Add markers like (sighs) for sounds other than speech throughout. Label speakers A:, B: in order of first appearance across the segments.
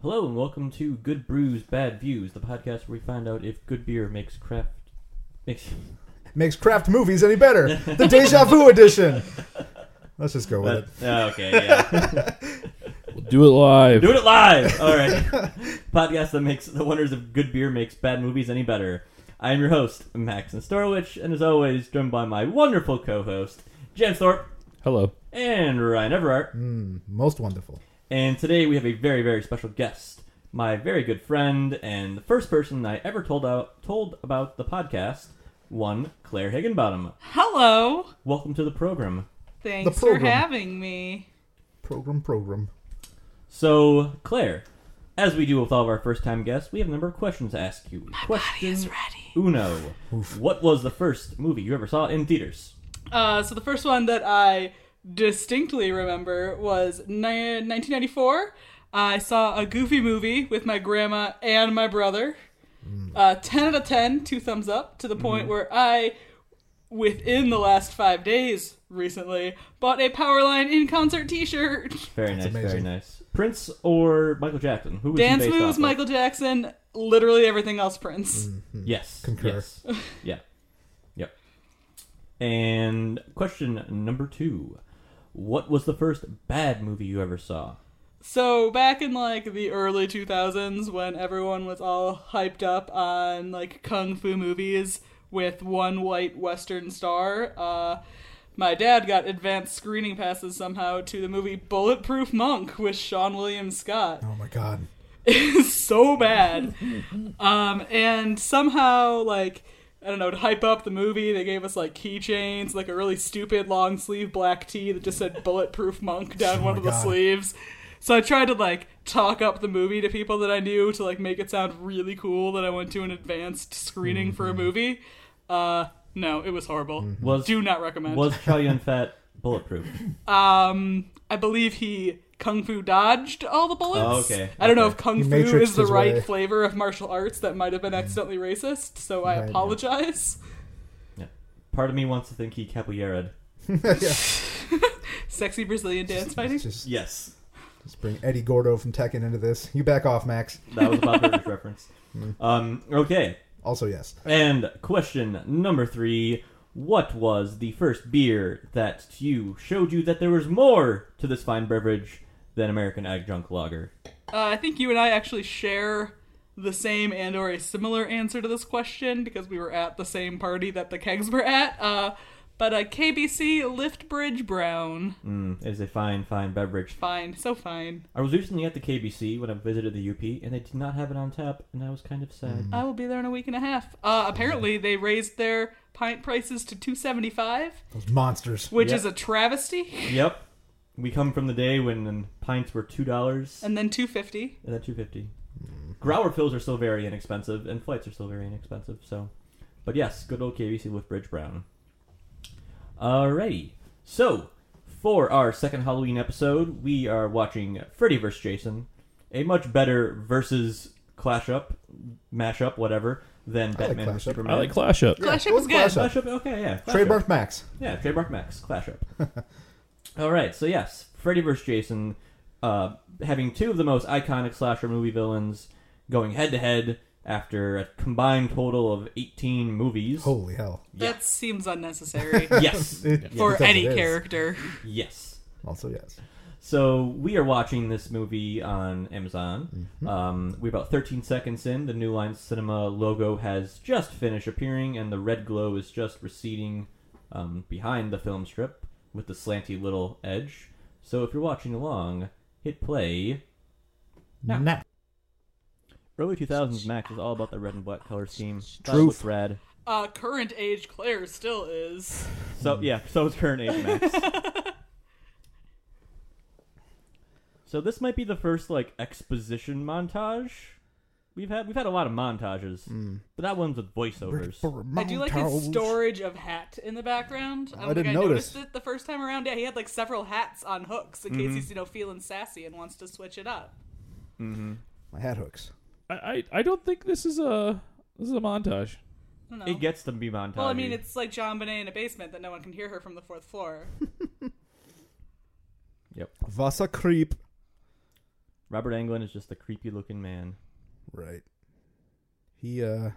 A: Hello and welcome to Good Brews, Bad Views, the podcast where we find out if good beer makes craft makes
B: Makes craft movies any better. The
A: (laughs)
B: Deja Vu edition. Let's just go with it.
A: Uh, okay, yeah.
C: Do it live.
A: Doing it live. All right. podcast that makes the wonders of good beer makes bad movies any better. I am your host, Max Storwich, and as always, joined by my wonderful co-host, James Thorpe
C: Hello.
A: and Ryan Everhart.
B: Most wonderful.
A: And today we have a very, very special guest, my very good friend and the first person I ever told out told about the podcast, one Claire Higginbottom.
D: Hello.
A: Welcome to the program.
D: Thanks for
B: program.
D: having me.
B: Program, program.
A: So, Claire, as we do with all of our first time guests, we have a number of questions to ask you. Question
D: ready.
A: Uno. What was the first movie you ever saw in theaters?
D: Uh, so the first one that I distinctly remember was ni- 1994. I saw a goofy movie with my grandma and my brother.
A: Mm.
D: Uh, 10 out of 10, two thumbs up, to the
A: Mm-hmm.
D: point where I, within the last five days recently, bought a Powerline in concert t shirt.
A: Very nice, very
B: amazing.
A: nice. Prince or Michael Jackson? Who was he
D: Dance
A: based off
D: moves,
A: of?
D: Michael Jackson, literally everything else, Prince.
A: Yes.
B: Concur.
A: Yes. yeah. Yep. And question number two. What was the first bad movie you ever saw?
D: So back in like the early 2000s when everyone was all hyped up on like kung fu movies with one white western star, uh my dad got advanced screening passes somehow to the movie Bulletproof Monk with Sean William Scott
B: Oh my god.
D: is (laughs) so bad. Um, and somehow, like, I don't know, to hype up the movie, they gave us, like, keychains, like a really stupid long sleeve black tee that just said Bulletproof Monk down
B: Oh
D: one
B: my
D: of the
B: God.
D: sleeves. So I tried to, like, talk up the movie to people that I knew to, like, make it sound really cool that I went to an advanced screening for
B: Mm-hmm.
D: a movie. Uh, no, it was horrible.
A: Was
D: Do not recommend.
A: was Chow Yun Fat bulletproof?
D: Um, I believe he kung fu dodged all the bullets.
A: Oh, okay.
D: I don't know
A: Okay.
D: if kung
B: He
D: fu
B: matrixed
D: is the
B: his
D: right
B: way. Mm.
D: flavor of martial arts. That might have been accidentally racist, so I
B: Right, yeah.
D: apologize.
A: Part of me wants to think he capoeira'd.
D: Sexy Brazilian
B: (laughs)
D: dance fighting.
B: Just,
A: Yes.
B: just bring Eddie Gordo from Tekken into this. You back off, Max.
A: That was a Bob Burger's reference. Um, okay.
B: Also, yes.
A: And question number three. What was the first beer that you showed you that there was more to this fine beverage than American Adjunct Lager?
D: Uh, I think you and I actually share the same and or a similar answer to this question because we were at the same party that the kegs were at. Uh, but a KBC Liftbridge Brown.
A: Mm, it is a fine, fine beverage.
D: Fine, so fine.
A: I was recently at the KBC when I visited the UP, and they did not have it on tap, and I was kind of sad.
B: Mm.
D: I will be there in a week and a half. Uh, apparently, they raised their pint prices to two seventy five.
B: Those monsters.
D: which
A: Yep.
D: is a travesty.
A: Yep, we come from the day when um, pints were two dollars and
D: And then 250.
A: then two fifty.
B: Mm-hmm.
A: Grauer fills are still very inexpensive, and flights are still very inexpensive. So, but yes, good old KBC with Bridge Brown. Alrighty, so for our second Halloween episode, we are watching Freddy vs. Jason, a much better versus clash up, mash up, whatever than Batman
B: Clash
A: vs
B: Up.
A: Superman.
C: I like Clash Up.
D: Clash
B: Yeah,
D: Up was
B: let's
D: good.
B: Clash Up.
A: Clash up, okay, yeah. Clash Up.
B: Trademark Max.
A: Yeah, trademark Max Clash Up.
B: (laughs)
A: All right, so yes, Freddy vs. Jason, uh, having two of the most iconic slasher movie villains going head to head after a combined total of eighteen movies.
B: Holy hell.
D: That
B: (laughs)
D: seems unnecessary
A: Yes,
B: It-
D: for
B: because it
D: any
B: is.
D: character.
A: yes.
B: Also, yes.
A: So we are watching this movie on Amazon. Um, we're about 13 seconds in. The New Line Cinema logo has just finished appearing, and the red glow is just receding um, behind the film strip with the slanty little edge. So if you're watching along, hit play. Now.
B: Nah.
A: Early 2000s Max is all about the red and black color scheme. Thought it
B: Truth.
A: looked rad.
D: Uh, current age Claire still is.
A: So
B: Hmm.
A: yeah, so it's current age
B: (laughs)
A: Max. so this might be the first like exposition montage. We've had we've had a lot of montages,
B: Hmm.
A: but that one's with voiceovers.
D: I do like his storage of hat in the background. I, don't
B: I didn't
D: think I
B: notice.
D: noticed it the first time around. Yeah, he had like several hats on hooks in case
B: Mm-hmm.
D: he's you know feeling sassy and wants to switch it up.
B: My hat hooks.
C: I, I I don't think this is a this is a montage.
D: I don't know.
A: It gets to be montage.
D: well, I mean, it's like John Bonet in a basement that no one can hear her from the fourth floor.
A: yep.
B: Vasa creep.
A: Robert Englund is just a creepy looking man.
B: Right. He uh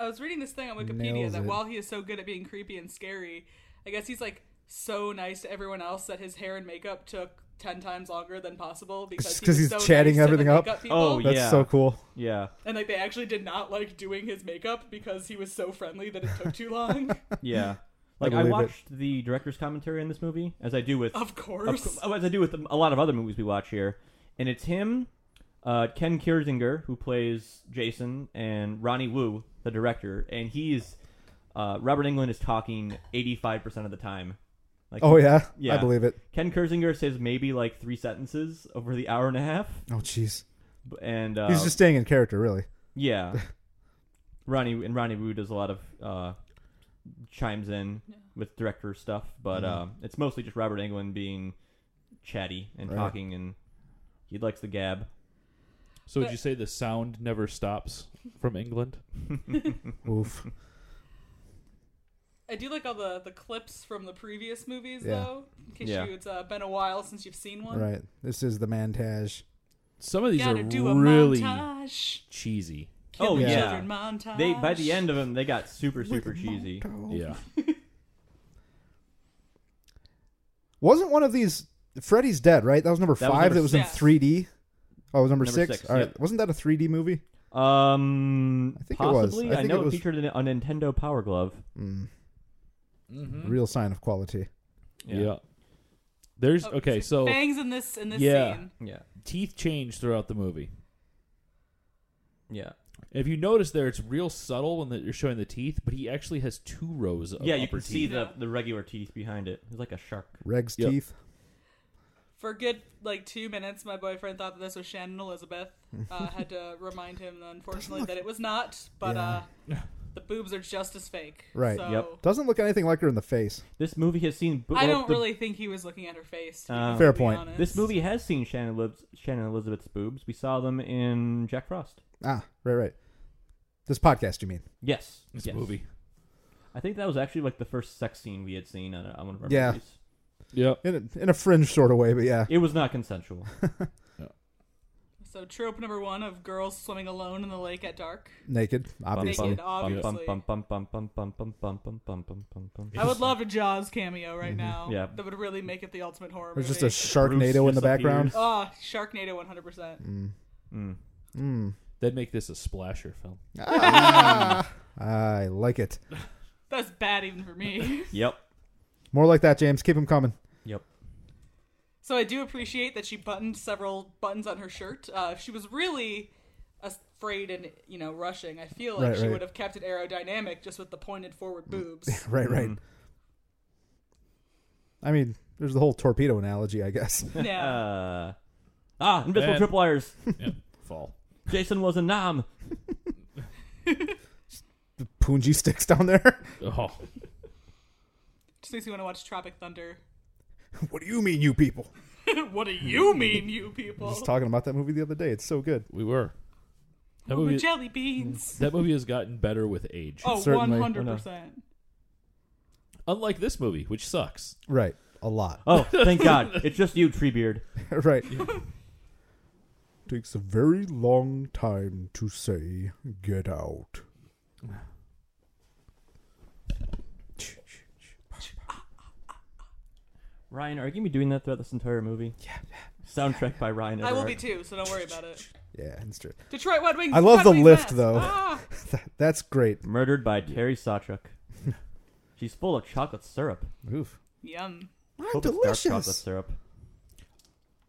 D: I was reading this thing on Wikipedia
B: Nails
D: that
B: it.
D: while he is so good at being creepy and scary, I guess he's like so nice to everyone else that his hair and makeup took ten times longer than possible because
B: It's
D: he
B: 'cause
D: was
B: he's
D: so
B: chatting
D: nice to the
B: everything up.
D: makeup people.
A: Oh,
B: that's
A: Yeah.
B: so cool.
A: Yeah,
D: and like they actually did not like doing his makeup because he was so friendly that it took
B: (laughs)
D: too long.
A: yeah. Like I,
B: believe it.
A: watched the director's commentary on this movie, as I do with
D: of
A: of
D: course.
A: course, as I do with a lot of other movies we watch here, and it's him, uh, Ken Kierzinger, who plays Jason, and Ronnie Wu, the director, and he's uh, Robert Englund is talking eighty five percent of the time. Like,
B: Oh yeah.
A: Yeah.
B: I believe it.
A: Ken Kierzinger says maybe like three sentences over the hour and a half,
B: Oh jeez.
A: b- and uh,
B: He's just staying in character really.
A: yeah. (laughs) Ronnie and Ronnie Wu does a lot of uh, chimes in with director stuff, but
B: Mm-hmm.
A: uh, it's mostly just Robert Englund being chatty and
B: Right.
A: talking, and he likes the gab.
C: So would you say the sound never stops from England?
B: Oof.
D: I do like all the, the clips from the previous movies
B: Yeah.
D: though. In case
A: Yeah.
D: you it's uh, been a while since you've seen one.
B: right. This is the Mantage.
C: Some of these
D: Gotta
C: are
D: do a
C: really
D: montage.
C: cheesy.
D: Kid
A: Oh,
D: the
A: yeah.
D: children montage.
A: They by the end of them, they got super super cheesy.
C: Yeah.
B: Wasn't one of these Freddy's Dead, right? That was number
A: That was
B: 5
A: number
B: that was in
D: six.
B: 3D. Oh, it was number,
A: Number
B: 6.
A: six,
B: All right.
A: yep.
B: Wasn't that a 3D movie?
A: Um,
B: I think it was.
A: possibly.
B: I
A: I,
B: think
A: know
B: it
A: it,
B: was-
A: featured in a Nintendo Power Glove.
B: Hmm.
C: Hmm.
B: Real sign of quality.
C: Yeah. There's
D: Oh,
C: okay, so
D: bangs in this in this
C: Yeah.
D: scene.
A: yeah,
C: teeth change throughout the movie.
A: yeah,
C: If you notice there, it's real subtle when that you're showing the teeth, but he actually has two rows of
A: yeah. You
C: upper
A: can see
C: teeth.
A: the the regular teeth behind it. It's like a shark.
B: Reg's
C: Yep.
B: teeth.
D: For a good like two minutes, my boyfriend thought that this was Shannon Elizabeth.
B: (laughs)
D: Uh, had to remind him, unfortunately, that it was not. But uh, the boobs are just as fake.
B: Right.
D: So
A: Yep.
B: Doesn't look anything like her in the face.
A: This movie has seen.
D: I don't
A: the-
D: really think he was looking at her face. To
A: Uh,
D: be completely
B: Fair point.
D: honest.
A: This movie has seen Shannon, Elib- Shannon Elizabeth's boobs. We saw them in Jack Frost.
B: Ah, right, right. This podcast, you mean?
A: Yes,
C: This
A: yes.
C: movie.
A: I think that was actually like the first sex scene we had seen on, on one of our
B: Yeah.
A: movies.
C: Yep.
B: In a, in a fringe sort of way, but
A: (laughs)
B: yeah.
A: It was not consensual.
D: So trope number one of girls swimming alone in the lake at dark.
B: Naked, obviously.
D: Naked, obviously.
A: Bum, bum, bum, bum, bum, bum, bum, bum, bum, bum, bum, bum.
D: I would love a Jaws cameo right now.
A: Yeah.
D: That would really make it the ultimate horror
B: There's
D: movie.
B: Mm-hmm. just a Sharknado in the
A: disappears.
B: background.
D: Oh, Sharknado 100%.
A: Mm.
B: Hmm.
C: That'd make this a splasher film.
B: Ah, I like it.
D: That's bad even for me.
A: Yep.
B: More like that, James. Keep him coming.
A: Yep.
D: So I do appreciate that she buttoned several buttons on her shirt. Uh, if she was really afraid and you know rushing, I feel like
B: Right,
D: she
B: right. Mm.
D: would have kept it aerodynamic just with the pointed
B: (laughs)
D: forward boobs.
B: Right, right.
A: Hmm. Mm.
B: I mean, there's the whole torpedo analogy, I guess.
D: yeah.
A: Uh, ah, invisible
C: Man.
A: tripwires.
C: Yep. Fall.
A: Jason was a nom.
B: The Punji (laughs) sticks down there.
C: Oh.
D: Just makes me want to watch Tropic Thunder.
B: what do you mean, you people?
D: (laughs)
B: (laughs)
D: what do you mean, you
B: I was
D: people?
B: just talking about that movie the other day. It's so good.
C: We were. That
D: Ooh,
C: movie,
D: jelly beans.
C: that movie has gotten better with age.
D: Oh,
B: Mm. certainly-
D: 100%.
C: Unlike this movie, which sucks.
B: Right. A lot.
A: Oh, thank God. It's just you, Treebeard.
B: (laughs) right. (laughs) Takes a very long time to say, get out.
A: Ryan, are you going to be doing that throughout this entire movie? Yeah. Soundtrack by Ryan
D: I will
A: Everett.
D: be too, so don't worry about (laughs) it.
B: Yeah, that's true.
D: Detroit Red Wings.
B: I love
D: Red
B: the
D: Wings
B: lift,
D: West.
B: though.
D: Ah!
B: That, that's great.
A: Murdered by Terry Sawchuk. She's full of chocolate syrup.
B: Oof.
D: Yum.
B: I'm
A: Hope it's dark chocolate
B: delicious.
A: syrup.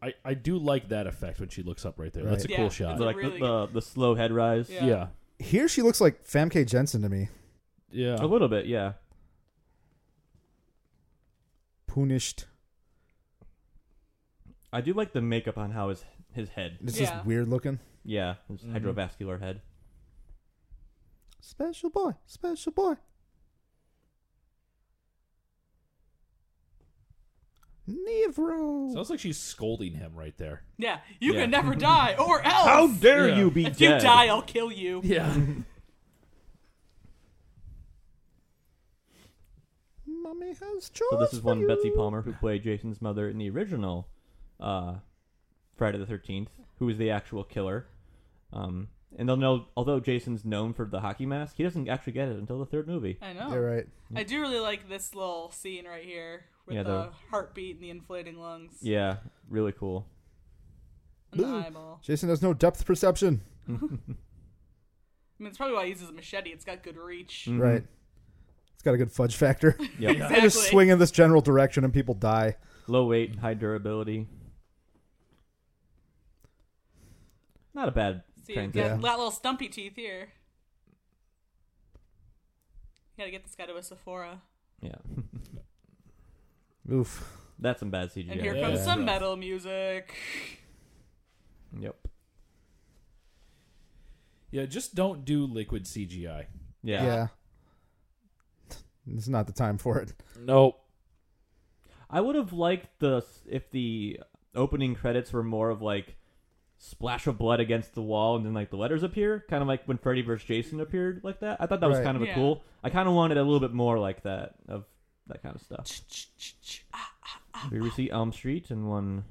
C: I, I do like that effect when she looks up right there. That's a
D: Right.
C: cool
D: Yeah.
C: shot.
D: It's a-
A: like
D: really
A: the, the the slow head rise.
D: Yeah.
C: yeah.
B: Here she looks like Famke Jensen to me.
C: Yeah.
A: A little bit, yeah.
B: Punished.
A: I do like the makeup on how his his head.
B: It's
D: Yeah.
B: just weird looking.
A: Yeah, his
D: Mm.
A: hydrovascular head.
B: Special boy. Special boy. Nero.
C: Sounds like she's scolding him right there.
D: Yeah. You
A: Yeah.
D: can (laughs) never die, or else.
A: How dare
C: Yeah.
A: you be
D: If you
A: dead?
D: die, I'll kill you.
C: (laughs) Yeah.
B: Mummy has chores
A: So this is
B: for
A: one
B: you.
A: Betsy Palmer who played Jason's mother in the original uh, Friday the Thirteenth, who is the actual killer. Um, and they'll know. Although Jason's known for the hockey mask, he doesn't actually get it until the third movie.
D: I know.
B: You're right.
D: I do really like this little scene right here with
A: Yeah,
D: the,
A: the-
D: heartbeat and the inflating lungs
A: Yeah, really cool.
D: and the
B: Ooh.
D: eyeball.
B: Jason has no depth perception.
D: I mean, it's probably why he uses a machete. It's got good reach.
A: Mhm.
B: Right. It's got a good fudge (laughs) factor.
A: Yep.
B: I just swing in this general direction and people die.
A: Low weight, high durability. Not a bad
D: See, you got
A: transition.
B: Yeah.
D: that little stumpy teeth here. You gotta get this guy to a Sephora.
A: Yeah. (laughs)
B: Oof.
A: That's some bad CGI.
D: And here
C: Yeah.
D: comes
C: Yeah.
D: some metal music.
A: Yep.
C: Yeah, just don't do liquid CGI.
A: Yeah.
B: Yeah. It's not the time for it.
C: Nope.
A: I would have liked the if the opening credits were more of like splash of blood against the wall and then like the letters appear, kind of like when Freddy vs. Jason appeared like that. I thought that was
B: Right.
A: kind of a
D: Yeah.
A: cool. I kind of wanted a little bit more like that of that kind of stuff. Here we see Elm Street in one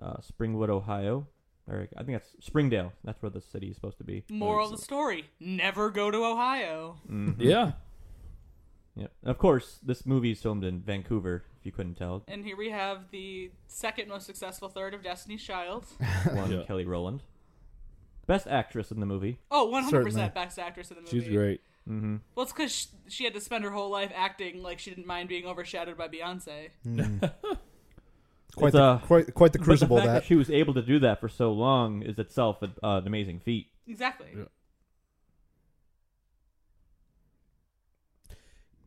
A: uh, Springwood, Ohio. Or I think that's Springdale. That's where the city is supposed to be.
D: Moral of the story never go to Ohio.
C: Yeah.
A: Yeah. Of course, this movie is filmed in Vancouver. If you couldn't
D: (laughs)
A: tell,
D: And here we have the second most successful third of Destiny's Child.
A: one
C: Yeah.
A: Kelly Rowland, best actress in the movie.
D: Oh, 100%
B: Certainly.
D: best actress in the movie.
C: She's great.
D: Well, it's because she, she had to spend her whole life acting like she didn't mind being overshadowed by Beyonce.
B: Hmm.
A: (laughs)
B: Quite
A: It's,
B: the,
A: uh,
B: quite quite the
A: But the
B: crucible
A: fact that.
B: that.
A: she was able to do that for so long is itself a, uh, an amazing feat.
D: Exactly.
C: Yeah.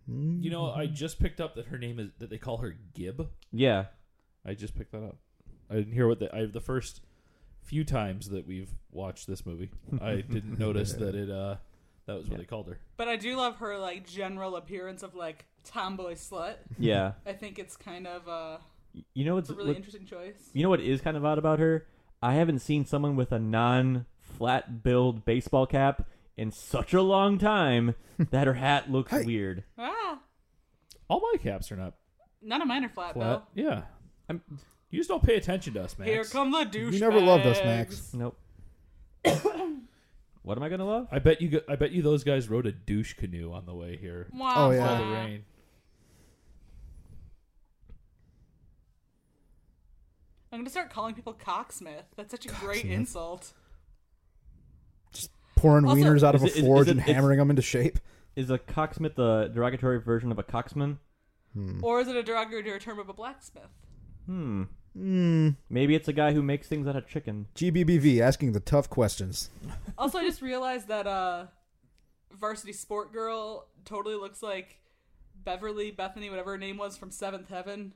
C: You know, I just picked up that her name is that they call her Gib.
A: Yeah,
C: I just picked that up. I didn't hear what the I the first few times that we've watched this movie, I (laughs) didn't notice that it uh that was what
A: Yeah.
C: they called her.
D: But I do love her like general appearance of like tomboy slut.
A: (laughs) yeah.
D: I think it's kind of uh,
A: You know what's
D: it's a really
A: what-
D: interesting choice.
A: you know what is kind of odd about her? I haven't seen someone with a non-flat billed baseball cap in such a long time that her hat looks
B: Hey.
A: weird.
D: Ah,
C: All my caps are not
D: none of mine are flat,
C: flat. Yeah. I'm you just don't pay attention to us,
D: though.
C: man.
D: Here come the douchebags.
B: You never loved us, Max.
A: Nope. what am I gonna love?
C: I bet you go, I bet you those guys rode a douche canoe on the way here.
D: Wah,
B: Oh,
D: wah.
B: yeah.
C: All the rain.
D: I'm gonna start calling people cocksmith. That's such a great insult.
B: Pouring
D: Also-
B: wieners out of
A: Is it-
B: a
A: is- is
B: forge
A: it-
B: and
A: it's-
B: hammering them into shape.
A: Is a cocksmith the derogatory version of a coxman?
D: Or is it a derogatory term of a blacksmith?
A: Hmm. Maybe it's a guy who makes things out of chicken.
B: GBBV asking the tough questions.
D: Also, I just realized that uh, Varsity Sport Girl totally looks like Beverly Bethany, whatever her name was from Seventh Heaven.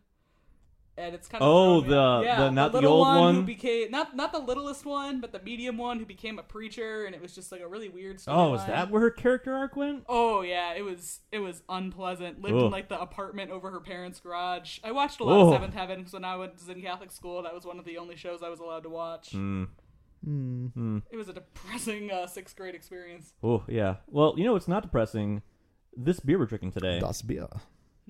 D: And it's kind of
A: Oh,
D: throwing me off.
A: the-
D: yeah,
A: the- not the
D: little
A: old
D: who
A: one?
D: became not not the littlest one, but the medium one who became a preacher, and it was just like a really weird. Story
A: Oh, is that where her character arc went?
D: Oh yeah, it was it was unpleasant. Lived
A: Ugh.
D: in like the apartment over her parents' garage. I watched a lot
A: Ugh.
D: of Seventh Heaven because when I was in Catholic school, that was one of the only shows I was allowed to watch.
A: Hmm.
D: It was a depressing uh, sixth grade experience.
A: Oh yeah. Well, you know it's not depressing. This beer we're drinking today.
B: Das Bier.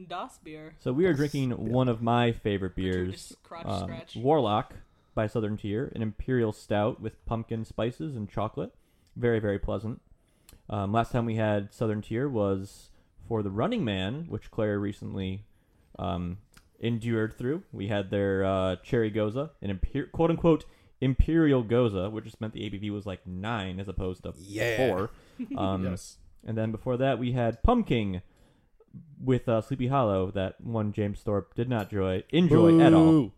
D: Das beer.
A: So we are drinking one of my favorite beers,
D: just crotch
A: um,
D: scratch.
A: Warlock by Southern Tier, an imperial stout with pumpkin spices and chocolate. Very very pleasant. Um, last time we had Southern Tier was for the Running Man, which Claire recently um, endured through. We had their uh, cherry goza, an imper- quote unquote imperial goza, which just meant the ABV was like nine as opposed to
C: (laughs)
A: four. Um,
C: Yes.
A: And then before that, we had Pumpkin with uh, Sleepy Hollow, that one James Thorpe did not enjoy, enjoy at all.
C: Boo.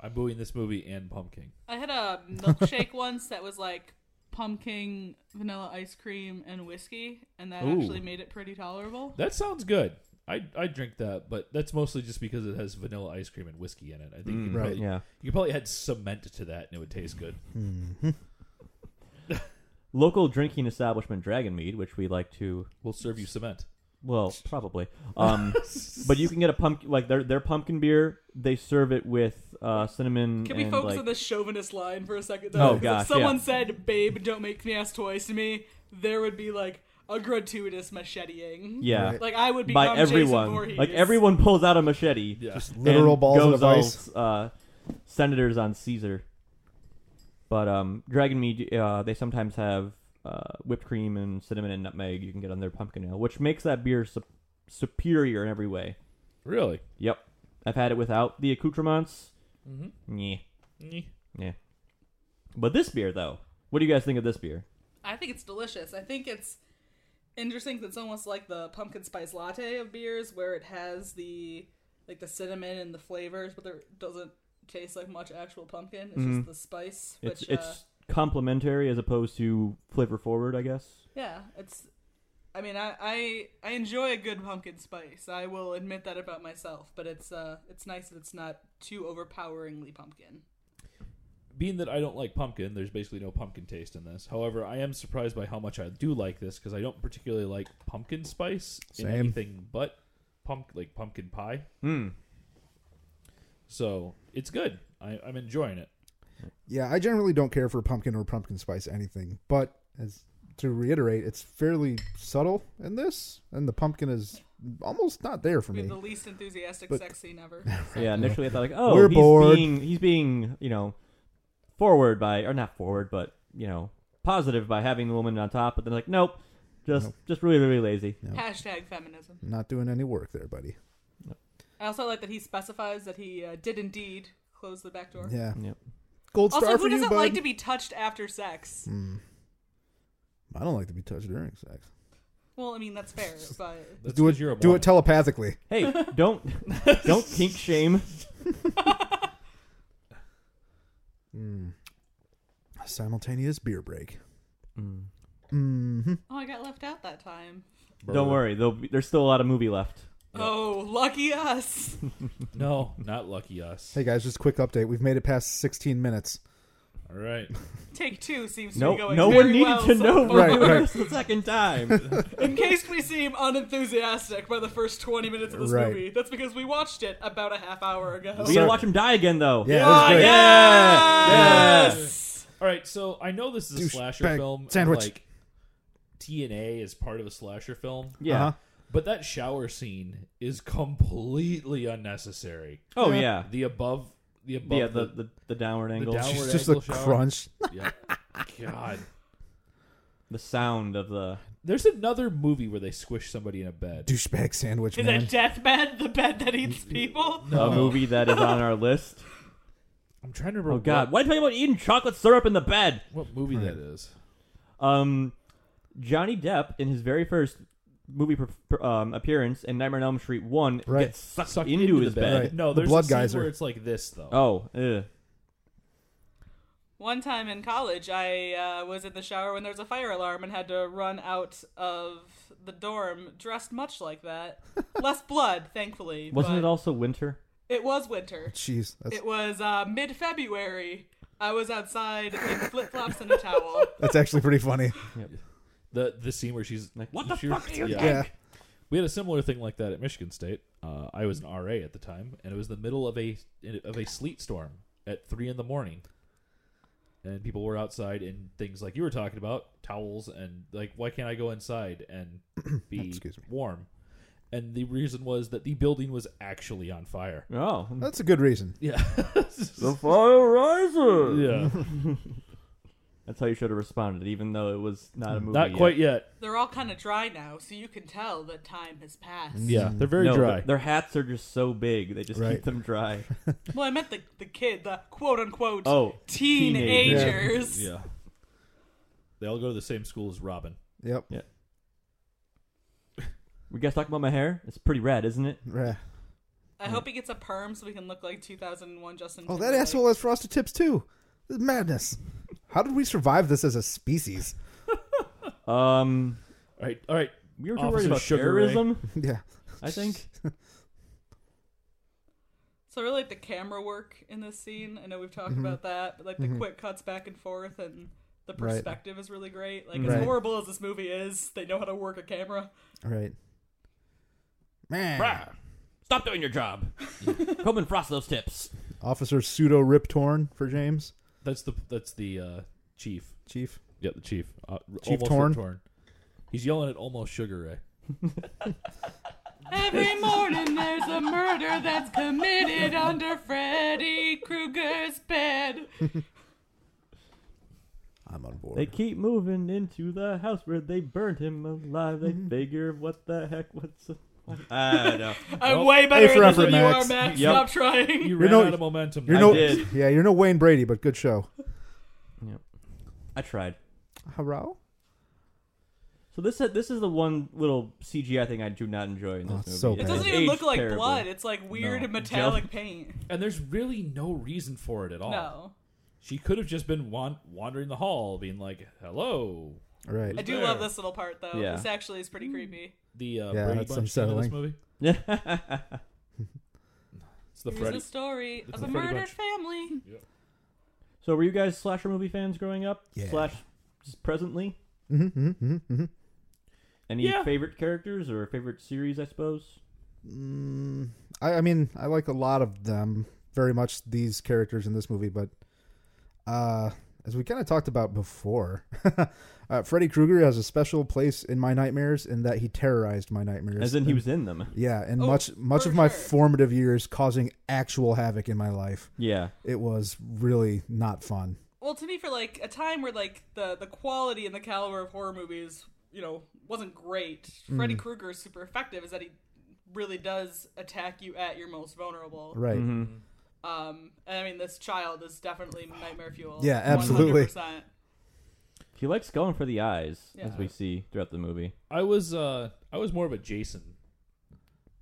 C: I'm booing this movie and Pumpkin.
D: I had a
A: (laughs)
D: milkshake once that was like pumpkin, vanilla ice cream, and whiskey, and that
A: Ooh.
D: actually made it pretty tolerable.
C: That sounds good. I I drink that, but that's mostly just because it has vanilla ice cream and whiskey in it. I think you could
B: right.
C: probably,
A: Yeah.
C: you could probably add cement to that and it would taste good.
A: Local drinking establishment Dragonmead, which we like to,
C: We'll serve you cement.
A: well, probably.
C: (laughs)
A: Um, but you can get a pumpkin, like their their pumpkin beer. They serve it with uh, cinnamon.
D: Can we
A: and,
D: focus
A: like-
D: on this chauvinist line for a second?
A: Oh,
D: 'Cause
A: gosh,
D: If someone
A: yeah.
D: said, "Babe, don't make me ask twice to me," there would be like a gratuitous macheting.
A: Yeah.
B: Right.
D: Like I would become
A: By
D: Jason
A: everyone,
D: Voorhees.
A: like everyone pulls out a machete.
C: Yeah.
A: and
B: Literal balls
A: goes
B: of advice.
A: all, uh, senators on Caesar. But um, Dragon Mead, uh, they sometimes have uh, whipped cream and cinnamon and nutmeg you can get on their pumpkin ale, which makes that beer sup- superior in every way.
C: Really?
A: Yep. I've had it without the accoutrements.
B: Mm-hmm.
A: Yeah. Yeah. But this beer, though, what do you guys think of this beer?
D: I think it's delicious. I think it's interesting 'cause it's almost like the pumpkin spice latte of beers, where it has the like the cinnamon and the flavors, but there doesn't taste like much actual pumpkin. It's just the spice, which
A: Mm-hmm. It's
D: uh,
A: it's complementary as opposed to flavor forward, I guess.
D: yeah, it's. I mean, I, I I enjoy a good pumpkin spice. I will admit that about myself, but it's uh it's nice that it's not too overpoweringly pumpkin.
C: Being that I don't like pumpkin, there's basically no pumpkin taste in this. However, I am surprised by how much I do like this because I don't particularly like pumpkin spice
B: Same.
C: in anything but pump like pumpkin pie.
A: Hmm.
C: So it's good. I, I'm enjoying it.
B: Yeah, I generally don't care for pumpkin or pumpkin spice anything, but as to reiterate, it's fairly subtle in this, and the pumpkin is almost not there for
D: We
B: me.
D: have the least enthusiastic
B: But-
D: sex scene
B: (laughs)
D: ever.
A: Yeah, initially I thought like, oh,
B: We're
A: he's
B: bored.
A: being he's being you know forward by or not forward, but you know positive by having the woman on top. But then like, nope, just
B: Nope.
A: just really really lazy.
D: Hashtag feminism.
B: Not doing any work there, buddy.
D: I also like that he specifies that he uh, did indeed close the back door.
B: Yeah,
A: Yep.
B: gold
D: Also,
B: star
D: who
B: for you,
D: doesn't
B: bud. Hmm.
D: like to be touched after sex?
B: I don't like to be touched during sex.
D: Well, I mean that's
B: (laughs)
D: fair, but
C: That's
B: Do
C: 'cause
B: it.
C: You're a
B: Do
C: woman.
B: it telepathically. (laughs)
A: Hey, don't don't kink shame.
B: Hmm. Simultaneous beer break.
A: Mm.
B: hmm
D: oh, I got left out that time.
A: Don't worry, there'll be, there's still a lot of movie left.
C: Yeah.
D: Oh, lucky us!
C: No, not lucky us.
B: Hey guys, just quick update. We've made it past 16 minutes.
C: All right.
D: Take two seems to
A: No,
D: be going.
A: no
D: very
A: one needed
D: well
A: to
D: so
A: know
D: far.
B: Right,
A: for (laughs)
B: right.
A: the second
D: (laughs)
A: time.
D: In case we seem unenthusiastic by the first twenty minutes of this
B: Right.
D: movie, that's because we watched it about a half hour ago.
A: we gotta watch him die again though.
B: Yeah,
D: Ah,
B: that was great.
D: yes!
C: All right. So I know this is a
B: Douchebag
C: slasher film. and,
B: sandwich.
C: Like, TNA is part of a slasher film.
A: Yeah.
B: Uh-huh.
C: But that shower scene is completely unnecessary.
A: Oh yeah.
C: The above, the above,
A: Yeah, the, the, the downward angle.
C: downward-
B: Just,
C: Howard
B: just a
C: Angle shower.
B: crunch.
C: yeah. God.
A: the sound of
B: (laughs)
A: the
C: There's another movie where they squish somebody in a bed.
B: Douchebag sandwich,
D: Is
B: man.
D: that deathbed the bed that eats people?
A: a movie that is on our list.
C: I'm trying to
A: Oh
C: remember.
A: God!
C: what,
A: Why talking about eating chocolate syrup in the bed?
C: what movie that is?
A: Um, Johnny Depp in his very first movie per- per- um, appearance in Nightmare on Elm Street One
B: Right.
A: gets sucked, into,
C: the
A: his bed.
B: Right.
C: No,
B: The
C: there's
B: blood
C: a scene
B: geyser.
C: where it's like this though.
A: Oh, ugh.
D: One time in college, I uh, was in the shower when there was a fire alarm and had to run out of the dorm dressed much like that. Less blood, thankfully.
A: wasn't
D: but
A: it also winter?
D: It was winter.
B: Jeez, that's,
D: It was uh, mid February. I was outside in flip flops and a towel.
B: that's actually pretty funny.
C: The the scene where she's
A: Like, what the
C: she-
A: fuck do you
C: yeah.
B: Yeah.
C: We had a similar thing like that at Michigan State. Uh, I was an RA at the time, and it was the middle of a of a sleet storm at three in the morning, and people were outside in things like you were talking about towels and like why can't I go inside
B: (coughs)
C: and be
B: Excuse me.
C: warm? And the reason was that the building was actually on fire.
A: Oh,
B: That's a good reason.
C: Yeah,
A: the fire rises.
C: (laughs) yeah,
A: That's how you should have responded, even though it was not a movie.
C: not
A: yet.
C: quite yet.
D: They're all kind of dry now, so you can tell that time has passed.
C: Yeah, Mm. they're very
A: No,
C: dry.
A: th- their hats are just so big; they just
B: Right.
A: keep them dry.
D: Well, I meant the, the kid, the quote unquote
A: Oh,
D: teenagers.
C: yeah, they all go to the same school as Robin.
B: Yep.
A: we guys talking about my hair? It's pretty red, isn't it?
B: Right.
D: I hope he gets a perm so we can look like 2001 Justin.
B: Oh, that
D: Timberlake.
B: asshole has frosted tips too. This is madness. How did we survive this as a species?
A: Um,
C: All right, all right.
A: we were too
C: Officer
A: worried about
C: Sugar Ray.
A: terrorism.
B: yeah.
A: I think.
D: So I really like the camera work in this scene. I know we've talked
B: Mm-hmm.
D: about that, but like the quick cuts back and forth and the
B: Right.
D: perspective is really great. Like
B: Right.
D: as horrible as this movie is, they know how to work a camera.
B: All right. Man.
A: Stop doing your job. Come and frost those tips.
B: Officer pseudo rip torn for James,
C: That's the that's the uh, chief.
B: Chief.
C: Yeah, the chief. Uh, r-
B: Chief
C: almost
B: Torn.
C: Torn. He's yelling at almost Sugar Ray.
D: Every morning there's a murder that's committed under Freddy Krueger's bed.
B: I'm on board.
A: They keep moving into the house where they burned him alive. They figure, what the heck? What's the... I don't know.
D: I'm
C: Nope.
D: way better
B: Hey,
D: at
B: for
D: this
B: effort,
D: than you
B: Max.
D: are, Max.
A: Yep.
D: Stop trying.
C: You
B: You're
C: ran
B: no-
C: out of momentum.
B: you're
A: I
C: there.
B: no,
A: did.
B: (laughs) yeah, you're no Wayne Brady, but good show.
A: I tried.
B: Hello.
A: So this this is the one little CGI thing I do not enjoy in this
B: Oh,
A: movie.
B: it's so
D: It
B: bad.
D: doesn't
A: has
D: even
A: aged
D: look like
A: terribly.
D: blood. It's like weird
A: No.
D: metallic paint.
C: And there's really no reason for it at all.
D: No.
C: She could have just been wan- wandering the hall, being like, "Hello."
B: All right.
D: I do
C: There.
D: love this little part though.
A: Yeah.
D: This actually is pretty creepy.
C: The uh,
B: Yeah,
C: Brady
B: that's
C: Bunch thing in this
B: unsettling.
C: (laughs) movie. It's the
D: Here's
C: Freddy.
D: a story
C: It's
D: of
C: the
D: a
C: Freddy Bunch.
D: murdered family.
A: so were you guys slasher movie fans growing up?
B: Yeah.
A: Slash presently?
B: hmm hmm hmm hmm
A: Any
C: Yeah.
A: favorite characters or favorite series, I suppose?
B: Mm, I, I mean, I like a lot of them very much. These characters in this movie, but uh, as we kind of talked about before, (laughs) uh, Freddy Krueger has a special place in my nightmares in that he terrorized my nightmares.
A: As in he was in them.
B: yeah, and
D: Oh,
B: much much
D: for
B: of my
D: sure.
B: formative years, causing actual havoc in my life.
A: Yeah.
B: It was really not fun.
D: Well, to me, for like a time where like the the quality and the caliber of horror movies, you know, wasn't great.
C: Mm.
D: Freddy Krueger is super effective. Is that he really does attack you at your most vulnerable.
B: Right.
A: Mhm.
D: Um, and I mean, this child is definitely nightmare fuel.
B: Yeah, absolutely.
D: 100%.
A: He likes going for the eyes, as
D: Yeah.
A: we see throughout the movie.
C: I was uh, I was more of a Jason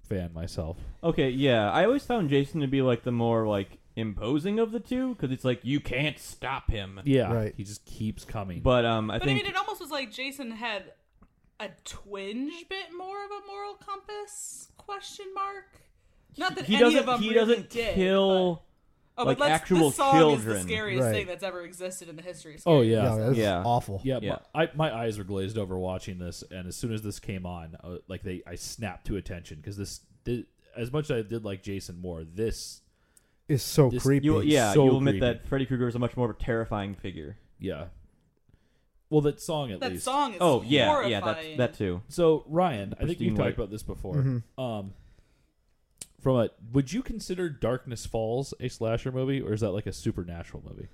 C: fan myself.
A: Okay, yeah. I always found Jason to be like the more like imposing of the two because it's like you can't stop him.
C: Yeah,
B: Right.
C: He just keeps coming.
A: But um, I
D: But I
A: think
D: mean, it almost was like Jason had a twinge bit more of a moral compass question mark. Not that
A: he
D: any
A: doesn't
D: of them
A: he
D: really
A: doesn't
D: did,
A: kill.
D: but, oh,
A: like,
D: but let's,
A: actual
D: this song
A: children.
D: Is the scariest
B: Right.
D: thing that's ever existed in the history. Of
C: oh
D: scary
C: yeah,
B: Yeah, that's
A: Yeah.
B: awful.
C: Yeah,
A: Yeah.
C: My, I, my eyes were glazed over watching this, and as soon as this came on, uh, like they, I snapped to attention because this, thi- as much as I did like Jason Moore, this,
B: It's so
C: This-
B: creepy.
A: You, yeah,
C: so
A: you'll admit
C: creepy.
A: that Freddy Krueger is a much more of a terrifying figure.
C: yeah, well, that song at
D: That
C: least.
D: song is
A: oh yeah,
D: horrifying.
A: yeah, that that too.
C: So Ryan, I think
A: Pristine
C: you've
A: white.
C: talked about this before.
B: Mm-hmm.
C: Um, from a, would you consider Darkness Falls a slasher movie, or is that like a supernatural movie?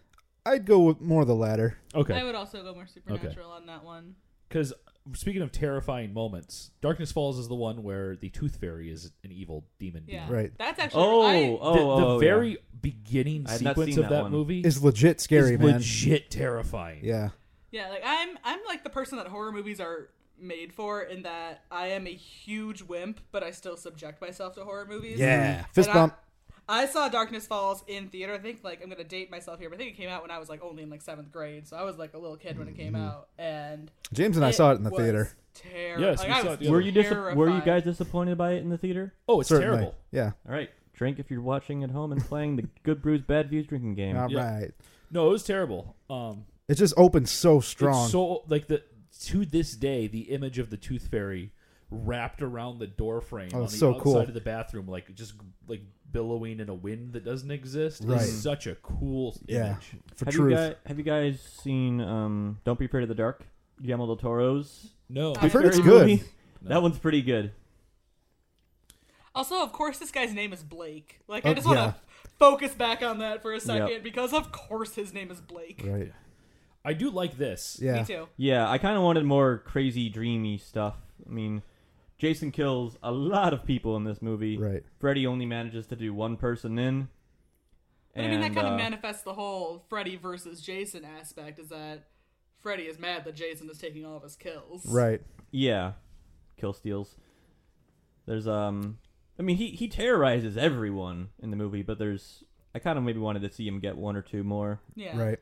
B: I'd go with more of the latter.
D: I
C: Okay,
D: would also go more supernatural on that one.
C: because speaking of terrifying moments, Darkness Falls is the one where the Tooth Fairy is an evil demon.
D: Yeah,
C: demon.
B: Right.
D: That's actually
A: Oh,
D: I,
A: oh,
C: the,
A: oh,
C: the
A: oh,
C: very
A: yeah.
C: beginning
A: I had not
C: sequence
A: seen
C: of
A: that
C: that,
A: one.
C: movie
B: Is legit scary,
C: is
B: man.
C: legit terrifying.
B: Yeah.
D: yeah. Like I'm I'm like the person that horror movies are made for in that I am a huge wimp, but I still subject myself to horror movies.
B: Yeah.
A: Mm-hmm.
B: Fist
D: And I-
B: bump.
D: I saw Darkness Falls in theater. I think like I'm gonna date myself here, but I think it came out when I was like only in like seventh grade, so I was like a little kid when it came
C: Mm-hmm.
D: out. And
B: James and I
D: it
B: saw it in the
D: was
B: theater.
D: Terri-
C: Yes,
D: like,
C: we
D: I
C: saw
D: was
C: it together.
A: Were you dis- were you
D: terrified.
A: guys disappointed by it in the theater?
C: Oh, it's
B: Certainly.
C: terrible.
B: Yeah.
A: All right, drink if you're watching at home and playing the Good Brews Bad Views drinking game.
B: All
C: Yeah.
B: right.
C: No, it was terrible. Um,
B: It just opens so strong.
C: it's so like the to this day, the image of the Tooth Fairy wrapped around the door frame
B: Oh,
C: on the
B: it's so
C: outside
B: cool.
C: of the bathroom, like just like billowing in a wind that doesn't exist,
B: Right.
C: is such a cool
B: yeah.
C: image.
B: For
A: have
B: truth.
A: you guys have you guys seen um, Don't Be Afraid of the Dark? Guillermo del Toro's.
C: No,
D: I've
B: heard it's
A: Freddy
B: good.
A: movie? That one's pretty good.
D: Also, of course, this guy's name is Blake. Like,
B: Oh,
D: I just want to
B: yeah.
D: focus back on that for a second
A: Yep.
D: because, of course, his name is Blake.
B: right.
C: I do like this.
B: Yeah.
D: Me too.
A: Yeah, I kind of wanted more crazy, dreamy stuff. I mean, Jason kills a lot of people in this movie.
B: Right.
A: Freddy only manages to do one person in.
D: But I mean, that
A: And,
D: kind of
A: uh,
D: manifests the whole Freddy versus Jason aspect is that Freddy is mad that Jason is taking all of his kills.
B: Right.
A: Yeah, kill steals. There's um, I mean he he terrorizes everyone in the movie, but there's I kind of maybe wanted to see him get one or two more.
D: Yeah.
B: Right.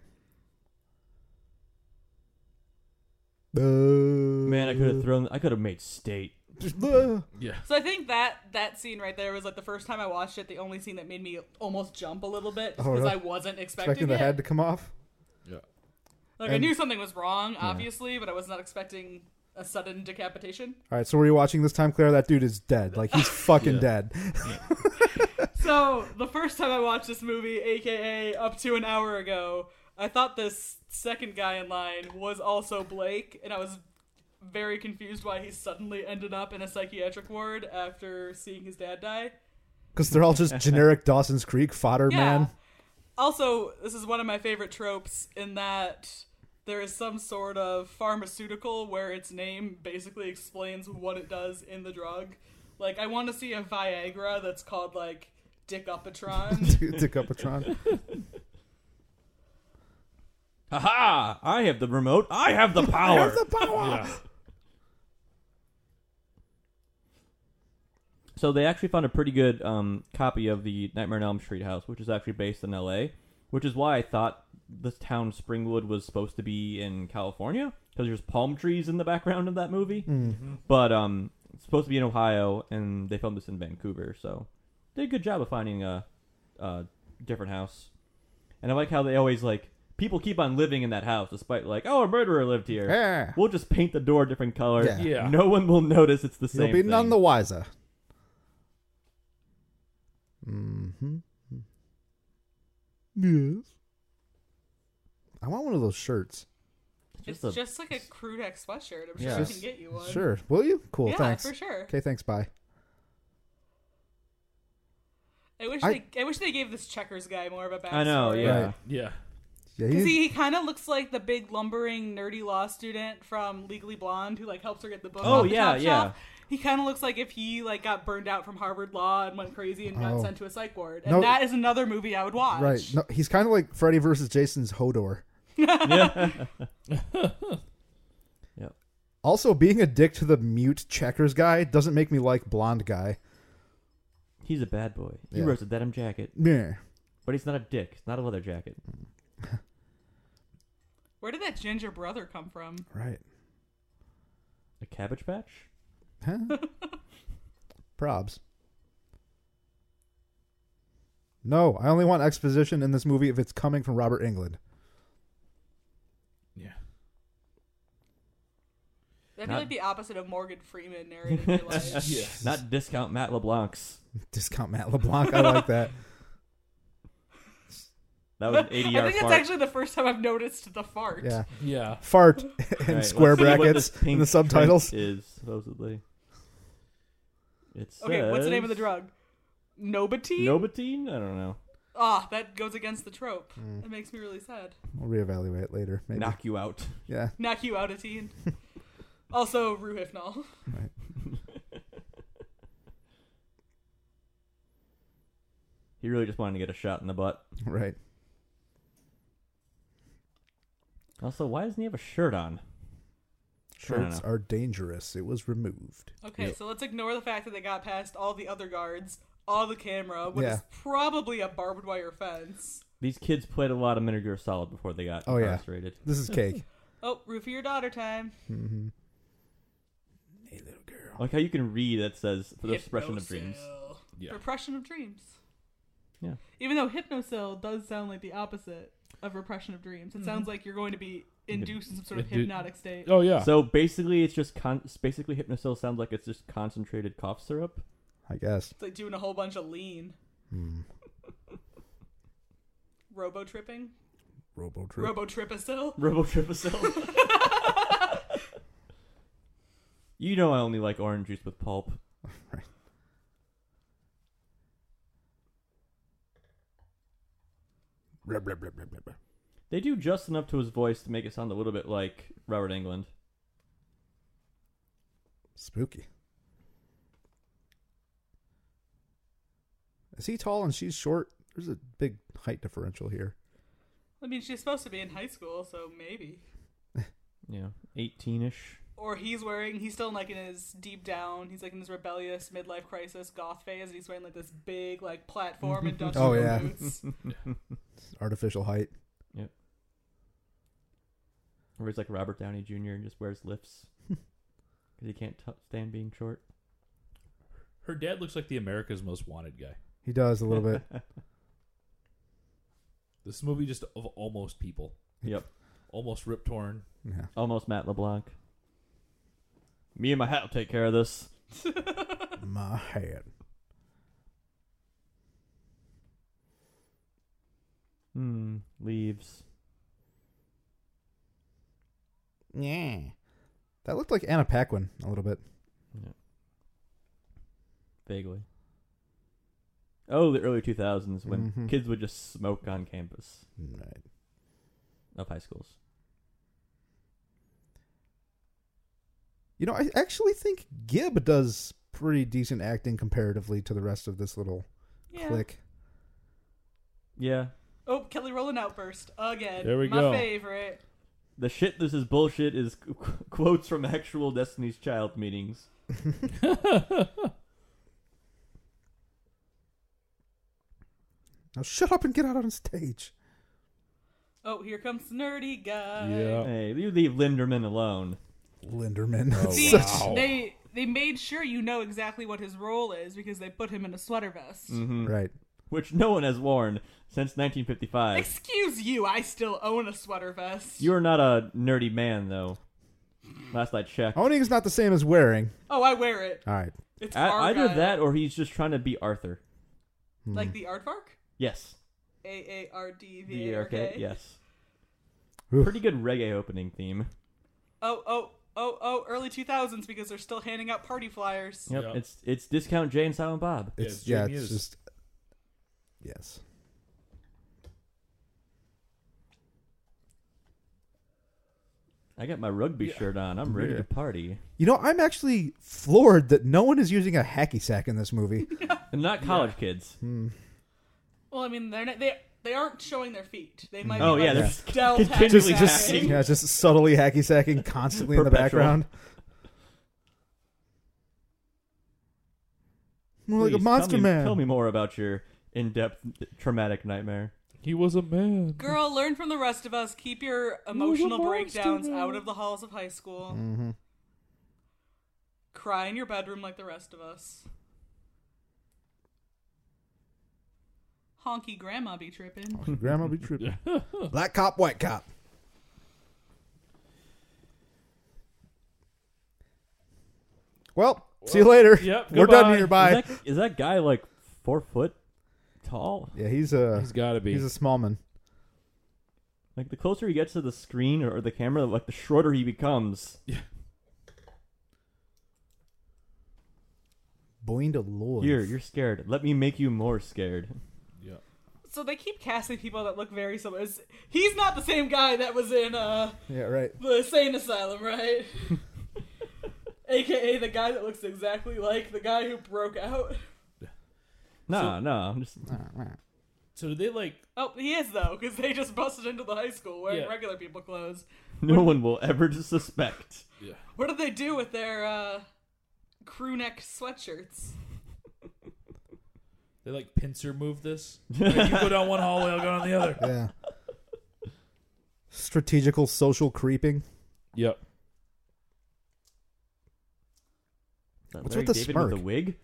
A: Man, I could have thrown I could have made state.
B: thrown.
C: yeah.
D: So I think that that scene right there was like the first time I watched it, the only scene that made me almost jump a little bit
B: Oh,
D: because
B: really?
D: I wasn't expecting,
B: Expecting the
D: it.
B: head to come off.
D: like I
B: and-
D: knew something was wrong, obviously, but I was not expecting a sudden decapitation.
B: All right. So were you watching this time, Claire? That dude is dead. Like he's fucking
C: Yeah.
B: dead.
D: So the first time I watched this movie, aka up to an hour ago, I thought this second guy in line was also Blake, and I was very confused why he suddenly ended up in a psychiatric ward after seeing his dad die.
B: Because they're all just generic Dawson's Creek fodder, man.
D: Also, this is one of my favorite tropes in that there is some sort of pharmaceutical where its name basically explains what it does in the drug. Like, I want to see a Viagra that's called, like,
A: (laughs)
B: (laughs)
D: Dickupatron.
B: Dude, to Cupatron.
A: Haha! I have the remote. I have the power.
C: Yeah.
A: So they actually found a pretty good um, copy of the Nightmare on Elm Street house, which is actually based in L.A., which is why I thought the town Springwood was supposed to be in California because there's palm trees in the background of that movie.
B: Mm-hmm.
A: But um, it's supposed to be in Ohio, and they filmed this in Vancouver. So did a good job of finding a, a different house. And I like how they always like people keep on living in that house despite like oh a murderer lived here.
B: Yeah.
A: We'll just paint the door a different color.
B: Yeah.
C: Yeah.
A: No one will notice it's the same.
B: You'll be
A: thing.
B: none the wiser. Mm-hmm. Yes. I want one of those shirts.
D: it's
A: a-
D: just like a crude X sweatshirt. I'm sure
A: Yeah.
D: I
A: Just-
D: can get you one.
B: Sure. Will you? Cool.
D: yeah,
B: thanks.
D: for sure.
B: Okay. Thanks. Bye.
D: I wish
B: I-
D: they I wish they gave this checkers guy more of a backstory.
A: I know. Yeah.
B: Right.
C: Yeah.
B: Yeah.
D: Because
B: He,
D: he, he kind of looks like the big lumbering nerdy law student from Legally Blonde who like helps her get the book.
A: Oh,
D: off the
A: yeah,
D: top
A: yeah.
D: shelf. He kind of looks like if he like got burned out from Harvard Law and went crazy and got
B: Oh.
D: sent to a psych ward. And
B: No.
D: that is another movie I would watch.
B: right. No, he's kind of like Freddy versus Jason's
D: (laughs)
B: Hodor.
A: (laughs) yeah.
B: Also, being a dick to the mute checkers guy doesn't make me like blonde guy.
A: He's a bad boy. He
B: Yeah.
A: wears a denim jacket,
B: Yeah.
A: but he's not a dick. It's not a leather jacket.
D: Where did that ginger brother come from?
B: Right.
A: A cabbage patch.
B: Huh? Probs. No, I only want exposition in this movie if it's coming from Robert England.
C: Yeah.
D: That'd be
A: Not-
D: like the opposite of Morgan Freeman
A: (laughs)
D: narrating your life.
C: Yeah.
A: Not discount Matt LeBlanc's.
B: Discount Matt LeBlanc. I like (laughs) that.
A: That
D: (laughs)
A: was an
D: I
A: 80
D: think
A: yard
D: it's
A: fart.
D: actually the first time I've noticed the fart.
B: Yeah.
C: Yeah.
B: Fart (laughs)
A: All
B: in
A: right,
B: square
A: let's see what this
B: brackets in
A: pink
B: the
A: drink (laughs)
B: subtitles.
A: is supposedly. It says
D: Okay, what's the name of the drug? Nobatine?
A: Nobatine? I don't know.
D: Ah, that goes against the trope.
B: Mm.
D: That makes me really sad.
B: We'll reevaluate later. Maybe.
A: Knock you out.
B: Yeah.
D: Knock you out a teen. also, Ruhifnol.
A: He really just wanted to get a shot in the butt.
B: Right.
A: Also, why doesn't he have a shirt on? I don't
B: Shirts
A: know.
B: are dangerous. It was removed.
D: Okay,
A: Yep.
D: so let's ignore the fact that they got past all the other guards, all the camera, what is
B: Yeah.
D: probably a barbed wire fence.
A: These kids played a lot of Metal Gear Solid before they got
B: Oh, yeah.
A: incarcerated.
B: This is (laughs) cake. Mm-hmm.
D: Oh, roofie your daughter time.
B: hey, little girl.
A: I like how you can read that says for the expression of
D: Hypnosil.
A: dreams.
C: Yeah.
D: Repression of dreams.
A: Yeah.
D: Even though hypnosil does sound like the opposite of repression of dreams, it sounds like you're going to be induced in some sort of
C: Indu-
D: hypnotic state.
C: Oh yeah.
A: So basically, it's just con- it's basically hypnosil sounds like it's just concentrated cough syrup. (laughs)
B: I guess.
D: It's like doing a whole bunch of lean.
A: Hmm.
D: (laughs) Robo tripping?
B: Robo trip.
D: Robo tripasil?
A: Robotripacil. (laughs) you know I only like orange juice with pulp.
B: Blah, blah, blah, blah, blah, blah.
A: They do just enough to his voice to make it sound a little bit like Robert England.
B: Spooky. Is he tall and she's short? There's a big height differential here.
D: I mean, she's supposed to be in high school, so maybe.
A: You know, 18 ish.
D: Or he's wearing, he's still like in his deep down, he's like in his rebellious midlife crisis goth phase, and he's wearing like this big, like
B: (laughs)
D: platform industrial
B: Oh, yeah. (laughs)
D: boots. (laughs)
B: Artificial height.
A: Or he's like Robert Downey Jr. and just wears lifts. Because he can't t- stand being short.
C: Her dad looks like the America's Most Wanted guy.
B: He does a little
C: (laughs)
B: bit.
C: This movie just of almost people,
A: Yep.
C: almost Rip Torn.
B: Yeah.
A: Almost Matt LeBlanc. Me and my hat will take care of this.
B: My head.
A: Hmm. Leaves.
B: Yeah. That looked like Anna Paquin a little bit.
A: Vaguely. Oh, the early 2000s when
B: Mhm.
A: kids would just smoke on campus
B: Right.
A: of high schools.
B: You know, I actually think Gibb does pretty decent acting comparatively to the rest of this little
D: Yeah.
B: clique.
A: Yeah.
D: Oh, Kelly Rowland outburst again.
C: There we
D: My
C: go.
D: favorite.
A: The shit this is bullshit is (laughs) qu- qu- quotes from actual Destiny's Child meetings.
B: Now shut up and get out on stage.
D: Oh, here comes the nerdy guy.
C: Yeah.
A: Hey, you leave Linderman alone.
B: Linderman. (laughs)
C: Oh,
D: See,
C: wow.
D: they they made sure you know exactly what his role is because they put him in a sweater vest.
C: Mm-hmm.
A: hmm
B: Right.
A: Which no one has worn since 1955.
D: Excuse you, I still own a sweater vest.
A: You are not a nerdy man, though. Last I checked.
B: Owning is not the same as wearing.
D: oh, I wear it.
B: All right.
D: It's
A: A-
D: Argyle.
A: either that or he's just trying to be Arthur.
D: like
B: Hmm.
D: the aardvark.
A: Yes.
D: A A R D V
A: The
D: A R K.
A: arcade. Yes.
B: Oof.
A: Pretty good reggae opening theme.
D: Oh oh oh oh, early two thousands because they're still handing out party flyers.
A: Yep.
C: Yeah.
A: It's it's discount Jay and Silent Bob.
B: It's
C: it's
B: yeah,
C: Jamie
B: it's
C: is.
B: just Yes.
A: I got my rugby
C: Yeah.
A: shirt on. I'm ready
B: Yeah.
A: to party.
B: You know, I'm actually floored that no one is using a hacky sack in
A: (laughs)
B: this movie.
A: And not college kids.
D: Well, I mean they're not, they they aren't showing their feet. They might.
A: Oh
D: be
A: yeah,
D: like
A: they're
B: Yeah.
A: just
D: Del
A: continually
D: Tacky
B: just
A: hacking.
B: (laughs) yeah, just subtly hacky sacking constantly in the
A: Perpetual.
B: background. More like a
A: Please,
B: monster
A: tell me,
B: man.
A: Tell me more about your in-depth traumatic nightmare.
C: He was a man.
D: Girl, learn from the rest of us. Keep your emotional breakdowns out of the halls of high school.
B: hmm
D: Cry in your bedroom like the rest of us. Honky grandma be tripping.
B: Grandma
A: (laughs)
B: be tripping. Black cop, white cop. Well, see you later.
C: yep,
B: We're done
C: goodbye.
B: here. Bye.
A: Is that, is that guy like four foot tall?
B: Yeah, he's a
C: He's got to be.
B: he's a small man.
A: Like the closer he gets to the screen or, or the camera, like the shorter he becomes.
B: Boing to Lord.
A: Here, you're scared. Let me make you more scared.
C: Yep.
D: So they keep casting people that look very similar. It's- He's not the same guy that was in uh,
B: Yeah, right.
D: the insane asylum, right? AKA the guy that looks exactly like the guy who broke out.
A: No,
C: So-
A: no, I'm just
C: So did they like?
D: Oh, he is though, because they just busted into the high school wearing
C: Yeah.
D: regular people clothes.
A: no one will ever (laughs) suspect.
C: Yeah.
D: What did they do with their uh, crew neck sweatshirts?
C: They like pincer
A: (laughs)
C: move this. Like, you go down one hallway, I'll go down the other.
B: Yeah. (laughs) Strategical social creeping.
C: Yep.
A: That
B: What's
A: Larry
B: with the
A: David
B: smirk?
A: with the wig?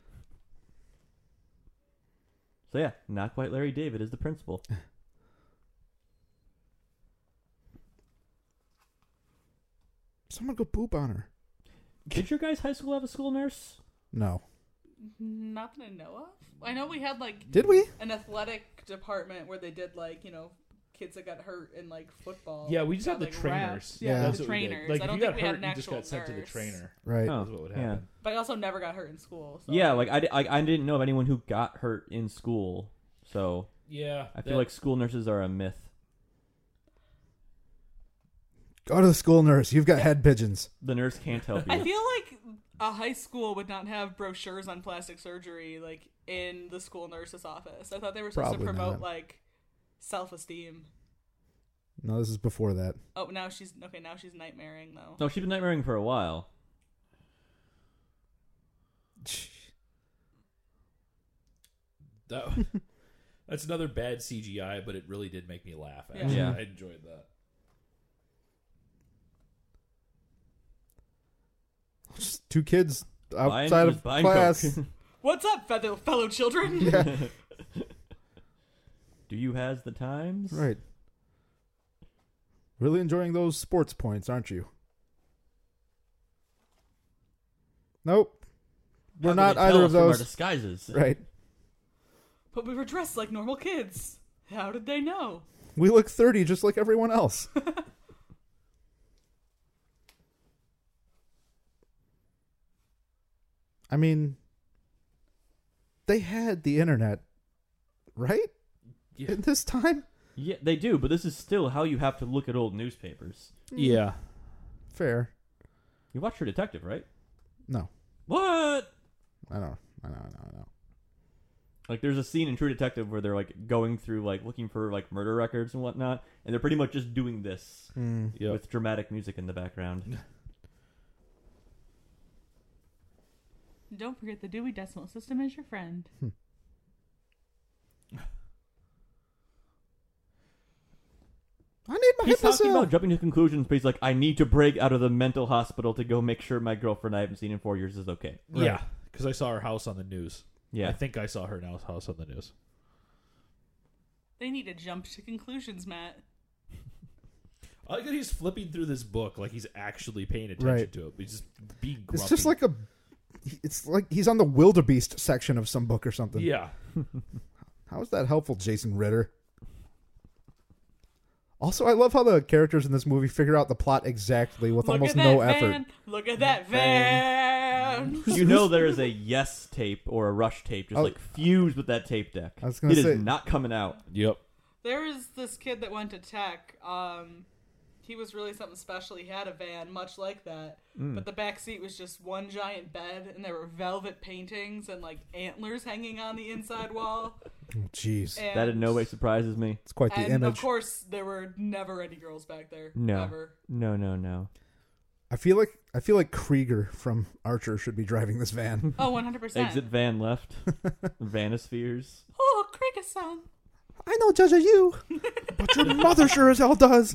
A: So yeah, not quite Larry David is the
B: (laughs)
A: principal.
B: Someone go poop on her.
A: Did your guys' high school have a school nurse?
B: No.
D: Not that I know of. I know we had like
B: Did we?
D: an athletic department where they did like you know kids that got hurt in like football.
C: Yeah, we just
D: got,
C: had the
D: like,
C: trainers.
D: wrapped. Yeah,
B: Yeah.
D: the
B: That's
D: trainers.
C: Like
D: I
C: if
D: don't
C: you
D: think
C: got
D: we
C: hurt,
D: had an
C: you just
D: actual
C: got sent to the
D: nurse.
C: trainer.
B: Right.
A: Oh,
C: That's what would
A: yeah.
C: happen.
D: But I also never got hurt in school. So.
A: Yeah, like I, di- I, I didn't know of anyone who got hurt in school, so
C: Yeah.
A: I feel like school nurses are a myth.
B: Go to the school nurse. You've got head pigeons.
A: The nurse can't
D: (laughs)
A: help
D: I
A: you.
D: feel like a high school would not have brochures on plastic surgery like in the school nurse's office. I thought they were supposed
B: Probably
D: to promote
B: not.
D: like self esteem.
B: No, this is before that.
D: Oh, now she's okay. Now she's nightmaring though.
A: No, she's been nightmaring for a while.
C: that,
A: (laughs)
C: that's another bad CGI, but it really did make me laugh. Actually.
A: Yeah.
C: I enjoyed that.
B: Just two kids
A: Buying-
B: outside
A: just
B: of
A: buying
B: class.
A: Coke. (laughs)
D: What's up, fellow fellow children?
B: yeah.
A: Do you has the times?
B: Right. Really enjoying those sports points, aren't you? Nope.
A: How
B: We're
A: can
B: not
A: they tell
B: either
A: us
B: of
A: from
B: those.
A: Our disguises.
B: Right.
D: But we were dressed like normal kids. How did they know?
B: We
A: (laughs)
B: look 30 just like everyone else. I mean, they had the internet, right?
C: Yeah.
B: At this time,
A: Yeah, they do, but this is still how you have to look at old newspapers.
C: Yeah.
B: fair.
A: You watch your detective, right?
B: No,
A: What?
B: I don't. I know. I know. I know.
A: Like, there's a scene in True Detective where they're like going through like looking for like murder records and whatnot, and they're pretty much just doing this
B: Mm.
C: Yeah.
A: with dramatic music in the background.
D: Don't forget the Dewey Decimal System is your friend.
B: I need my
A: He's talking
B: hypnosis.
A: about jumping to conclusions, but he's like, I need to break out of the mental hospital to go make sure my girlfriend I haven't seen in four years is okay.
B: Right.
C: Yeah. Because I saw her house on the news. I
A: Yeah.
C: think I saw her now- house on the news.
D: They need to jump to conclusions, Matt.
C: I like that he's flipping through this book like he's actually paying attention
B: Right.
C: to it. But he's just being grumpy.
B: It's just like a. It's like he's on the wildebeest section of some book or something.
C: yeah.
B: How is that helpful, Jason Ritter? Also, I love how the characters in this movie figure out the plot exactly with almost no effort.
D: van. Look at that van.
A: you
B: (laughs)
A: know there is a yes tape or a rush tape just
B: Oh.
A: like fused with that tape deck.
B: I was gonna
A: It is
B: say-
A: not coming out.
C: Yep.
D: There was this kid that went to tech. Um, he was really something special. He had a van, much like that,
B: Mm. Hmm.
D: but the back seat was just one giant bed, and there were velvet paintings and like antlers hanging on the inside wall.
B: (laughs) Oh, Jeez,
D: And,
A: That in no way surprises me.
B: it's quite the
D: And of
B: image.
D: course, there were never any girls back there.
A: No.
D: Ever.
A: No, no, no.
B: I feel like I feel like Krieger from Archer should be driving this
D: (laughs)
B: van.
D: Oh, 100%.
A: Exit van left.
B: (laughs)
A: Vanispheres.
D: Oh, Kriegerson.
B: I know judge of
D: (laughs)
B: you, but your mother sure as hell does.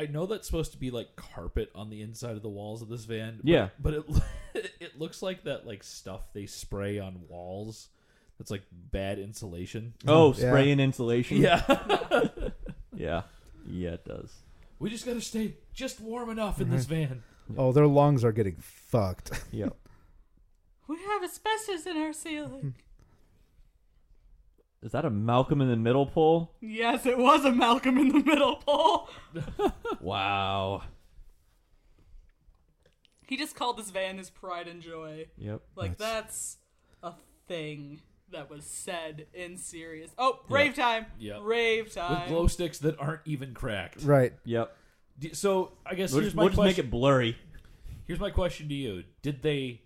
C: I know that's supposed to be like carpet on the inside of the walls of this van. but-
A: Yeah.
C: but it it (laughs) looks like that like stuff they spray on walls. That's like bad insulation.
A: Oh,
B: Yeah.
A: spray and insulation.
C: Yeah,
A: (laughs) Yeah. Yeah, it does.
C: (laughs) we just gotta stay just warm enough in this van.
B: Oh, their lungs are getting
D: (laughs)
B: fucked.
A: Yeah.
D: We have asbestos in our ceiling.
A: Is that a Malcolm in the Middle poll?
D: yes, it was a Malcolm in the Middle poll.
A: Wow.
D: He just called this van his pride and joy.
A: Yep.
D: Like that's, a thing that was said in serious. Oh, rave time.
C: Yeah.
D: Rave
C: With
D: time.
C: glow sticks that aren't even cracked.
B: right.
A: Yep.
C: D- So I guess
A: We'll
C: here's
A: just,
C: my
A: we'll just
C: question.
A: make it blurry.
C: Here's my question to you: Did they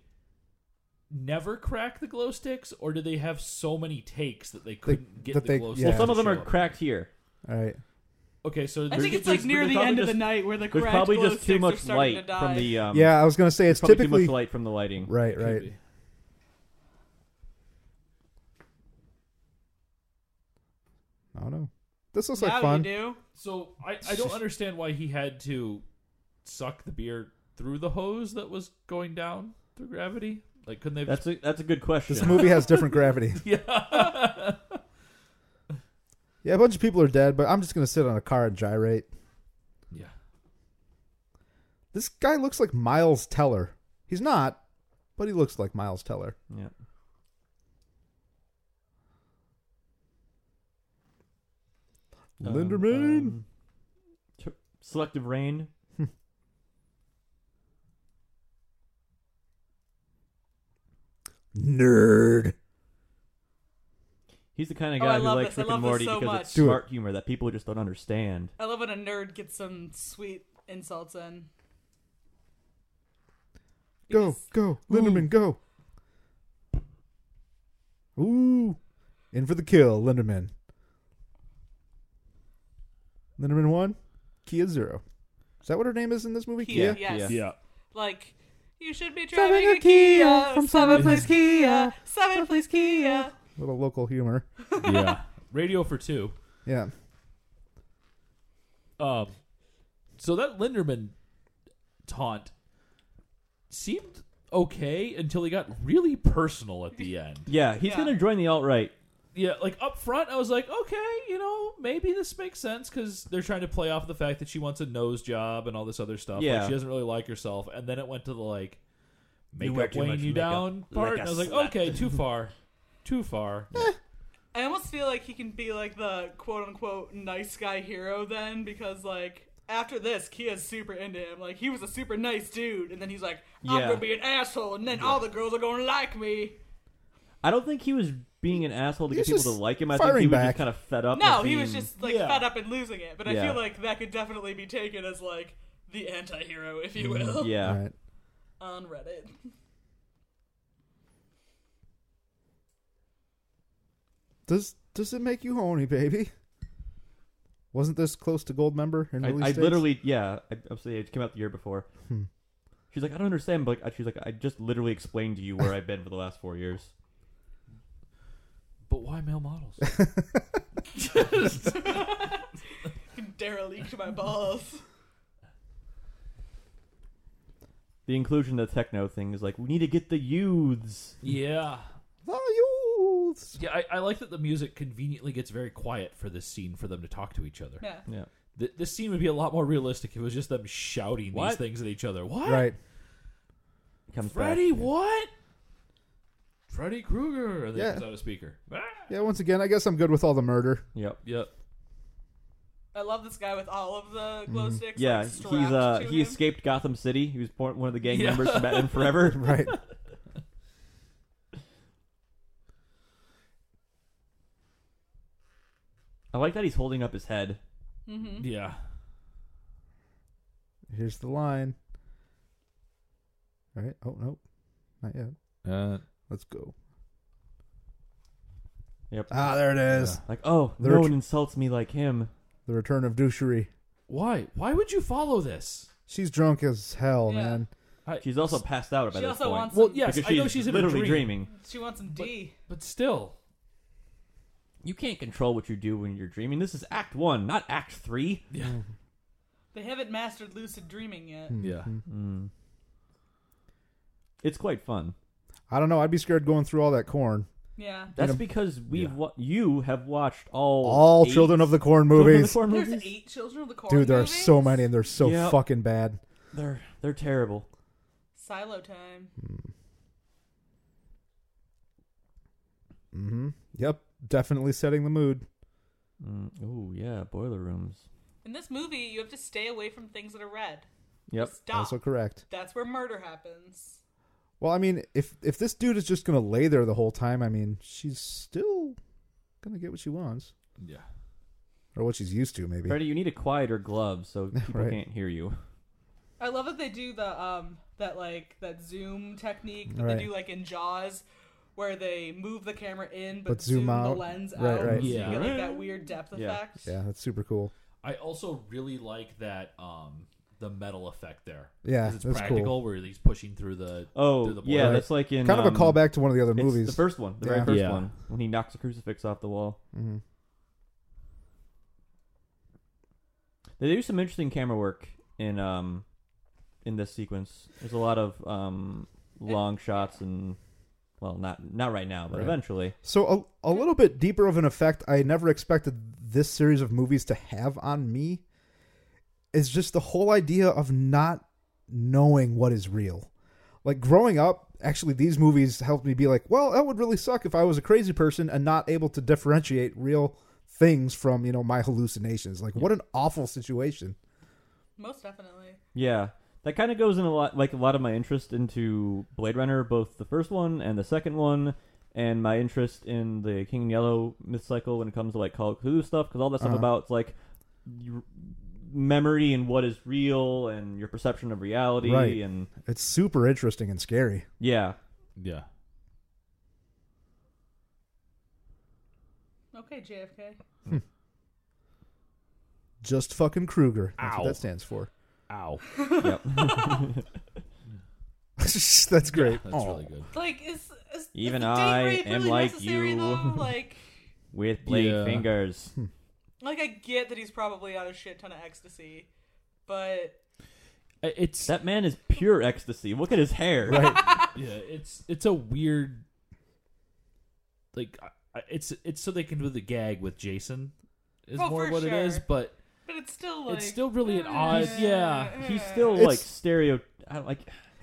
C: never crack the glow sticks, or did they have so many takes that they couldn't get
B: that
C: the
B: they-
C: glow
B: well,
C: sticks?
B: Yeah.
A: Some of them
C: to
A: are
C: show up?
A: cracked here.
B: All right.
C: Okay, so
D: I think
C: there's-
D: it's like
A: there's-
D: near
A: there's
D: the
A: probably
D: end of
A: just-
D: the night where the
A: There's
D: cracked
A: probably
D: glow
A: just too
D: sticks are
A: much
D: starting to
A: light
D: die.
A: from the um,
B: yeah, I was gonna say it's
A: probably
B: typically
A: too much light from the lighting.
B: right. Right.
C: Could be.
B: Oh no, this looks
D: now
B: like fun.
D: you do.
C: So I, I don't understand why he had to suck the beer through the hose that was going down through gravity. Like, couldn't they? Have
A: That's a that's a good question.
B: This movie has different gravity. (laughs)
C: yeah.
B: Yeah, a bunch of people are dead, but I'm just gonna sit on a car and gyrate.
C: yeah.
B: This guy looks like Miles Teller. He's not, but he looks like Miles Teller.
A: Yeah. Um,
B: Linderman.
A: um, t- selective rain.
B: Nerd.
A: He's the kind of
D: Oh,
A: guy
D: I
A: who
D: love
A: likes
D: this. I
A: Rick and
D: love
A: Morty
D: this so
A: because
D: much.
A: it's
B: Do it.
A: smart humor that people just don't understand.
D: I love when a nerd gets some sweet insults in.
B: Go,
D: Because-
B: go, Linderman, go. Ooh. In for the kill, Linderman. Linderman one, Kia zero. Is that what her name is in this movie?
D: Kia,
A: Yeah.
D: yes.
A: Yeah.
D: Like, you should be
B: Driving
D: driving,
B: a
D: a, Kia,
B: Kia from
D: from Seven
B: Seven
D: Place Kia, Seven Place Kia.
B: Little local humor.
C: Yeah. Radio for two.
B: Yeah.
C: Um. So that Linderman taunt seemed okay until he got really personal at the end.
A: Yeah, he's
D: Yeah.
A: gonna join the alt right.
C: Yeah, like up front, I was like, okay, you know, maybe this makes sense because they're trying to play off the fact that she wants a nose job and all this other stuff. Like,
A: Yeah.
C: she doesn't really like herself. And then it went to the like
A: You wear
C: makeup
A: too
C: weighing
A: much
C: you
A: makeup,
C: down
A: like
C: part.
A: a
C: and I was like,
A: slut.
C: okay, too far,
A: (laughs)
C: too far.
D: I almost feel like he can be like the quote unquote nice guy hero then because like after this, Kia's super into him. Like he was a super nice dude, and then he's like, "I'm
A: Yeah.
D: gonna be an asshole," and then all the girls are gonna like me.
A: I don't think he was being an asshole to get
B: He was
A: people to
B: just
A: like him. I think
B: firing
A: he was
B: back.
A: just kind of fed up.
D: No,
A: with
D: he was
A: being-
D: just like
C: Yeah.
D: fed up and losing it. But I
A: Uh, Yeah.
D: feel like that could definitely be taken as like the anti-hero, if you will,
A: Mm, yeah.
B: All right.
D: on Reddit. (laughs)
B: Does does it make you horny, baby? Wasn't this close to gold member in
A: I,
B: release
A: I
B: dates?
A: literally, yeah, I, I'm saying it came out the year before.
B: Hmm.
A: She's like, I don't understand, but like, she's like, I just literally explained to you where I've been for the last four years.
C: But why male models?
D: Derelict my balls.
A: The inclusion of the techno thing is like, we need to get the youths.
C: yeah.
B: the youths.
C: Yeah, I, I like that the music conveniently gets very quiet for this scene for them to talk to each other.
D: Yeah.
A: Yeah,
C: Th- this scene would be a lot more realistic if it was just them shouting these
A: What?
C: things at each other. What?
B: Right.
A: It comes back.
C: Freddy, what? Freddy Krueger. And then
B: Yeah.
C: yeah. comes out a speaker. Ah!
B: Yeah. Once again, I guess I'm good with all
A: (laughs)
B: the murder.
A: Yep.
C: Yep.
D: I love this guy with all of the glow
A: Mm-hmm.
D: sticks.
A: Yeah,
D: like,
A: he's
D: strapped
A: uh
D: to
A: he
D: him.
A: escaped Gotham City. He was por- one of the gang
C: Yeah.
A: members from Batman Forever.
B: Right.
A: I like that he's holding up his head.
D: Mm-hmm.
A: Mm-hmm.
C: Yeah.
B: (laughs) Here's the line. All right. Oh no, not yet.
C: Uh,
B: Let's go.
A: Yep.
B: Ah, there it is.
A: Like, oh,
B: The
A: no
B: ret-
A: one insults me like him.
B: The return of douchery.
C: why? Why would you follow this?
B: She's drunk as hell,
D: Yeah.
B: man.
C: I,
A: She's also passed out by
D: She
A: this
D: also
A: point.
D: wants
C: well,
D: some,
A: (laughs)
C: yes,
A: because
C: I know
A: she's
C: she's in
A: literally
C: a dream,
A: dreaming.
D: she wants some D.
C: but still.
A: You can't control what you do when you're dreaming. This is Act One, not Act Three.
C: Yeah.
B: Mm-hmm.
D: They haven't mastered lucid dreaming yet.
A: Hmm.
C: Yeah.
B: Mm-hmm.
A: It's quite fun.
B: I don't know. I'd be scared going through all that corn.
D: Yeah.
A: That's because we've
C: Yeah.
A: wa- you have watched all
B: All
A: eight
B: Children of the Corn
A: Children of the
B: movies.
A: Corn
D: There's
A: movies.
D: eight Children of the Corn.
B: Dude, there are
D: movies?
B: so many and they're so
A: Yep.
B: fucking bad.
A: They're they're terrible.
D: Silo time.
B: Mm-hmm. Yep. Definitely setting the mood.
A: Mm, oh yeah, boiler rooms.
D: In this movie, you have to stay away from things that are red.
A: Yep.
D: Stop.
B: Also correct.
D: That's where murder happens.
B: Well, I mean, if if this dude is just gonna lay there the whole time, I mean, she's still gonna get what she wants.
C: Yeah.
B: Or what she's used to, maybe.
A: Freddie, you need a quieter glove
B: (laughs)
A: so people
B: Right.
A: can't hear you.
D: I love that they do the um that like that zoom technique that
B: Right.
D: they do like in Jaws, where they move the camera in but,
B: But zoom
D: the
B: out.
D: lens
B: Right,
D: out.
B: right.
D: so
C: Yeah.
D: You get like that weird depth
A: Yeah.
D: effect.
B: Yeah, that's super cool.
C: I also really like that um the metal effect there.
B: Yeah,
C: 'Cause it's
B: that's cool.
C: practical where he's pushing through the
A: Oh
C: through the
A: yeah,
C: boiler.
A: that's like in
B: Kind of
A: um,
B: a callback to one of the other
A: it's
B: movies.
A: The first one, the
B: Yeah.
A: very first
C: Yeah.
A: one, when he knocks a crucifix off the wall.
B: Mhm.
A: They do some interesting camera work in um in this sequence. There's a lot of um long shots and well, not not right now, but
B: Right.
A: eventually.
B: So a, a
C: Hmm.
B: little bit deeper of an effect I never expected this series of movies to have on me is just the whole idea of not knowing what is real. Like growing up, actually these movies helped me be like, well, that would really suck if I was a crazy person and not able to differentiate real things from, you know, my hallucinations. Like what an awful situation.
D: Most definitely.
A: Yeah. That kind of goes in a lot like a lot of my interest into Blade Runner, both the first one and the second one. And my interest in the King Yellow myth cycle when it comes to like Call of Cthulhu stuff, because all that stuff
B: Uh-huh.
A: about like your memory and what is real and your perception of reality
B: Right.
A: and
B: It's super interesting and scary.
A: yeah,
C: Yeah.
D: Okay, JFK.
B: Just fucking Kruger. That's
C: Ow.
B: what that stands for. (laughs)
C: Ow.
A: yep. (laughs)
B: that's great.
C: That's
B: Aw.
C: really good.
D: Like, is, is
A: Even
D: is the date
A: I
D: rape
A: am
D: really
A: like
D: necessary,
A: you. (laughs)
D: Though? Like,
A: with blade
C: Yeah.
A: fingers.
B: Hmm.
D: like I get that he's probably on a shit ton of ecstasy, but
C: I- It's
A: That man is pure ecstasy. Look at his hair.
C: yeah, it's it's a weird like I- I- it's it's so they can do the gag with Jason is
D: Oh,
C: more
D: for
C: what
D: sure.
C: it is, but
D: but it's still like
C: it's still really an odd yeah.
A: He's still
B: It's-
A: like stereo. I don't like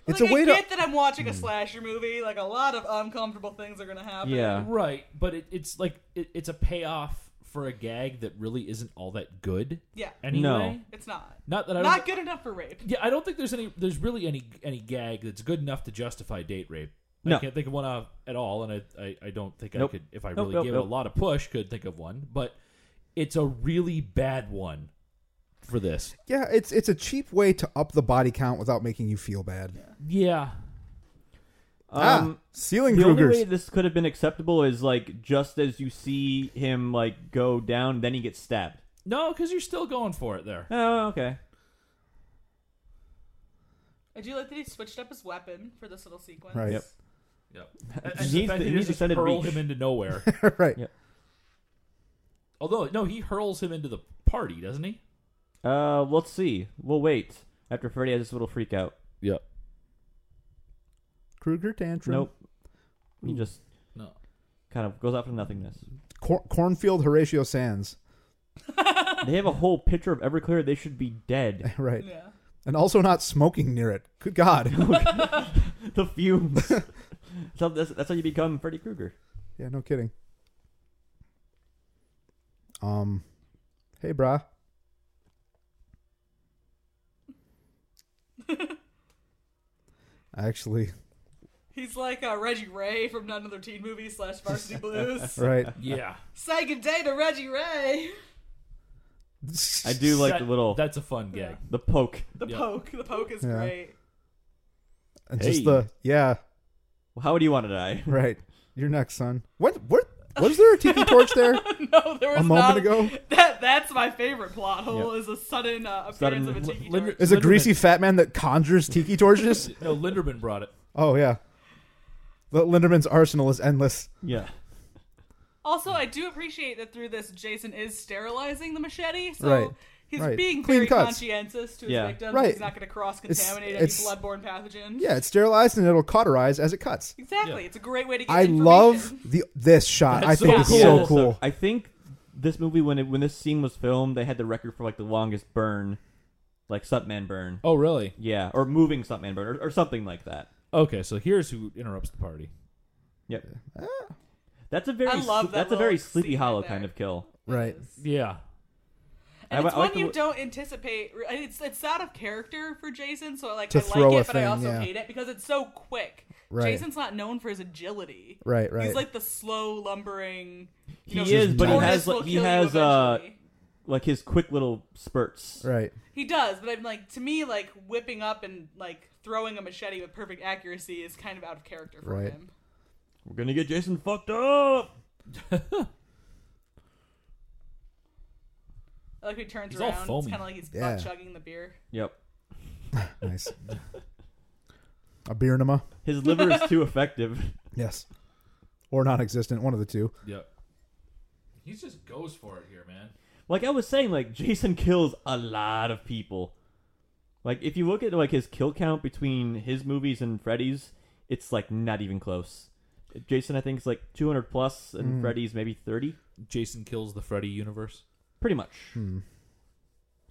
B: It's
D: like,
B: a way
D: I
B: to
D: get that I'm watching a slasher movie. Like a lot of uncomfortable things are gonna happen.
A: yeah,
C: Right, but it, it's like it, it's a payoff for a gag that really isn't all that good.
D: Yeah.
C: Anyway,
A: No.
D: It's not.
C: not that I don't,
D: Not good enough for rape.
C: Yeah, I don't think there's any. There's really any any gag that's good enough to justify date rape.
A: No.
C: I can't think of one off at all, and I I, I don't think
A: Nope.
C: I could if I
A: Nope,
C: really
A: nope,
C: gave it
A: nope.
C: a lot of push could think of one. But it's a really bad one for this.
B: Yeah, it's it's a cheap way to up the body count without making you feel bad.
C: Yeah,
A: Um,
B: ah, ceiling
A: the only way
B: Krugers.
A: this could have been acceptable is like just as you see him like go down, then he gets stabbed.
C: no, because you're still going for it there.
A: Oh, okay.
D: I do like that he switched up his weapon for this little sequence.
B: Right. Yep.
A: (laughs)
C: Yep.
A: He needs to- he needs to send it
C: hurl
A: reach.
C: him
A: (laughs)
C: into nowhere.
B: (laughs) right.
A: Yeah.
C: Although no, he hurls him into the party, doesn't he?
A: Uh, let's see. We'll wait after Freddy has this little freak out.
C: Yep.
B: Kruger tantrum.
A: Nope. He just
C: No.
A: kind of goes off to nothingness.
B: Cor- cornfield Horatio Sands. (laughs)
A: they have a whole picture of Everclear. They should be
C: (laughs)
A: dead.
B: right.
D: Yeah.
B: And also not smoking near it.
A: (laughs)
B: Good God.
A: the fumes. so that's, that's how you become Freddy Krueger.
B: yeah, no kidding. Um,
A: (laughs)
B: hey, brah. Actually,
D: He's like uh, Reggie Ray from another teen movie slash Varsity Blues.
B: right.
A: (laughs)
C: (laughs) Yeah.
D: Say good day to Reggie Ray.
A: I do like
C: That-
A: the little
C: That's a fun gag.
A: the poke.
D: The
C: Yeah.
D: poke. The poke is
B: Yeah.
D: great. (laughs)
B: And
C: Hey.
B: Just the yeah,
A: How would you want to die? (laughs)
B: right. You're next, son. What? What? Was there a tiki torch there
D: no, there was
B: a
D: not-
B: moment ago?
D: (laughs) That that's my favorite plot hole is a sudden uh, appearance
A: Sudden-
D: of a tiki
C: Lin-
D: torch.
B: Is a
C: Linderman-
B: greasy fat man that conjures tiki
C: (laughs)
B: torches?
C: No, Linderman brought it.
B: oh yeah. But Linderman's arsenal is endless.
A: Yeah.
D: Also, I do appreciate that through this, Jason is sterilizing the machete, so
B: Right.
D: he's
B: Right.
D: being
B: Clean
D: very
B: cuts.
D: conscientious to his
A: Yeah.
D: victims.
B: Right.
D: He's not going to cross contaminate any
B: it's-
D: bloodborne pathogen.
B: Yeah, it's sterilized and it'll cauterize as it cuts.
D: Exactly.
C: Yeah.
D: It's a great way to get
B: I
D: information.
B: love the this shot.
C: That's
B: I think
C: so
B: it's
C: cool.
B: so
A: Yeah,
B: cool.
A: I think this movie when it, when this scene was filmed, they had the record for like the longest burn, like stuntman burn.
C: Oh, really?
A: Yeah, or moving stuntman burn, or, or something like that.
C: Okay, so here's who interrupts the party.
A: Yep. That's a very
D: Ah. I love
A: sl-
D: that
A: that's a very
D: little
A: Sleepy
D: scene right
A: Hollow
D: there.
A: kind of kill.
B: Right.
C: Yeah.
D: And
A: I-
D: it's
A: I
D: one
A: like the
D: you
A: wa-
D: don't anticipate. It's it's out of character for Jason, so like
B: To
D: I
B: throw a
D: like it, but I
B: thing,
D: also
B: yeah.
D: hate it because it's so quick.
B: Right.
D: Jason's not known for his agility.
B: Right, right.
D: He's like the slow lumbering.
A: He
D: You know,
A: is, but he
D: tortoise
A: has, like-
D: will
A: he
D: kill you
A: has, uh,
D: eventually.
A: Like his quick little spurts.
B: right.
D: He does, but I'm like to me like whipping up and like throwing a machete with perfect accuracy is kind of out of character for
B: Right.
D: him.
A: We're gonna get Jason fucked up.
D: I like he turns
C: He's all
D: around. It's
C: foamy.
D: kind of like he's
B: Yeah.
D: butt chugging the beer.
A: Yep.
B: Nice. a beer enema.
A: His liver is too effective. (laughs)
B: Yes. Or non existent, one of the two.
C: Yep. He just goes for it here, man.
A: Like I was saying, like Jason kills a lot of people. Like if you look at like his kill count between his movies and Freddy's, it's like not even close. Jason, I think, is like 200 plus, and Freddy's maybe 30,
C: Jason kills the Freddy universe.
A: pretty much.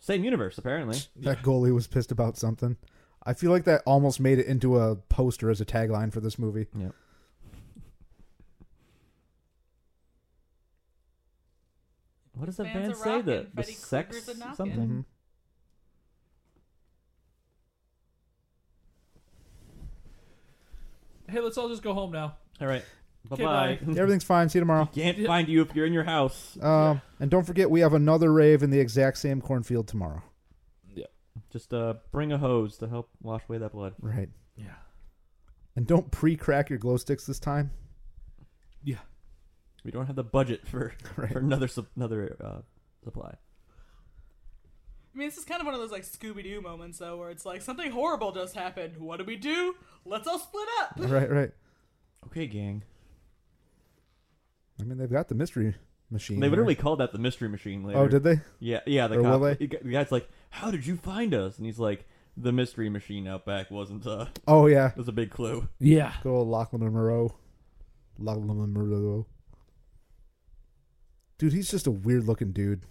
A: Same universe, apparently.
B: Hmm. That goalie was pissed about something. I feel like that almost made it into a poster as a tagline for this movie.
A: Yep. What does that
D: Man's
A: man
D: a
A: say? The,
D: rockin',
A: the
D: Freddy
A: sex
D: Krueger's a knockin'.
A: something?
B: hmm
C: Hey, let's all just go home now.
A: All right. Bye
C: 'Kay,
A: bye.
B: Everything's fine. See you tomorrow.
A: (laughs) Can't find you if you're in your house.
B: Um, and don't forget, we have another rave in the exact same cornfield tomorrow.
A: Just uh, bring a hose to help wash away that blood.
B: Right.
C: Yeah.
B: And don't pre crack your glow sticks this time.
C: Yeah.
A: We don't have the budget for,
B: Right.
A: for another sup- another uh, supply.
D: I mean, this is kind of one of those like Scooby Doo moments though, where it's like something horrible just happened. What do we do? Let's all split
B: (laughs)
D: up.
B: Right, right.
A: Okay, gang.
B: I mean, they've got the mystery machine.
A: They literally
B: right?
A: called that the mystery machine later.
B: Oh, did they?
A: Yeah, yeah. The,
B: Or
A: cop,
B: will they?
A: the guy- the guy's like, "How did you find us?" And he's like, "The mystery machine out back wasn't uh
B: Oh, yeah.
A: was a big clue."
C: Yeah.
B: Good old Lachlan and Moreau. Lachlan and Moreau. Dude, he's just a weird looking dude.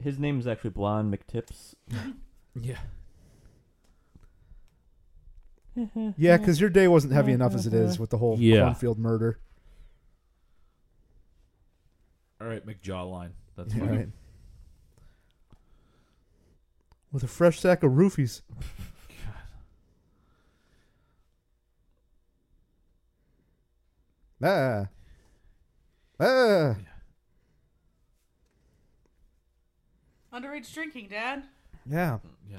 A: His name is actually Blonde McTips.
C: Yeah.
B: Yeah, because your day wasn't heavy enough as it is with the whole
C: Yeah.
B: cornfield murder.
C: All right, McJawline.
A: That's
B: All
A: fine.
B: right. With a fresh sack of (laughs) roofies. Ah. Ah.
D: Underage drinking, Dad.
B: Yeah.
C: Yeah.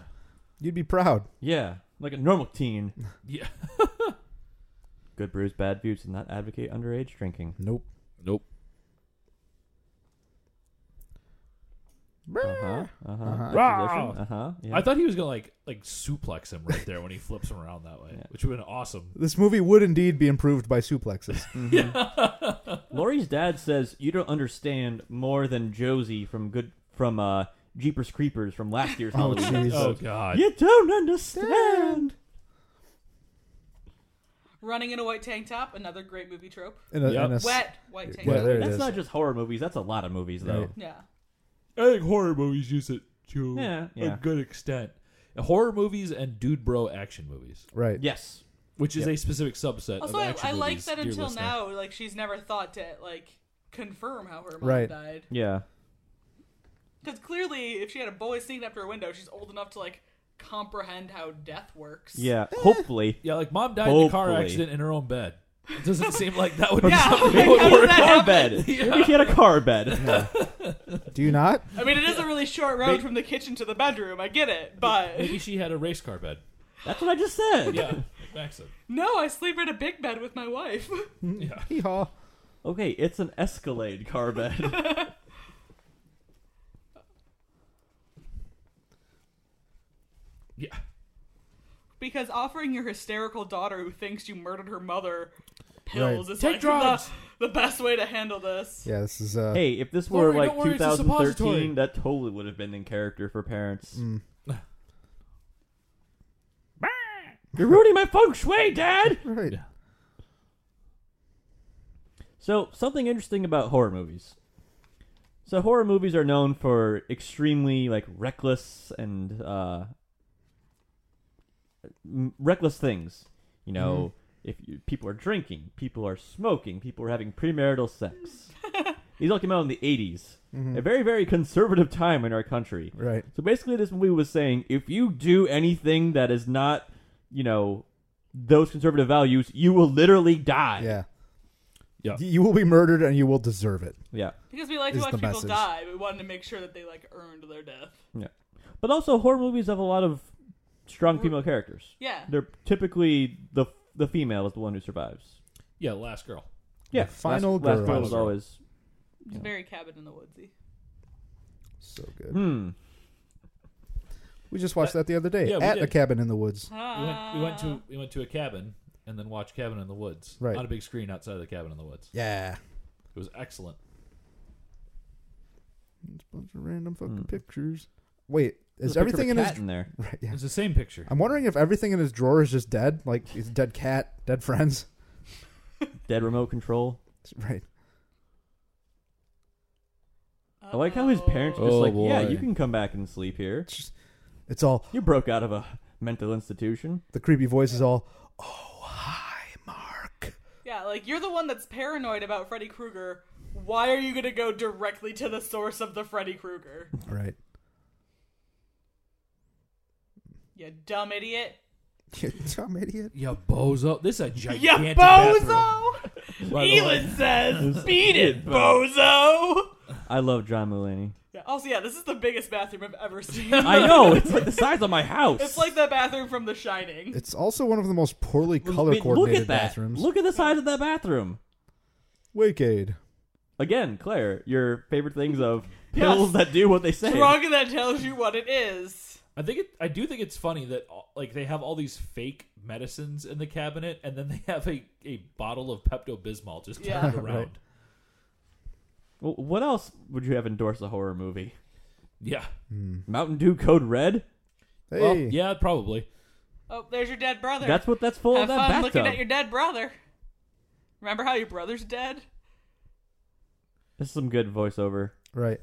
B: You'd be proud.
A: Yeah, like a normal
B: (laughs)
A: teen.
C: Yeah.
A: Good brews, bad views, and not advocate underage drinking.
B: Nope.
C: Nope.
A: Uh huh. Uh huh.
B: Uh-huh.
C: Wow.
A: Uh huh. Yeah.
C: I thought he was gonna like like suplex him right there when he flips him around that way,
A: Yeah.
C: which would have been awesome.
B: This movie would indeed be improved by suplexes.
A: Lori's dad says you don't understand more than Josie from good from uh Jeepers Creepers from last year's (laughs)
B: (laughs) Oh,
A: Halloween.
B: jeez.
C: Oh god.
A: You don't understand.
D: Running in a white tank top, another great movie trope.
B: In a,
C: Yep.
B: in a s-
D: Wet white tank
B: Yeah,
D: top.
B: there it
A: That's
B: is.
A: not just horror movies. That's a lot of movies, though.
B: Right.
D: Yeah.
C: I think horror movies use it to
A: Yeah,
C: a
A: yeah.
C: good extent. Horror movies and dude bro action movies,
B: right.
A: Yes.
C: which is a specific subset of
D: Also, I,
C: action
D: I like
C: movies,
D: that
C: dear
D: until
C: listener.
D: now, like she's never thought to like confirm how her mom
B: Right.
D: died.
A: Yeah.
D: Because clearly, if she had a boy sneaking up to her window, she's old enough to like comprehend how death
C: (laughs)
D: works.
A: Yeah. Hopefully.
C: Yeah, like mom died in a car
A: Hopefully.
C: accident in her own bed. It doesn't (laughs) seem like that would be
D: Yeah, (laughs)
C: something
D: like,
C: that would
D: how does
C: work.
D: that
A: Car
C: (laughs)
D: happen?
A: bed. Maybe she had a car bed.
B: Do you not?
D: I mean, it is a really short road from the kitchen to the bedroom. I get it, but (laughs)
C: Maybe she had a race car bed.
A: That's what I just said.
C: Yeah, (laughs) Maxa.
D: no, I sleep in a big bed with my wife. (laughs)
C: Yeah.
B: Hee haw.
A: Okay, it's an Escalade car
C: (laughs)
A: bed. (laughs)
C: Yeah.
D: because offering your hysterical daughter who thinks you murdered her mother pills is
C: Take
D: like
C: drugs!
D: The, the best way to handle this.
B: Yeah, this is uh
A: hey, if this were
C: Lori,
A: like
C: don't worry, it's a
A: 2013,
C: suppository.
A: that totally would have been in character for parents. (laughs) You're ruining my feng shui, Dad.
B: right.
C: Yeah.
A: So, something interesting about horror movies. So, horror movies are known for extremely like reckless and uh, m- reckless things. You know,
B: Mm-hmm.
A: if you, people are drinking, people are smoking, people are having premarital
B: (laughs)
A: sex. These all came out in the 80s, a very, very conservative time in our country.
B: Mm-hmm. Right.
A: So basically, this movie was saying if you do anything that is not, you know, those conservative values, you will literally die.
B: Yeah.
C: Yeah.
B: Y- You will be murdered and you will deserve it.
A: Yeah.
D: Because we like to
B: Is
D: watch
B: the
D: people
B: message.
D: die, we wanted to make sure that they like earned their death.
A: Yeah. But also, horror movies have a lot of strong female characters.
D: Yeah.
A: They're typically the the female is the one who survives.
C: Yeah, last girl.
A: Yeah.
B: final
A: last, Last
B: girl.
A: girl is always.
D: It's very cabin in the woodsy.
B: So good.
A: Hmm.
B: We just watched that, the other day
C: yeah, we
B: at
C: did.
B: a cabin in the woods.
C: We went, we went
D: Uh.
C: to we went to a cabin and then watched Cabin in the Woods
B: Right.
C: on a big screen outside of the cabin in the woods.
B: Yeah.
C: It was excellent.
B: It's a bunch of random fucking
C: Hmm.
B: pictures. Wait,
A: There's
B: is
A: a picture of
B: everything
A: a
B: in
A: cat
B: his
A: in there?
B: (laughs) right, yeah.
C: It's the same picture.
B: I'm wondering if everything in his drawer is just dead, like his dead cat, dead friends. (laughs)
A: Dead remote control.
B: Right.
A: I like how his parents are just
C: Oh,
A: like, yeah,
C: boy.
A: you can come back and sleep here.
B: It's just it's all
A: You broke out of a mental institution.
B: the creepy voice is all Oh hi, Mark.
D: Yeah, like you're the one that's paranoid about Freddy Krueger. Why are you gonna go directly to the source of the Freddy Krueger?
B: Right. (laughs)
D: You dumb idiot.
B: You dumb idiot.
C: Yeah, bozo. (laughs) This is a gigantic
D: You
C: bathroom.
D: bozo!
C: By the way.
D: Elon says, beat it, bozo!
A: I love John Mulaney.
D: Yeah, also, yeah, this is the biggest bathroom I've ever seen.
A: I know it's like the size of my house.
D: (laughs) It's like the bathroom from The Shining.
B: It's also one of the most poorly
A: Wait,
B: color
A: look
B: coordinated
A: at that.
B: bathrooms.
A: Look at the size of that bathroom.
B: Wake aid.
A: Again, Claire, your favorite things of pills that do what they say.
D: Drug that tells you what it is.
C: I think it, I do think it's funny that uh, like they have all these fake medicines in the cabinet, and then they have a, a bottle of Pepto Bismol just (laughs)
D: Yeah.
C: turned around.
B: Right.
A: Well, what else would you have endorsed a horror movie?
C: Yeah.
A: Mountain Dew Code Red?
B: Hey.
C: Well, yeah, probably.
D: Oh, there's your dead brother.
A: That's what that's full
D: Have
A: of that
D: fun looking
A: bathtub.
D: at your dead brother. Remember how your brother's dead?
A: This is some good voiceover.
B: Right.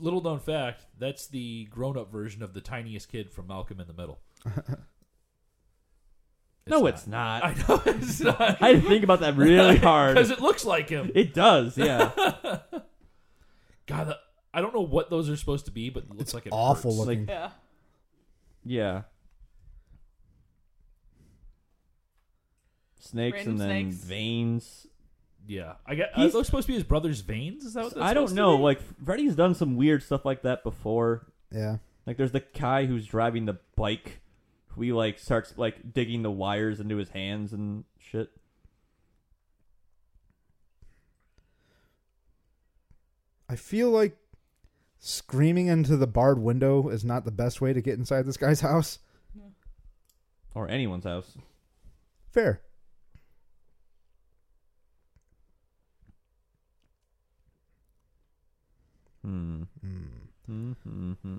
C: Little known fact: that's the grown up version of the tiniest kid from Malcolm in the (laughs) Middle.
A: no, it's not.
C: I know (laughs) it's
A: (laughs)
C: not
A: I had to think about (laughs) that really hard. (laughs)
C: because it looks like him.
A: It does, yeah.
C: God, the, I don't know what those are supposed to be, but it looks like it
B: Awful
C: hurts.
B: looking.
D: Yeah.
A: Yeah. Snakes
D: Random
A: and then
D: snakes.
A: veins.
C: Yeah, I get. Are
A: He's-
C: those supposed to be his brother's veins? Is that what that's
A: I don't
C: supposed to
A: know.
C: be?
A: Like Freddy's done some weird stuff like that before.
B: Yeah.
A: Like there's the guy who's driving the bike who he like starts like digging the wires into his hands and shit.
B: I feel like screaming into the barred window is not the best way to get inside this guy's (laughs) house.
A: Or anyone's house.
B: Fair.
A: Hmm.
B: Mm.
A: Hmm, hmm, hmm.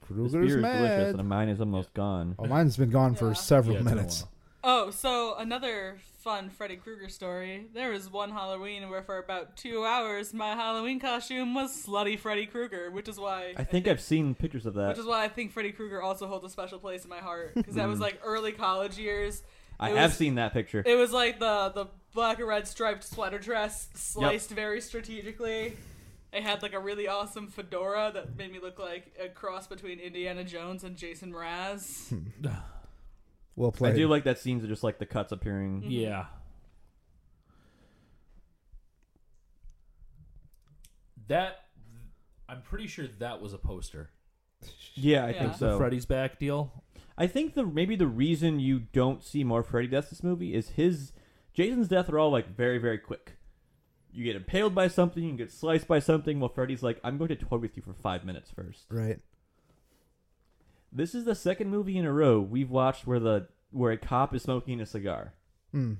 A: This
B: Kruger's
A: beer is delicious
B: mad.
A: and mine is almost gone.
B: Oh, mine's been gone for
D: Yeah.
C: Yeah,
B: several
C: it's been a
B: minutes.
C: while.
D: Oh, so another fun Freddy Krueger story. There was one Halloween where, for about two hours, my Halloween costume was slutty Freddy Krueger, which is why
A: I think I've seen pictures of
D: Which
A: that.
D: is why I think Freddy Krueger also holds a special place in my heart because that was
A: Hmm.
D: like early college years.
A: I
D: it
A: have
D: was-
A: seen that picture.
D: It was like the the black and red striped sweater dress sliced very strategically. I had like a really awesome fedora that made me look like a cross between Indiana Jones and Jason Mraz.
A: Hmm.
B: Well
A: I
B: played.
A: do like that scenes of just like the cuts appearing.
C: Yeah. That I'm pretty sure that was a poster.
A: Yeah, I think
D: Yeah.
A: so.
C: The Freddy's back deal.
A: I think the maybe the reason you don't see more Freddy deaths in this movie is his Jason's death are all like very very quick. You get impaled by something, you get sliced by something, while Freddy's like, "I'm going to toy with you for five minutes first.
B: right.
A: This is the second movie in a row we've watched where the where a cop is smoking a cigar.
B: Mm.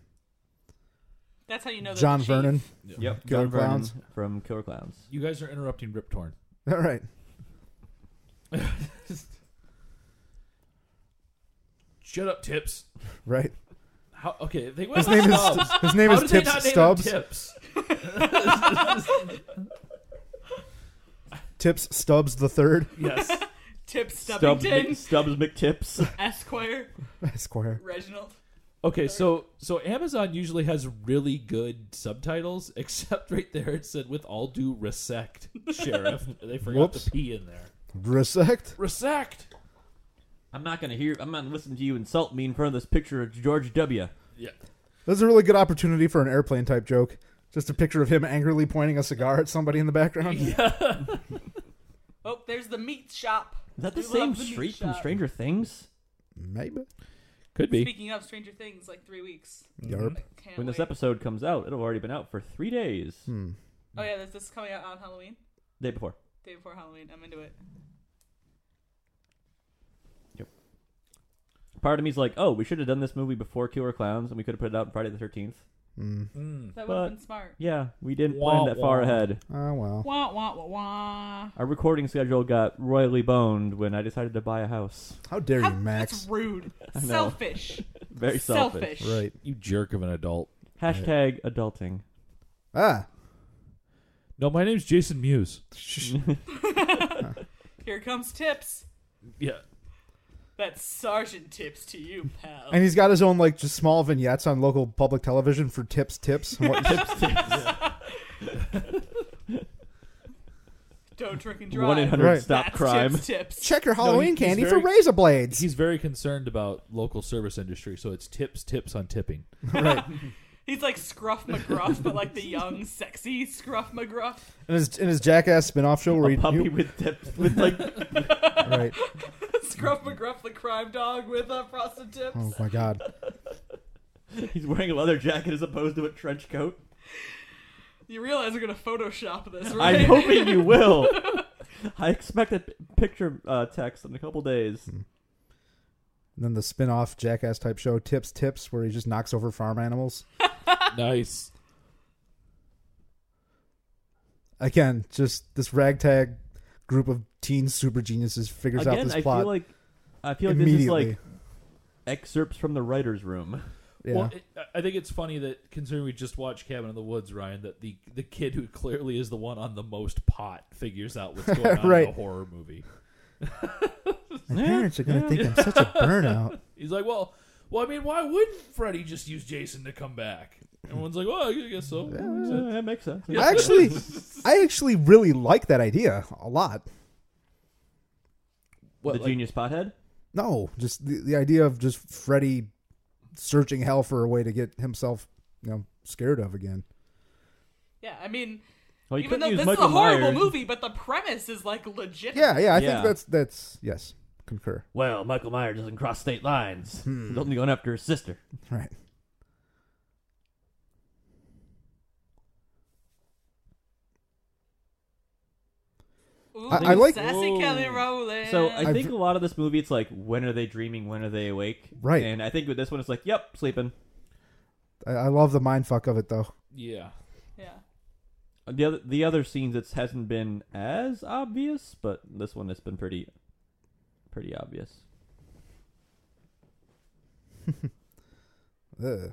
D: That's how you know. they're
B: John
D: the chief.
B: Vernon. (laughs)
A: Yep,
B: Killer
A: John Vernon
B: Clowns.
A: from Killer Clowns.
C: You guys are interrupting Rip Torn.
B: All right.
C: Shut up, Tips.
B: Right.
C: (laughs) How, okay, they went
B: His
C: (laughs)
B: name is
C: Stubbs.
B: his name
C: How
B: is
C: did they
B: Tips
C: not name him
B: Stubbs.
C: Tips.
B: Tips Stubbs the third (laughs)
C: Yes.
D: Tip
A: Stubbs, Mc,
D: Stubbington,
A: Stubbs McTips.
D: Esquire,
B: Squire.
D: Reginald.
C: Okay, so so Amazon usually has really good subtitles, (laughs) except right there it said "with all due respect, (laughs) sheriff." they forgot
B: Whoops.
C: the P in there.
B: Resect.
C: Resect.
A: I'm not gonna hear. I'm not listening to you insult me in front of this picture of George W.
C: Yeah.
B: This is a really good opportunity for an airplane type joke. Just a picture of him angrily pointing a cigar at somebody in the background.
D: Oh, there's the meat shop.
A: Is that the
D: We love
A: same
D: the meat
A: street from
D: shop.
A: Stranger Things?
B: Maybe.
C: Could be.
D: Speaking of Stranger Things, like three weeks.
C: Mm-hmm.
B: Yarp.
D: Can't
A: Mm. When this
D: wait.
A: episode comes out, it'll have already been out for three days.
B: Hmm.
D: Oh yeah, this, this is coming out on Halloween,
A: Day before.
D: day before Halloween. I'm into it.
A: Part of me's like, oh, we should have done this movie before Killer Clowns, and we could have put it out on Friday the Thirteenth.
B: Mm.
C: Mm.
D: That would
A: But-
D: have been smart.
A: Yeah, we didn't
C: Wah,
A: plan that far
C: wah.
A: ahead.
B: Oh well.
D: Wah wah wah wah.
A: Our recording schedule got royally boned when I decided to buy a
D: (laughs)
A: house.
B: How dare
D: How-
B: you,
D: That's
B: Max?
D: rude.
A: I know.
D: Selfish.
A: (laughs) Very selfish.
B: Right.
C: You jerk of an adult.
A: Hashtag adulting.
B: Ah.
C: No, my name's Jason Muse. (laughs)
B: Shh.
D: Here comes tips.
C: Yeah.
D: That's Sergeant Tips to you, pal.
B: And he's got his own like just small vignettes on local public television for tips, tips. and what-
D: Don't drink and drive.
A: One eight hundred
B: Right.
A: stop
D: That's
A: crime.
D: Tips, tips.
B: Check your
C: No,
B: Halloween
C: he's
B: candy
C: very-
B: for razor blades.
C: He's very concerned about local service industry, so it's tips, tips on (laughs) tipping.
D: He's like Scruff McGruff, but like the young, sexy Scruff McGruff.
B: In his in his jackass spin-off show where
A: A
B: he
A: puppy
B: you-
C: (laughs)
A: with tips with like (laughs)
B: right.
D: Scruff McGruff, the crime dog with uh, frosted tips.
B: Oh my god.
A: he's wearing a leather jacket as opposed to a trench coat.
D: You realize we're gonna Photoshop this, right?
A: I'm hoping you will. I expect a p- picture uh, text in a couple days.
B: Hmm. And then the spin-off jackass type show tips, tips where he just knocks over farm animals.
C: nice.
B: Again, just this ragtag group of teen super geniuses figures out
A: Again,
B: this
A: I
B: plot
A: feel like I feel like this is
B: immediately.
A: like excerpts from the writers' room.
B: yeah.
C: Well, it, I- I think it's funny that considering we just watched Cabin in the Woods, Ryan, that the the kid who clearly is the one on the most pot figures out (laughs) what's going on
B: Right.
C: in a horror movie.
B: My
A: Yeah,
B: parents are gonna
A: yeah.
B: think I'm such a burnout.
A: (laughs)
C: He's like, well, well, I mean, why wouldn't Freddy just use Jason to come back? Everyone's like, well, I guess so.
A: (laughs) Uh, that makes sense.
B: I actually, I actually really like that idea a lot.
C: What,
A: the
C: like-
A: genius pothead.
B: No, just the, the idea of just Freddy searching hell for a way to get himself, you know, scared of again.
D: (laughs) Yeah, I mean,
A: Well, you
D: even though
A: couldn't
D: this
A: use
D: is
A: Michael
D: a horrible
A: Myers.
D: movie, but the premise is like legit.
B: Yeah, yeah,
A: Yeah.
B: I think that's that's yes, concur.
A: Well, Michael Myers doesn't cross state lines.
B: Hmm.
A: He's only going after his sister.
B: Right.
D: Ooh,
B: I- I like-
D: sassy
C: Whoa.
D: Kelly Rowland.
A: So I
B: I've-
A: think a lot of this movie, it's like, when are they dreaming? When are they awake?
B: Right.
A: And I think with this one, it's like, yep, sleeping.
B: I, I love the mind fuck of it though.
C: yeah.
D: yeah,
A: The other the other scenes, it hasn't been as obvious, but this one has been pretty, pretty obvious.
B: Ugh.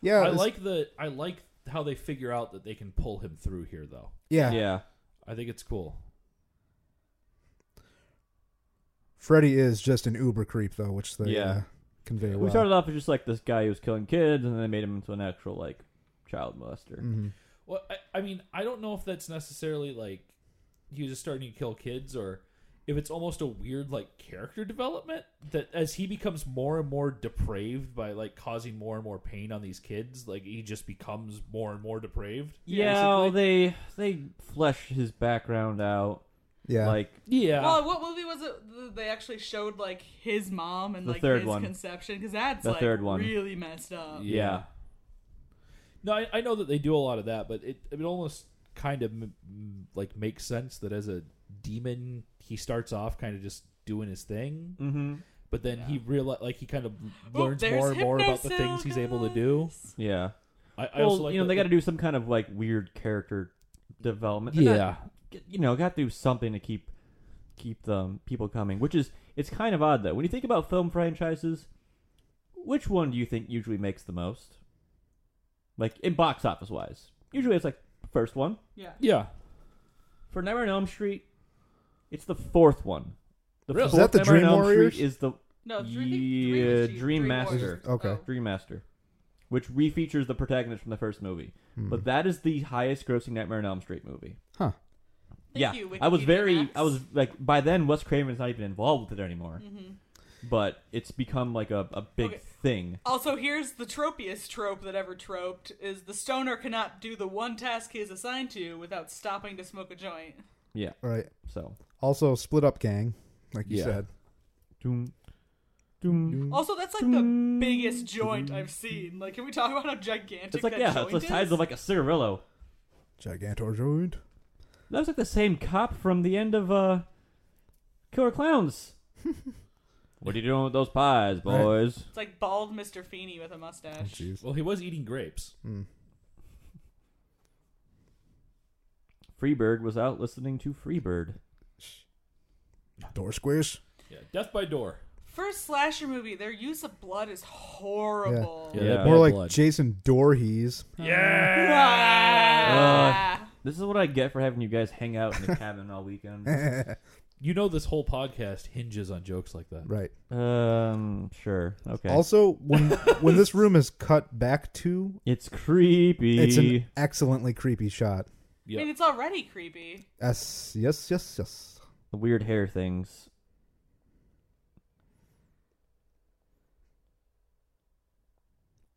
B: Yeah,
C: I
B: it's-
C: like the I like how they figure out that they can pull him through here though.
B: yeah.
A: yeah.
C: I think it's cool.
B: Freddy is just an uber creep though, which they
A: Yeah.
B: uh, convey well.
A: We started off as just like this guy who was killing kids, and then they made him into an actual like child molester.
B: Mhm.
C: Well, I, I mean, I don't know if that's necessarily like he was just starting to kill kids or if it's almost a weird like character development that as he becomes more and more depraved by like causing more and more pain on these kids, like he just becomes more and more depraved.
A: Yeah, well, they they flesh his background out.
B: Yeah.
A: Like
C: Yeah.
D: Well, what movie was it? th- They actually showed like his mom and
A: The
D: like
A: third
D: his
A: one.
D: conception because that's
A: The
D: like
A: third one.
D: really messed up.
A: yeah.
C: No, I, I know that they do a lot of that, but it it almost kind of m- m- like makes sense that as a demon, he starts off kind of just doing his thing,
A: Mm-hmm.
C: but then he real like he kind of
D: Ooh,
C: learns
D: Oh, there's
C: more and more about the things he's
D: hypnosis.
C: able to do.
A: Yeah.
C: I, I
A: well,
C: also like
A: you know,
C: that-
A: they got to do some kind of like weird character development. They're not-
C: yeah,
A: you know, got to do something to keep keep the um, people coming, which is it's kind of odd though. When you think about film franchises, which one do you think usually makes the most? Like in box office wise, usually it's like first one.
D: Yeah.
C: yeah.
A: For Nightmare on Elm Street, it's the fourth one. The
C: Really? Is
A: fourth
B: that the
A: Nightmare
B: Dream
A: on Elm
B: Warriors?
A: Street is the
D: No, three,
A: Yeah,
D: three,
A: Dream Master.
B: Okay.
A: Dream Master, which refeatures the protagonist from the first movie.
B: Hmm.
A: But that is the highest grossing Nightmare on Elm Street movie.
B: huh.
A: yeah,
D: you,
A: I was
D: Wikipedia
A: very,
D: Max.
A: I was like, by then Wes Craven's not even involved with it anymore. But it's become like a, a big
D: Mm-hmm. Okay.
A: thing.
D: Also, here's the tropiest trope that ever troped: is the stoner cannot do the one task he is assigned to without stopping to smoke a joint.
A: Yeah,
B: All right.
A: so.
B: Also split up gang, like you
C: Yeah.
B: said.
A: Doom, doom.
D: Also, that's like the biggest joint I've seen. Like, can we talk about how gigantic
A: It's like,
D: that
A: yeah,
D: joint
A: it's the size
D: is?
A: of like a cigarillo.
B: Gigantor joint.
A: That was like the same cop from the end of uh, Killer Clowns. (laughs) what are you doing with those pies, boys?
D: It's like bald Mr. Feeney with a mustache.
B: Oh, Jeez.
C: Well, he was eating grapes.
A: Freebird was out listening to Freebird.
B: Door squish.
C: Yeah, death by door.
D: First slasher movie, their use of blood is horrible.
A: Yeah.
C: that
B: More
C: bad
B: like
C: blood.
B: Jason Voorhees.
C: yeah. Uh,
D: Ah.
A: This is what I get for having you guys hang out
B: (laughs)
A: in the cabin all weekend.
C: You know, this whole podcast hinges on jokes like that.
B: Right.
A: Um, sure. Okay.
B: Also, when when this room is cut back to,
A: it's creepy.
B: it's an excellently creepy shot.
D: I mean,
C: Yeah,
D: it's already creepy.
B: Yes, yes, yes, yes.
A: the weird hair things.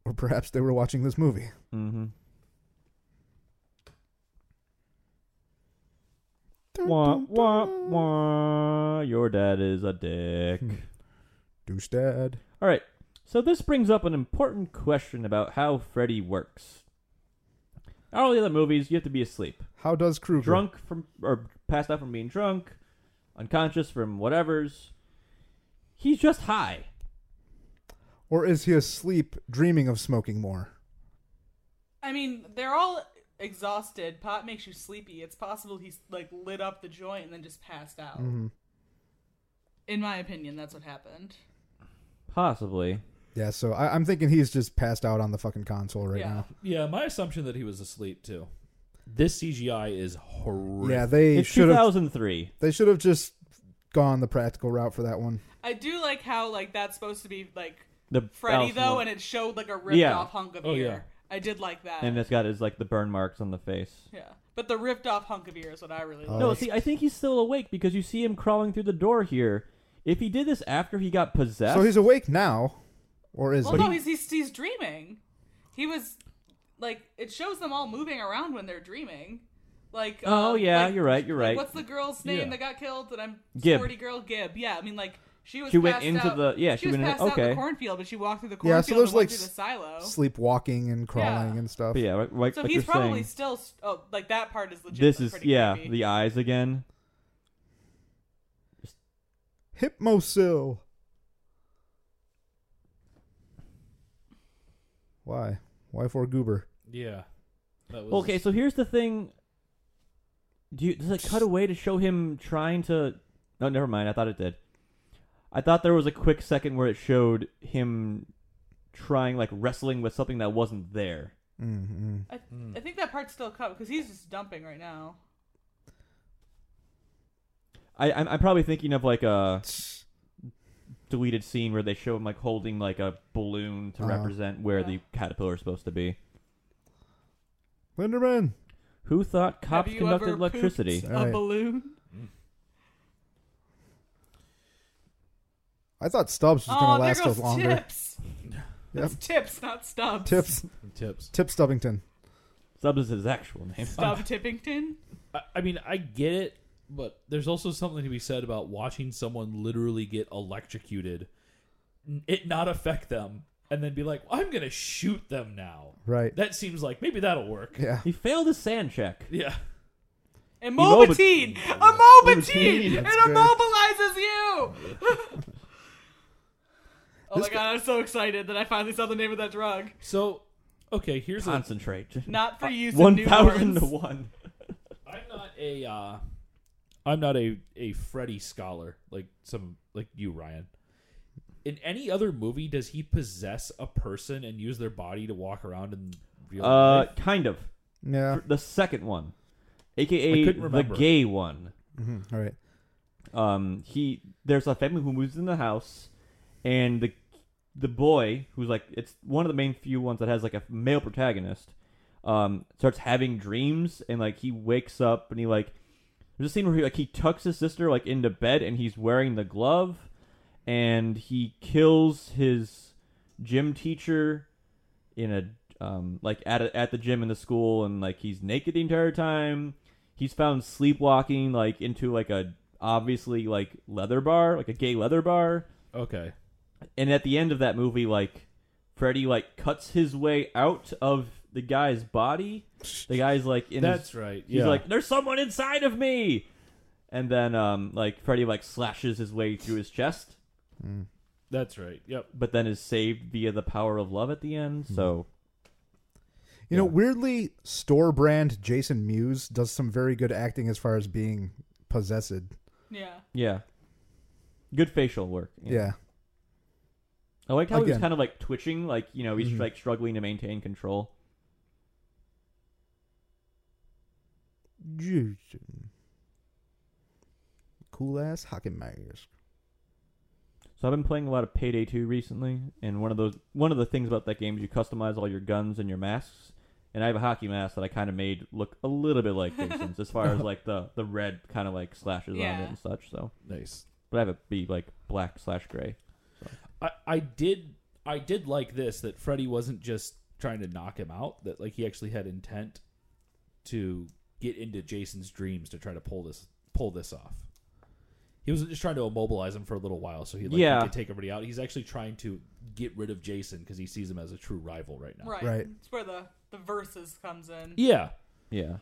B: Or perhaps they were watching this movie.
A: Mm-hmm. Wah, wah, wah. Your dad is a dick.
B: Douche dad.
A: All right. So this brings up an important question about how Freddy works. All the other movies, you have to be asleep.
B: How does Kruger?
A: drunk from or passed out from being drunk, unconscious from whatever's. He's just high.
B: Or is he asleep dreaming of smoking more?
D: I mean, they're all exhausted. Pot makes you sleepy. It's possible he's like lit up the joint and then just passed out. In my opinion, that's what happened.
A: Possibly.
B: Yeah, so I, I'm thinking he's just passed out on the fucking console right
D: Yeah.
B: now.
C: yeah. My assumption that he was asleep too. This CGI is horrific.
B: Yeah, they
A: it's
B: should have
A: 2003.
B: they should have just gone the practical route for that one.
D: I do like how like that's supposed to be like
A: the
D: Freddy
A: Alice
D: though,
A: one.
D: and it showed like a ripped
A: Yeah.
D: off hunk of
C: Oh,
D: ear.
C: yeah.
D: I did like that.
A: and it's got his like the burn marks on the face.
D: yeah, but the ripped off hunk of ear is what I really
B: Oh,
D: like.
A: No,
B: that's-
A: see, I think he's still awake because you see him crawling through the door here. If he did this after he got possessed,
B: So he's awake now, or is
D: Well,
B: he?
D: no, he's, he's he's dreaming. He was like it shows them all moving around when they're dreaming. Like
A: Oh,
D: um,
A: yeah,
D: like-
A: you're right, you're
D: like,
A: right.
D: What's the girl's name
C: Yeah.
D: that got killed? That I'm
A: Gib.
D: sporty girl Gib. Yeah, I mean like she was
A: She went
D: passed
A: into
D: out-
A: the- yeah, she
D: was
A: went in-
D: passed out in
A: okay.
D: the cornfield, but she walked through the
B: Yeah,
D: cornfield.
B: so there's,
D: and walked
B: like,
D: through the silo.
B: Sleepwalking and crawling
D: Yeah.
B: and stuff.
A: But yeah, right, right
D: so
A: like
D: he's
A: you're saying,
D: probably still st- oh like that part is legit.
A: this
D: but
A: is
D: pretty
A: yeah
D: creepy.
A: the eyes again.
B: Hypnosil. Why? Why for goober?
C: Yeah. That was,
A: Okay, so here's the thing. Do you, does it cut away to show him trying to? No, never mind. I thought it did. I thought there was a quick second where it showed him trying like wrestling with something that wasn't there.
B: Mm-hmm.
D: I,
C: Hmm.
D: I think that part's still cut because he's just dumping right now.
A: I, I'm, I'm probably thinking of like a deleted scene where they show him like holding like a balloon to
B: Uh-huh.
A: represent where
D: Yeah.
A: the caterpillar is supposed to be.
B: Linderman.
A: Who thought cops
D: Have you
A: conducted
D: ever pooped
A: electricity?
D: A
B: Alright.
D: balloon.
B: I thought Stubbs was
D: oh,
B: gonna
D: there
B: last
D: goes
B: us longer.
D: tips. That's tips, not stubs.
B: Tips.
C: tips.
B: Tip Stubbington.
A: Stubbs is his actual name.
D: Stub Tippington.
C: I, I mean, I get it, but there's also something to be said about watching someone literally get electrocuted, n- it not affect them, and then be like, "I'm gonna shoot them now."
B: Right.
C: That seems like maybe that'll work.
B: Yeah.
A: He failed his sand check.
C: Yeah.
D: Immobatine! Immobatine! It
B: That's good.
D: immobilizes
A: (laughs)
D: you! oh
B: This
D: my god, I'm so excited that I finally saw the name of that drug.
C: So, okay, here's a.
A: Concentrate.
D: Not for use in
A: One thousand
D: newborns.
A: to one.
C: I'm not a. Uh, I'm not a a Freddy scholar like some like you, Ryan. In any other movie, does he possess a person and use their body to walk around in real
A: Uh,
C: life?
A: kind of.
B: Yeah.
A: The second one,
C: I
A: aka
C: couldn't
A: the
C: remember.
A: gay one.
B: hmm All right.
A: um he there's a family who moves in the house and the the boy who's like it's one of the main few ones that has like a male protagonist um starts having dreams and like he wakes up and he like there's a scene where he like he tucks his sister like into bed and he's wearing the glove and he kills his gym teacher in a um like at a, at the gym in the school and like he's naked the entire time he's found sleepwalking like into like a obviously like leather bar like a gay leather bar
C: Okay.
A: and at the end of that movie like freddy like cuts his way out of the guy's body the guy's like in his,
C: That's right.
A: he's
C: yeah.
A: like there's someone inside of me and then um like freddy like slashes his way through his chest
C: That's right. Yep.
A: but then is saved via the power of love at the end so
B: You know, weirdly, store brand Jason Mewes does some very good acting as far as being possessed.
D: Yeah.
A: yeah good facial work
B: Yeah.
A: I liked how he was
B: Again.
A: kind of like twitching, like you know he's like struggling to maintain control.
B: Jason. Cool ass Hockenmeyers. Myers.
A: So I've been playing a lot of Payday 2 recently, and one of those one of the things about that game is you customize all your guns and your masks. And I have a hockey mask that I kind of made look a little bit like Jason's, as far as like the the red kind of like slashes on
D: Yeah.
A: it and such. So,
C: Nice.
A: but I have it be like black slash gray.
C: I, I did I did like this that Freddy wasn't just trying to knock him out, that like he actually had intent to get into Jason's dreams to try to pull this pull this off. He wasn't just trying to immobilize him for a little while so he like
A: Yeah.
C: he could take everybody out. He's actually trying to get rid of Jason because he sees him as a true rival right now.
D: Right.
B: Right.
D: It's where the, the verses comes in.
C: Yeah.
A: Yeah.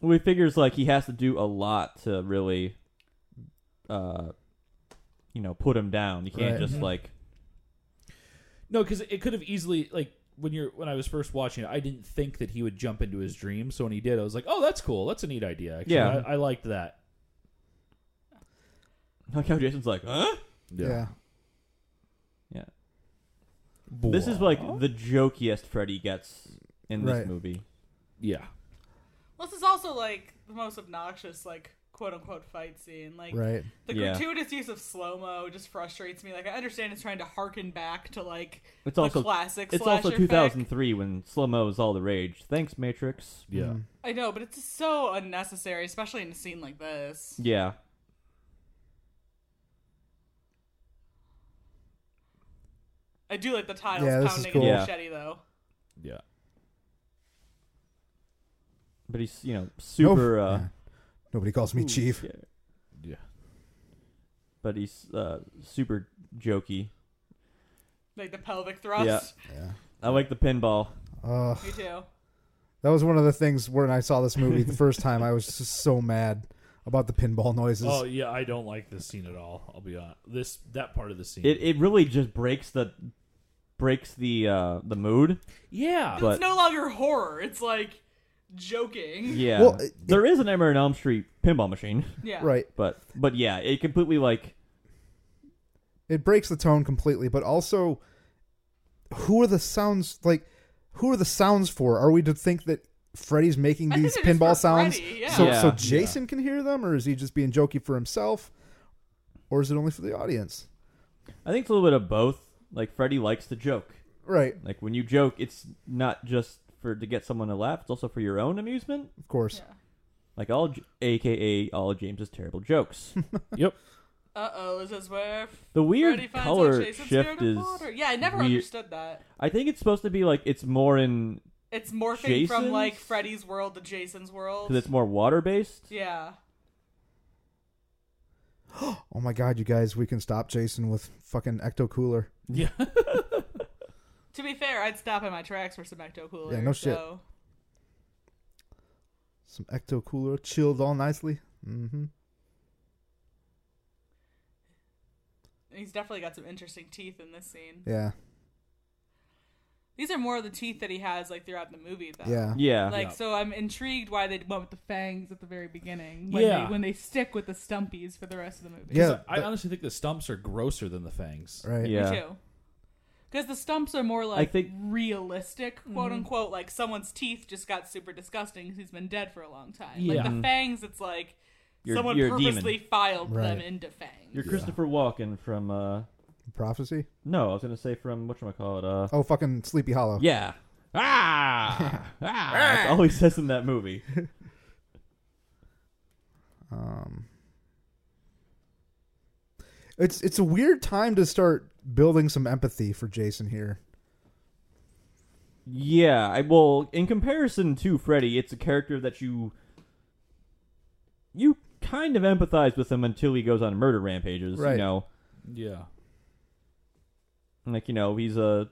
A: Well, he figures like he has to do a lot to really, uh, you know, put him down. You can't
B: Right.
A: just like (laughs)
C: No, because it could have easily like when you're when I was first watching it, I didn't think that he would jump into his dream. So when he did, I was like, "Oh, that's cool. That's a neat idea. Actually,
A: Yeah.
C: I, I liked that."
A: like how Jason's like, huh?
B: yeah.
A: Yeah. This is like the jokiest Freddy gets in this
B: Right.
A: movie.
C: yeah.
D: Well, this is also like the most obnoxious, like quote unquote fight scene. Like
B: right?
D: the
A: Yeah.
D: gratuitous use of slow mo just frustrates me. Like I understand it's trying to harken back to like
A: It's
D: the
A: also-
D: classic.
A: It's also
D: slasher
A: 2003 when slow mo is all the rage. Thanks, Matrix.
C: Yeah.
B: Hmm.
D: fic. I know, but it's just so unnecessary, especially in a scene like this.
A: Yeah.
D: I do like the tiles
B: Yeah, this is
D: pounding
B: cool.
D: and
A: Yeah.
D: machete though.
C: Yeah.
A: But he's, you know,
B: No-
A: super. uh,
B: yeah. Nobody calls me chief.
A: yeah.
C: Yeah.
A: But he's uh, super jokey.
D: Like the pelvic thrust.
A: Yeah.
B: Yeah.
A: I like the pinball.
B: Uh,
D: Me too.
B: that was one of the things when I saw this movie the first time. I was just so mad about the pinball noises.
C: Oh yeah, I don't like this scene at all. I'll be honest. This that part of the scene.
A: It, it really just breaks the breaks the uh, the mood.
C: yeah.
A: But-
D: it's no longer horror. It's like joking.
A: Yeah.
B: Well, it-
A: there is an Nightmare on Elm Street pinball machine,
D: Yeah.
B: Right.
A: but but yeah, it completely like
B: It breaks the tone completely, but also, who are the sounds like? Who are the sounds for? Are we to think that Freddy's
D: (laughs)
B: making
D: I think
B: these
D: they're just for
B: pinball sounds
D: Freddy, yeah.
B: so
A: Yeah.
B: so
A: Yeah.
B: Jason can hear them, or is he just being jokey for himself, or is it only for the audience?
A: I think it's a little bit of both. Like Freddy likes to joke.
B: Right,
A: Like when you joke, it's not just for to get someone to laugh; it's also for your own amusement.
B: of course.
A: Like all, J- aka all James's terrible jokes.
C: yep.
D: Uh oh, is this where
A: The weird
D: Freddy finds out
A: color
D: Jason's
A: shift
D: scared of
A: is.
D: water? Yeah, I never
A: weird.
D: understood that.
A: I think it's supposed to be like it's more in
D: It's morphing from
A: Jason's?
D: like Freddy's world to Jason's world.
A: because it's more water based.
D: Yeah.
B: Oh my God, you guys, we can stop Jason with fucking ecto cooler.
C: Yeah.
D: To be fair, I'd stop in my tracks for some ecto cooler.
B: Yeah, no shit.
D: so.
B: Some ecto cooler chilled all nicely. Mm-hmm.
D: He's definitely got some interesting teeth in this scene.
B: Yeah,
D: These are more of the teeth that he has like throughout the movie, though.
B: yeah.
A: Yeah,
D: Like
C: Yeah.
D: so, I'm intrigued why they went with the fangs at the very beginning. When
C: Yeah.
D: They, when they stick with the stumpies for the rest of the movie.
B: Yeah,
C: I
B: that-
C: honestly think the stumps are grosser than the fangs.
B: Right.
A: yeah.
D: Me too. Because the stumps are more like
A: think-
D: realistic,
B: Mm-hmm.
D: quote unquote. Like someone's teeth just got super disgusting because he's been dead for a long time. Like
C: Yeah.
D: the fangs, it's like
A: You're-
D: someone
A: you're a demon.
D: purposely filed them
B: Right.
D: into fangs.
A: You're Christopher Walken from uh
B: Prophecy.
A: no, I was gonna say from what call it uh
B: Oh, fucking Sleepy Hollow.
A: yeah ah ah that's all he says in that movie.
B: Um, it's it's a weird time to start building some empathy for Jason here.
A: Yeah, I, well, in comparison to Freddy, it's a character that you you kind of empathize with him until he goes on murder rampages.
B: Right.
A: You know,
C: Yeah.
A: like you know he's a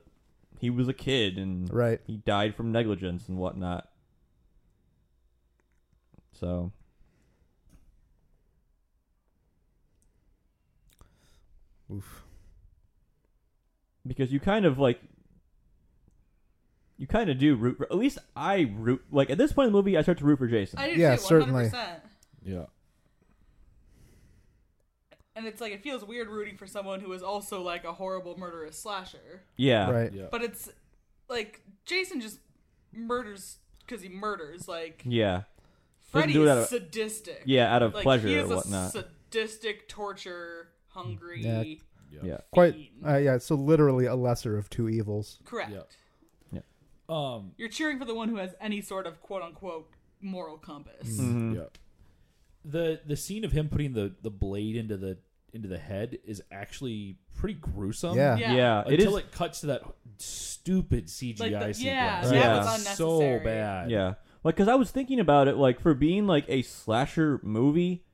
A: he was a kid and
B: Right.
A: he died from negligence and whatnot. So
B: Oof.
A: because you kind of like you kind of do root. For, at least I root. Like at this point in the movie, I start to root for Jason.
D: I do
B: Yeah,
D: too, 100%.
B: certainly.
C: Yeah.
D: And it's like it feels weird rooting for someone who is also like a horrible murderous slasher.
A: yeah.
B: Right.
C: Yeah.
D: But it's like Jason just murders because he murders. Like
A: Yeah.
D: Freddy
A: do it out
D: is
A: of-
D: sadistic.
A: Yeah. Out of
D: like,
A: pleasure
D: he
A: or
D: is
A: whatnot.
D: a sadistic, torture, hungry.
B: Yeah.
A: yeah.
B: Quite.
D: Fiend.
B: Uh, yeah. So literally a lesser of two evils.
D: Correct.
C: Yeah. Um.
D: You're cheering for the one who has any sort of quote unquote moral compass.
B: Mm. Mm-hmm.
C: Yeah. The the scene of him putting the the blade into the into the head is actually pretty gruesome.
B: Yeah.
D: Yeah.
A: Yeah. It is.
C: Until it, cuts to that stupid CGI
D: Like the-
C: sequence.
D: yeah,
A: that Yeah.
D: was
C: so
D: unnecessary.
C: bad.
A: Yeah. Like, because I was thinking about it, like, for being, like, a slasher movie,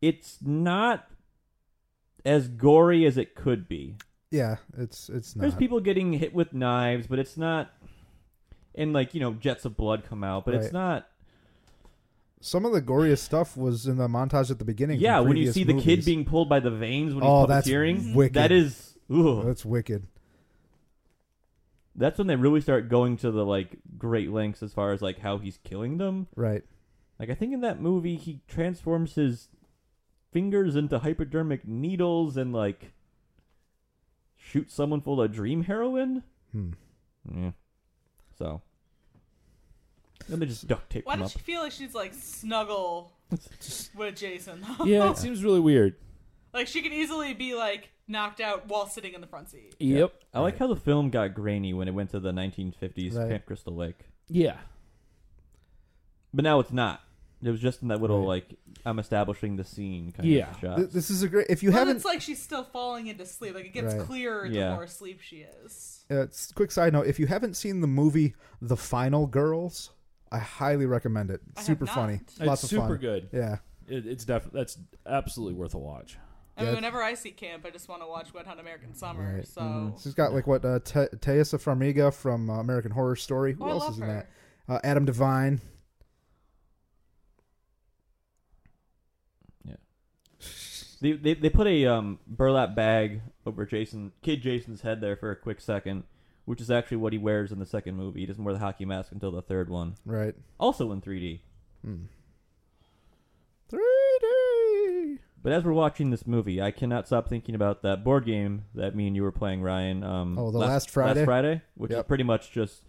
A: it's not as gory as it could be.
B: Yeah. It's it's
A: There's
B: not.
A: people getting hit with knives, but it's not. And, like, you know, jets of blood come out, but
B: Right.
A: it's not.
B: Some of the goriest stuff was in the montage at the beginning. from
A: Yeah, when you
B: previous
A: see the
B: movies.
A: kid being pulled by the veins when he's
B: Oh, that's
A: puppeteering,
B: wicked.
A: that is. Ooh,
B: Oh, That's wicked.
A: that's when they really start going to the, like, great lengths as far as, like, how he's killing them.
B: Right.
A: Like I think in that movie he transforms his fingers into hypodermic needles and like shoots someone full of dream heroin.
B: Hmm.
A: Yeah. So. And they just duct tape
D: Why
A: him
D: did
A: up.
B: (laughs)
D: she feel like she's like snuggle with Jason. though.
C: Yeah, it seems really weird.
D: (laughs) like she could easily be like knocked out while sitting in the front seat.
C: Yep.
A: I like how the film got grainy when it went to the 1950s
B: Right.
A: Camp Crystal Lake,
C: Yeah.
A: but now it's not. It was just in that little
B: Right.
A: like I'm establishing the scene kind
C: Yeah.
A: of shot.
B: Th- This is a great. If you
D: well,
B: haven't,
D: it's like she's still falling into sleep. Like it gets
B: Right.
D: clearer the
A: Yeah.
D: more asleep she is.
B: uh, s- quick side note: if you haven't seen the movie The Final Girls, I highly recommend it.
D: I have
B: super
D: not.
B: funny,
D: It's
B: lots
C: it's
B: of
C: super
B: fun.
C: good.
B: Yeah,
C: It, it's definitely that's absolutely worth a watch.
D: I mean,
B: Yeah.
D: whenever I see camp, I just want to watch Wet Hot American Summer.
B: Right.
D: So
B: she's got like what uh, Te- Tessa Farmiga from uh, American Horror Story. Who
D: Oh, I
B: else
D: love
B: is in
D: her.
B: that? Uh, Adam Devine.
A: They, they, they put a um, burlap bag over Jason kid Jason's head there for a quick second, which is actually what he wears in the second movie. He doesn't wear the hockey mask until the third one,
B: Right.
A: also in 3D.
B: Three D.
A: But as we're watching this movie, I cannot stop thinking about that board game that me and you were playing, Ryan. Um,
B: Oh, the last Friday?
A: which is
B: Yep.
A: pretty much just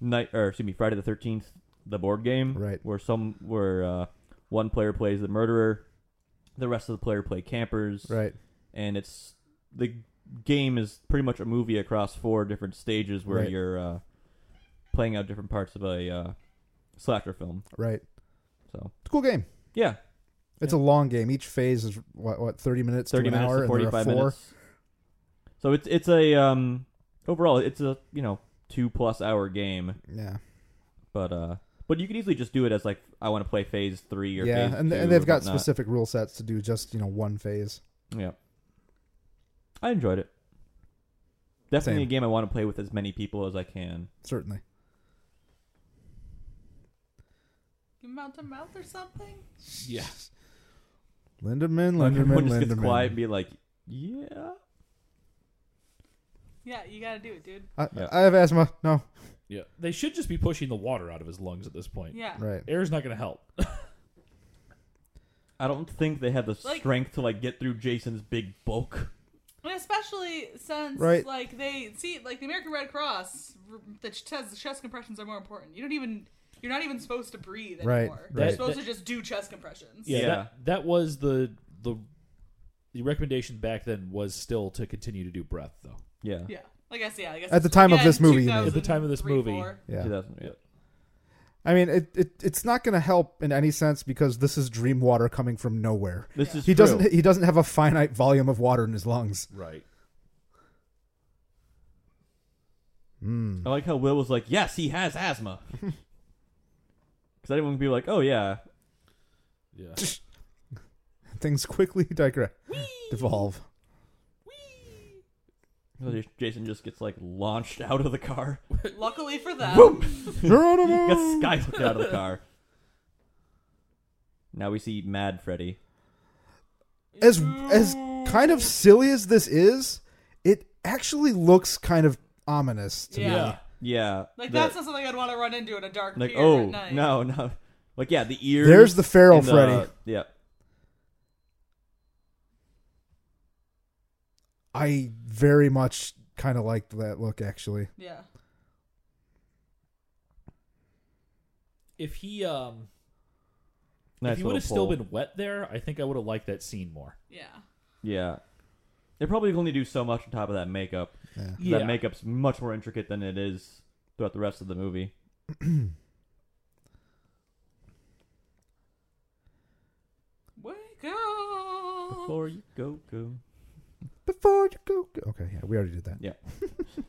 A: night, or excuse me, Friday the Thirteenth, the board game,
B: Right.
A: Where some where uh, one player plays the murderer, the rest of the player play campers,
B: Right.
A: and it's the game is pretty much a movie across four different stages where
B: Right.
A: you're uh, playing out different parts of a uh, slasher film.
B: Right.
A: So
B: It's a cool game.
A: yeah,
B: It's a long game. Each phase is what what thirty minutes,
A: thirty
B: to an
A: minutes
B: hour,
A: to
B: and there are
A: forty-five
B: four.
A: minutes. So it's it's a um, overall it's a you know two plus hour game,
B: Yeah.
A: but uh, but you could easily just do it as like I want to play phase three or
B: yeah,
A: phase
B: and,
A: two
B: and they've
A: or
B: got
A: whatnot.
B: specific rule sets to do just you know one phase.
A: yeah. I enjoyed it. Definitely
B: Same.
A: a game I want to play with as many people as I can.
B: Certainly.
D: mouth to mouth or something.
C: Yeah.
A: (laughs)
B: Linderman,
A: Like,
B: Linderman,
A: everyone just
B: Linderman.
A: gets quiet and be like, yeah.
D: Yeah, you gotta do it, dude.
B: I,
A: Yeah.
B: I have asthma. No.
C: Yeah. They should just be pushing the water out of his lungs at this point.
D: Yeah.
B: Right.
C: Air's not going to help.
A: I don't think they had the
D: Like-
A: strength to like get through Jason's big bulk.
D: And especially since,
B: Right.
D: like, they see, like, the American Red Cross r- that says the chest compressions are more important. You don't even, you're not even supposed to breathe
B: Right,
D: anymore.
B: right.
D: You're supposed
C: That-
D: to just do chest compressions.
A: Yeah.
C: That, that was the the the recommendation back then was still to continue to do breath though.
A: Yeah.
D: Yeah. I guess, yeah. I guess
B: At the
D: it's-
B: time of
D: yeah,
B: this
D: in
B: movie, you mean.
C: At the time of this
D: 2003,
C: movie.
D: four.
B: Yeah.
A: 2000, yeah.
B: I mean, it, it it's not going to help in any sense because this is dream water coming from nowhere.
A: This is
B: He
A: true.
B: doesn't he doesn't have a finite volume of water in his lungs.
C: Right.
B: Hmm.
A: I like how Will was like, "Yes, he has asthma." Because I didn't want to be like, "Oh yeah,
C: Yeah.
B: (laughs) Things quickly digress, (laughs) devolve.
A: So just- Jason just gets like launched out of the car. (laughs)
D: Luckily for them.
A: He
B: Geronimo!
A: gets skyhooked out of the car. Now we see Mad Freddy.
B: as as kind of silly as this is, it actually looks kind of ominous to
D: Yeah.
B: me.
A: Yeah,
D: Like,
A: the-
D: that's not something I'd want to run into in a
A: (laughs)
D: dark
A: like
D: pier
A: oh
D: at night.
A: no no like yeah the ears.
B: There's the feral
A: and the-
B: Freddy.
A: Yeah,
B: I very much kind of liked that look actually.
D: Yeah.
C: If he um
A: nice
C: if he
A: little
C: would have still
A: pull.
C: been wet there, I think I would have liked that scene more.
D: Yeah.
A: Yeah, they probably can only do so much on top of that makeup. That makeup's much more intricate than it is throughout the rest of the movie.
D: Wake up.
A: Before you go go.
B: Before you go, go. Okay, yeah, we already did that.
A: Yeah.
B: (laughs)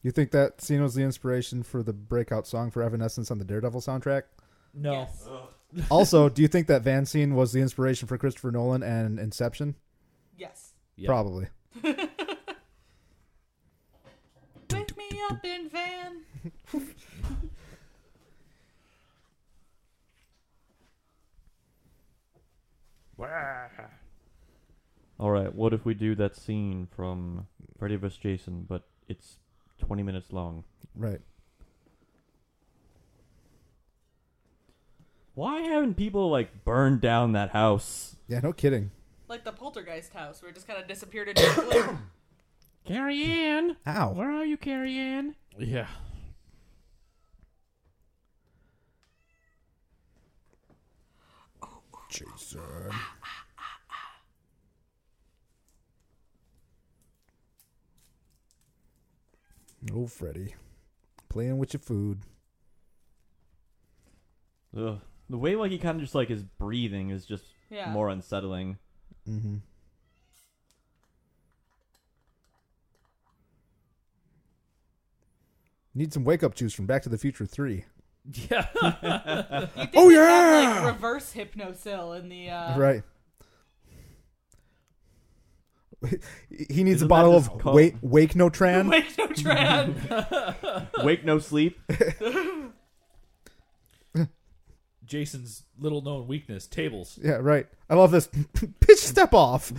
B: You think that scene was the inspiration for the breakout song for Evanescence on the Daredevil soundtrack?
C: No.
D: Yes.
B: also, do you think that van scene was the inspiration for Christopher Nolan and Inception?
D: Yes.
C: Yeah.
B: Probably.
D: Wake me up in van.
A: All right, what if we do that scene from Freddy vs. Jason, but it's 20 minutes long?
B: Right.
A: Why haven't people like burned down that house?
B: Yeah, no kidding.
D: Like the poltergeist house where it just kind of disappeared into the blue.
A: Carrie Ann,
B: Ow.
A: where are you, Carrie Ann?
C: Yeah.
B: Jason. Oh, Freddy. Playing with your food.
A: Ugh. The way like he kind of just like is breathing is just
D: Yeah.
A: more unsettling.
B: Mm-hmm. Need some wake up juice from Back to the Future 3.
C: (laughs) Yeah.
D: You think
B: Oh,
D: they have,
B: yeah!
D: like reverse hypnosil in the uh,
B: right. (laughs) He needs
A: Isn't
B: a
A: that
B: bottle
A: just
B: of
A: called-
B: wake, wake no
D: (laughs)
B: tran.
D: Wake no Tran.
A: Wake no sleep.
C: Jason's little known weakness, tables.
B: Yeah, right. I love this. (laughs) Pitch step off.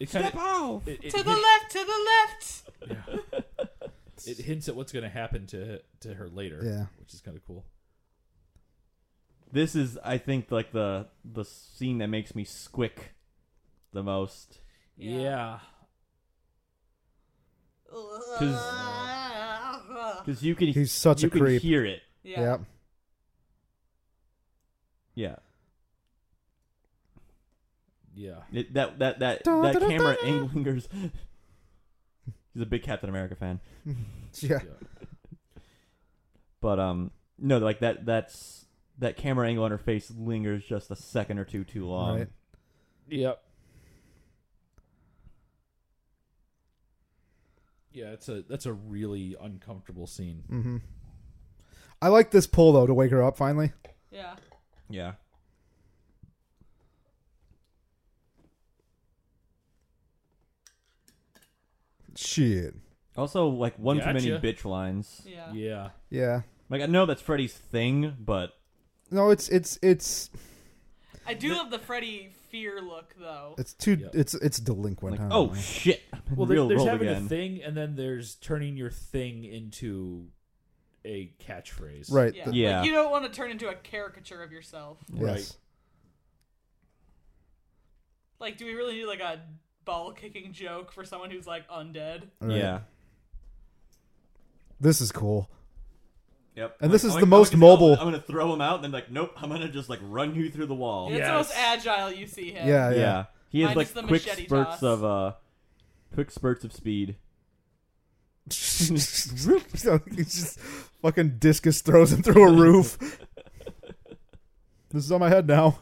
C: It kind of
B: off.
C: it, it,
D: to the
C: hint-
D: left, to the left.
C: it hints at what's going to happen to to her later.
B: Yeah.
C: which is kind of cool.
A: This is I think like the the scene that makes me squick the most.
D: Yeah.
A: Because you can
B: He's such
A: you
B: a
A: can
B: creep.
A: hear it.
D: Yeah.
B: Yeah.
A: Yeah.
C: yeah.
A: It, that that that
B: Da,
A: that
B: da, da,
A: camera
B: da.
A: angle lingers. (laughs) He's a big Captain America fan.
B: Yeah.
C: yeah.
A: But um no, like that that's that camera angle on her face lingers just a second or two too long.
B: Right.
C: Yep. Yeah, it's a that's a really uncomfortable scene.
A: Mm.
B: Mm-hmm. I like this pull, though, to wake her up finally.
D: Yeah.
A: Yeah.
B: Shit.
A: Also, like one too
C: Gotcha.
A: many bitch lines.
D: Yeah.
C: Yeah.
B: Yeah.
A: Like I know that's Freddy's thing, but
B: No, it's it's it's
D: I do love the Freddy fear look though.
B: it's too
C: Yeah.
B: it's it's delinquent.
A: like
B: I don't
A: oh
B: know.
A: shit, I'm in
C: Well, there,
A: real
C: there's
A: world
C: having
A: again.
C: a thing, and then there's turning your thing into a catchphrase.
B: right,
D: Yeah.
B: th-
A: Yeah.
D: Like, you don't want to turn into a caricature of yourself.
B: yes.
C: Right.
D: Like, do we really need like a ball kicking joke for someone who's like undead?
B: Right.
A: Yeah.
B: This is cool.
A: Yep.
B: And this is the most mobile-
A: I'm gonna throw him out, and then like, nope, I'm gonna just like run you through the wall.
D: That's
C: Yeah.
D: the most
C: Yes.
D: agile you see him.
B: Yeah,
A: Yeah.
B: yeah. (laughs)
A: He has
D: Minus
A: like
D: the
A: quick
D: machete
A: spurts
D: toss.
A: of uh, quick spurts of speed.
B: so it's just fucking discus throws him through a roof. this is on my head now.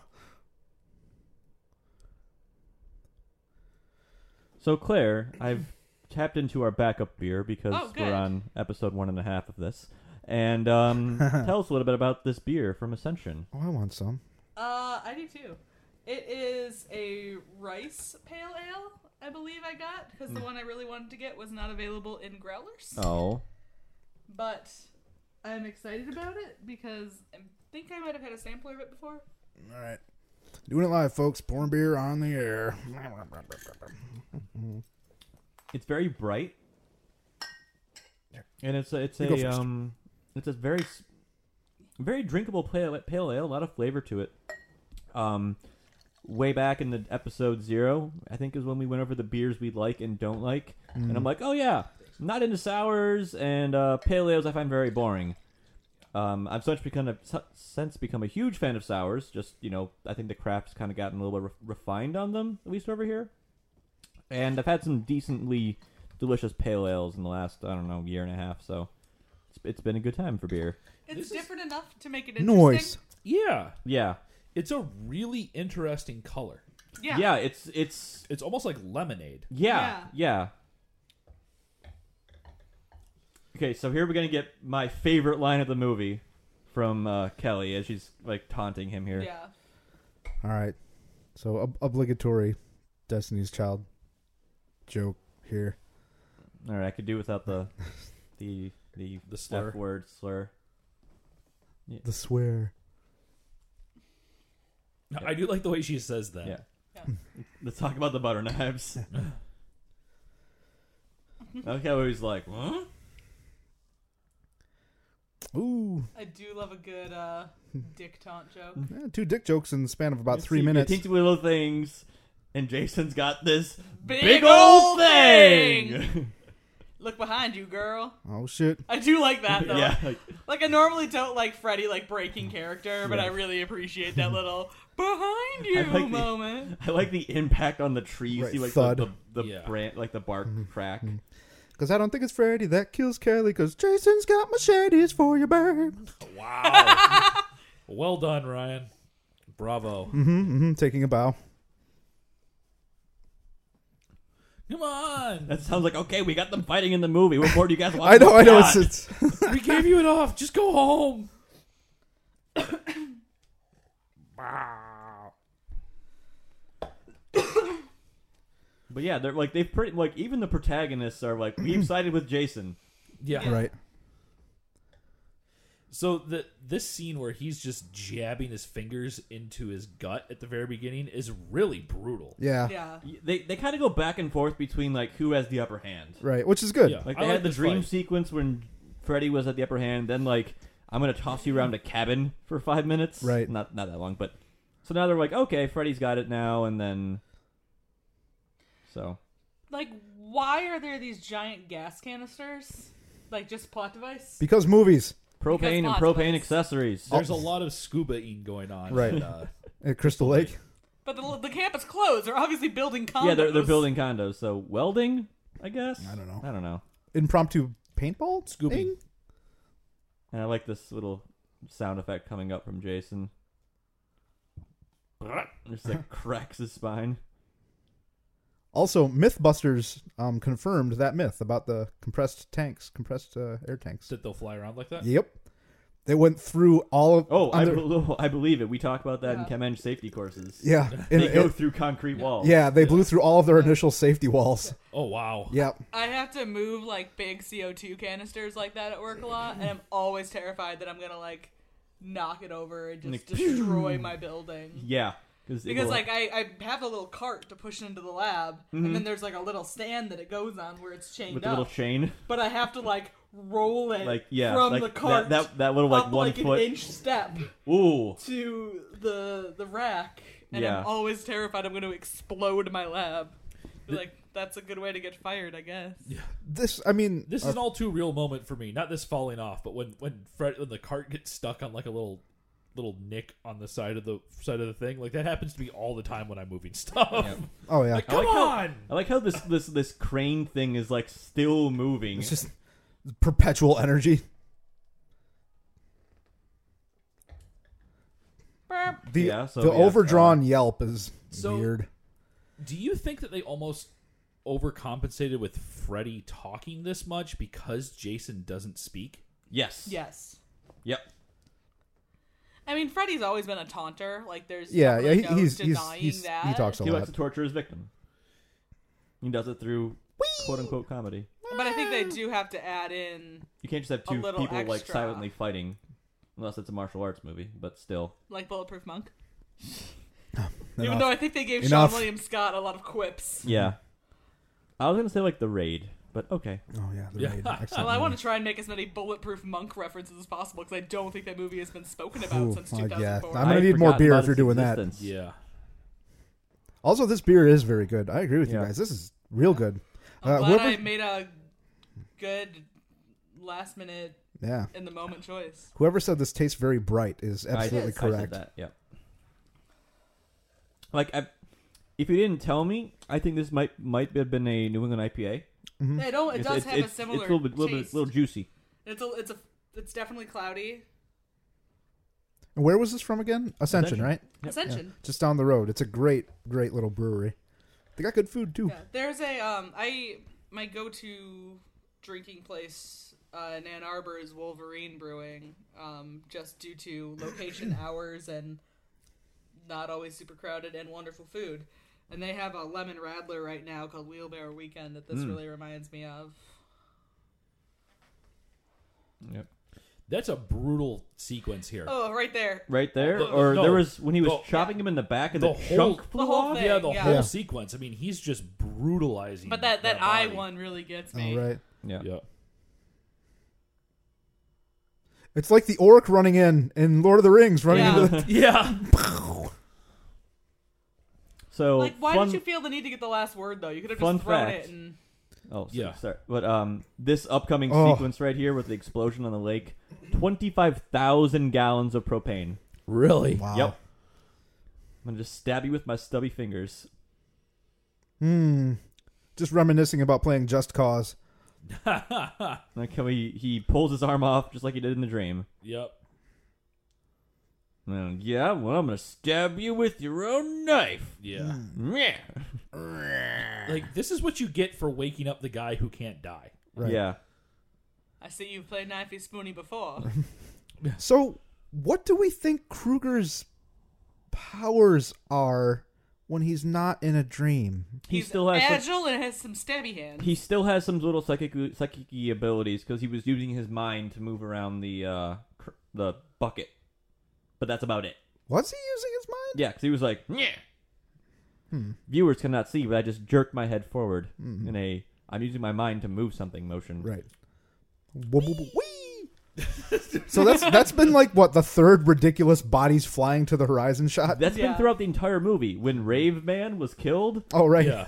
A: So Claire, I've tapped into our backup beer because
D: Oh, good.
A: we're on episode one and a half of this, and um,
B: (laughs)
A: tell us a little bit about this beer from Ascension.
B: Oh, I want some.
D: Uh, I do too. It is a rice pale ale, I believe I got because the one I really wanted to get was not available in growlers.
A: Oh,
D: But I'm excited about it because I think I might have had a sampler of it before.
B: All right. Doing it live, folks. Pouring beer on the air.
A: it's very bright, and it's a, it's
B: You go
A: a
B: first.
A: um, it's a very s- very drinkable pale, pale ale. A lot of flavor to it. Um, way back in the episode zero, I think is when we went over the beers we like and don't like, and
B: Mm.
A: I'm like, oh yeah, not into sours and uh, pale ales. I find very boring. Um, I've since become a, su- since become a huge fan of sours. Just you know, I think the craft's kind of gotten a little bit re- refined on them, at least over here. And I've had some decently delicious pale ales in the last I don't know year and a half. So it's, it's been a good time for beer.
D: It's
C: This is-
D: different enough to make it interesting.
B: Noise.
C: Yeah.
A: Yeah,
C: It's a really interesting color.
D: Yeah.
A: yeah. It's it's
C: It's almost like lemonade.
A: Yeah, yeah. Okay, so here we're gonna get my favorite line of the movie from uh, Kelly as she's like taunting him here.
D: Yeah.
B: All right. So ob- obligatory Destiny's Child joke here.
A: All right, I could do without the the the,
C: The slur.
A: F word slur.
B: The swear.
C: Now, I do like the way she says that.
A: Yeah.
D: Yeah.
A: Let's talk about the butter knives. okay, well, he's like, huh?
B: Ooh.
D: I do love a good uh, dick taunt joke.
B: Yeah, two dick jokes in the span of about
A: You
B: three
A: see- you
B: minutes.
A: Teach little things, and Jason's got this
D: Big
A: big
D: ol'
A: old thing.
D: Look behind you, girl.
B: Oh shit!
D: I do like
A: (laughs)
D: that though.
A: yeah, like,
D: Like I normally don't like Freddy like breaking character, but
A: Yeah.
D: I really appreciate that
A: (laughs)
D: little behind you
A: like the-
D: moment.
A: (laughs) I like the impact on the tree. You
B: Right,
A: see, like
B: thud. Mm-hmm.
A: the the, the
C: Yeah.
A: bran- like the bark crack.
B: Because I don't think it's Freddy that kills Kelly. Because Jason's got machetes for your babe.
C: Wow.
A: (laughs)
C: well done, Ryan. Bravo.
A: Mm.
B: Mm-hmm, hmm taking a bow.
C: Come on.
A: That sounds like okay. We got them fighting in the movie. What more do you guys want?
B: (laughs) I know, I know. It's,
A: God.
B: it's (laughs)
C: We gave you it off. Just go home.
A: But yeah, they're like they've pretty like even the protagonists are like
B: (clears throat)
A: we've sided with Jason.
C: Yeah.
B: right.
C: So the this scene where he's just jabbing his fingers into his gut at the very beginning is really brutal.
B: Yeah,
D: Yeah.
A: They they kind of go back and forth between like who has the upper hand.
B: right. Which is good.
C: Yeah.
A: Like
C: I
A: they
C: like
A: had the
C: this
A: dream
C: fight.
A: sequence when Freddy was at the upper hand. Then like I'm gonna toss you around a cabin for five minutes.
B: Right.
A: Not not that long, but so now they're like okay, Freddy's got it now, and then so
D: Like why are there these giant gas canisters? Like just plot device?
B: Because movies.
A: propane and
D: lots
A: propane
D: of us.
A: accessories.
C: There's a lot of scuba-ing going on.
B: Right. (laughs)
C: in, uh,
B: At Crystal Lake.
D: But the, the camp is closed. They're obviously building condos.
A: Yeah, they're they're building condos. So welding, I guess.
B: I don't know.
A: I don't know.
B: Impromptu paintball
C: Scooby.
B: thing?
A: And I like this little sound effect coming up from Jason. Just like (laughs) cracks his spine.
B: Also, MythBusters um, confirmed that myth about the compressed tanks, compressed uh, air tanks.
C: that they'll fly around like that.
B: Yep, they went through all of.
A: Oh, I,
B: under-
A: bel (laughs) I believe it. We talk about that in
D: Yeah.
A: chem eng safety courses. (laughs)
B: yeah, in-
A: They go
B: in-
A: through concrete walls.
B: yeah, they blew through all of their initial safety walls.
C: Oh wow.
B: Yep,
D: I have to move like big CO2 canisters like that at work a lot, and I'm always terrified that I'm gonna like knock it over and
A: (laughs)
D: just destroy my building.
A: Yeah. Cause it
D: Because
A: will-
D: like I, I have a little cart to push into the lab, and then there's like a little stand that it goes on where it's chained
A: Mm-hmm. with the
D: up.
A: little
D: (laughs)
A: chain.
D: but I have to like roll it
A: Like yeah,
D: from
A: like
D: the cart
A: that, that that little like
D: up
A: one
D: like
A: foot.
D: an inch step
A: Ooh,
D: to the the rack, and
A: Yeah.
D: I'm always terrified I'm going to explode my lab. Like that's a good way to get fired, I guess.
B: this. I mean,
C: This
B: uh,
C: is an all too real moment for me. Not this falling off, but when when Fred when the cart gets stuck on like a little little nick on the side of the side of the thing, like that happens to me all the time when I'm moving (laughs) stuff.
B: oh yeah,
C: Like, come
A: like how-
C: on.
A: I like how this this this crane thing is like still moving.
B: it's just perpetual energy. The
A: Yeah, so,
B: the
A: yeah,
B: overdrawn yelp is
C: So-
B: weird.
C: Do you think that they almost overcompensated with Freddy talking this much because Jason doesn't speak?
A: yes.
D: Yes.
A: Yep.
D: I mean, Freddy's always been a taunter. Like, there's
B: Yeah, yeah,
D: really
B: he,
D: no
B: he's, he's
D: denying
B: he's
D: that.
B: he talks a
A: He likes to
B: lot.
A: torture his victim. He does it through quote unquote comedy.
D: But I think they do have to add in
A: You can't just have
D: A
A: two
D: little
A: people like
D: extra.
A: silently fighting, unless it's a martial arts movie. But still,
D: like Bulletproof Monk. Even
B: Enough.
D: though I think they gave
B: Enough.
D: Sean William Scott a lot of quips.
B: Mm-hmm.
A: yeah. I was gonna say like the raid, but okay.
B: Oh yeah, they're
C: Yeah.
A: (laughs)
B: made.
D: Well,
B: Excellent.
D: I want to try and make as many Bulletproof Monk references as possible because I don't think that movie has been spoken about
B: Ooh,
D: since
B: my God.
D: 2004.
B: I'm uh, gonna
A: I
B: need more
A: forgot
B: beer
A: about
B: if you're
A: its
B: doing that.
A: existence.
C: Yeah.
B: also, this beer is very good. I agree with you
A: Yeah.
B: guys. This is real good.
D: I'm
B: Uh,
D: glad
B: whoever-
D: I made a good last minute
B: yeah,
D: in the moment choice.
B: whoever said this tastes very bright is
A: I-
B: absolutely
A: I, said
B: correct.
A: that. Yeah. Like I, if you didn't tell me, I think this might might have been a New England IPA.
B: Mm-hmm.
D: It, don't, it
A: It's-
D: does
A: it's-
D: have
A: it's-
D: a similar
A: It's a little bit, little bit,
D: taste.
A: little juicy.
D: It's a, it's a, it's definitely cloudy.
B: And where was this from again? Ascension,
A: Ascension.
B: right?
D: Ascension.
B: Just down the road. It's a great, great little brewery. They got good food too.
D: Yeah, there's a um, I my go-to drinking place uh, in Ann Arbor is Wolverine Brewing, um, just due to location, hours, and not always super crowded and wonderful food. And they have a lemon radler right now called Wheelbarrow Weekend that this really reminds me of.
A: Yep.
C: That's a brutal sequence here.
D: Oh, right there.
A: Right there,
C: The-
A: or
C: no,
A: there was when he was
C: the-
A: chopping him in the back, and
C: the
A: the,
C: whole-
A: chunk
D: The
A: flew
D: whole
A: off.
D: thing.
C: yeah, the
D: yeah.
C: whole
B: Yeah.
C: sequence. I mean, he's just brutalizing.
D: But that that eye
C: body.
D: one really gets
B: All
D: me.
B: right.
A: Yeah.
C: Yeah.
B: It's like the orc running in in Lord of the Rings, running
D: Yeah. (laughs)
B: into the.
C: Yeah.
A: So
D: Like, why
A: fun,
D: did you feel the need to get the last word though? You could have
A: fun
D: just thrown
A: fact.
D: it and
A: Oh, so-
C: Yeah.
A: Sorry, but um, this upcoming
B: Oh.
A: sequence right here with the explosion on the lake, twenty-five thousand gallons of propane.
C: Really? (laughs)
B: Wow.
A: Yep. I'm gonna just stab you with my stubby fingers.
B: Hmm. Just reminiscing about playing Just Cause.
A: Like how he he pulls his arm off just like he did in the dream.
C: Yep.
A: And, yeah, well, I'm gonna stab you with your own knife.
C: Yeah.
B: Hmm.
A: Yeah.
C: Like this is what you get for waking up the guy who can't die.
B: Right.
A: Yeah.
D: I see you've played Knifey Spoony before.
B: So, what do we think Kruger's powers are when he's not in a dream?
A: (laughs) He
D: He's
A: still has some-
D: agile and has some stabby hands.
A: He still has some little psychic psychic abilities because he was using his mind to move around the uh cr- the bucket, but that's about it.
B: Was he using his mind?
A: Yeah, because he was like, yeah.
B: Hmm.
A: Viewers cannot see, but I just jerked my head forward in a. I'm using my mind to move something motion.
B: Right. Whoa, whoa, whoa, whee! (laughs) so that's that's been like what the third ridiculous bodies flying to the horizon shot.
A: That's been
D: Yeah.
A: throughout the entire movie.
B: Hmm.
A: When Rave Man was killed,
B: oh right,
C: Yeah.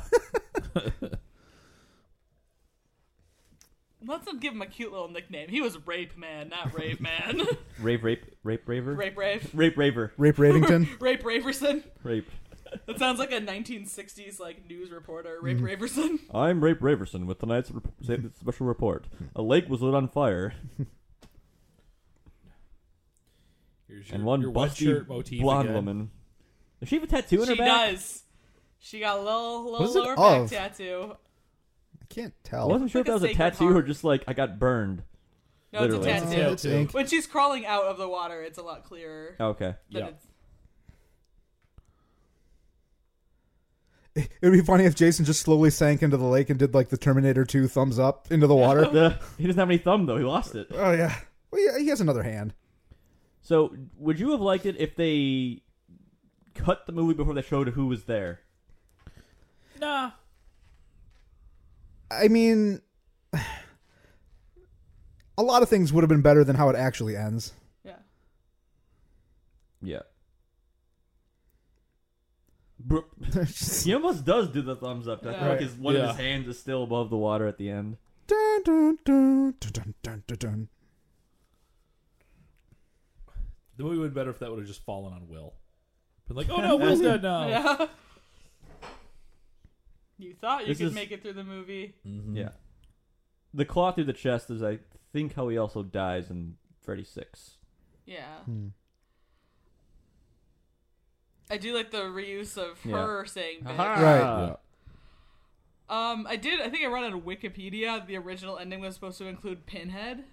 D: Let's not give him a cute little nickname. He was Rape Man, not Rave Man.
A: Rave Rape Rape Raver
D: rape Rave.
A: Rape Raver
B: rape Ravington.
D: (laughs) Rape Raverson.
A: Rape.
D: That sounds like a 1960s like news reporter, Rape Raverson.
A: I'm Rape Raverson with tonight's rep- sa- special report. A lake was lit on fire,
C: Here's your,
A: and one
C: your wet
A: busty
C: shirt motif
A: blonde
C: again.
A: woman. Does she have a tattoo in
D: She
A: her back?
D: does. She got a little,
B: What
D: little
B: is it
D: lower
B: of?
D: back tattoo.
B: I can't
A: I
B: tell.
A: wasn't sure if
D: Like
A: that
D: a
A: was a
D: sacred
A: tattoo or
D: heart.
A: just like I got burned.
D: No,
A: Literally.
D: it's a
B: Oh,
D: tattoo.
B: it's ink.
D: When she's crawling out of the water, it's a lot clearer.
A: Oh, Okay.
D: than
C: Yeah.
D: it's-
B: It would be funny if Jason just slowly sank into the lake and did like the Terminator 2 thumbs up into the water.
A: The- he doesn't have any thumb though. He lost it.
B: (laughs) oh yeah. Well, yeah, he has another hand.
A: So, would you have liked it if they cut the movie before they showed who was there?
C: Nah.
B: I mean, (sighs) a lot of things would have been better than how it actually (laughs) ends.
D: yeah.
A: Yeah. He almost does do the thumbs up. I feel like
B: Right.
A: his, one of his
C: Yeah.
A: hands is still above the water at the end.
B: Dun, dun, dun, dun, dun, dun, dun, dun.
C: The movie would have been better if that would have just fallen on Will. Been like, oh
A: (laughs)
C: no, Will's dead now.
D: Yeah. (laughs) You thought you
A: Oh. This
D: could
A: is-
D: make it through the movie.
C: Mm-hmm.
A: Yeah. Mm-hmm. The claw through the chest is, I think, how he also dies in Freddy Six.
D: Yeah.
A: Hmm.
D: I do like the reuse of
A: Yeah.
D: her saying bitch.
B: Ah. Right.
D: Um, I did. I think I read on Wikipedia the original ending was supposed to include Pinhead.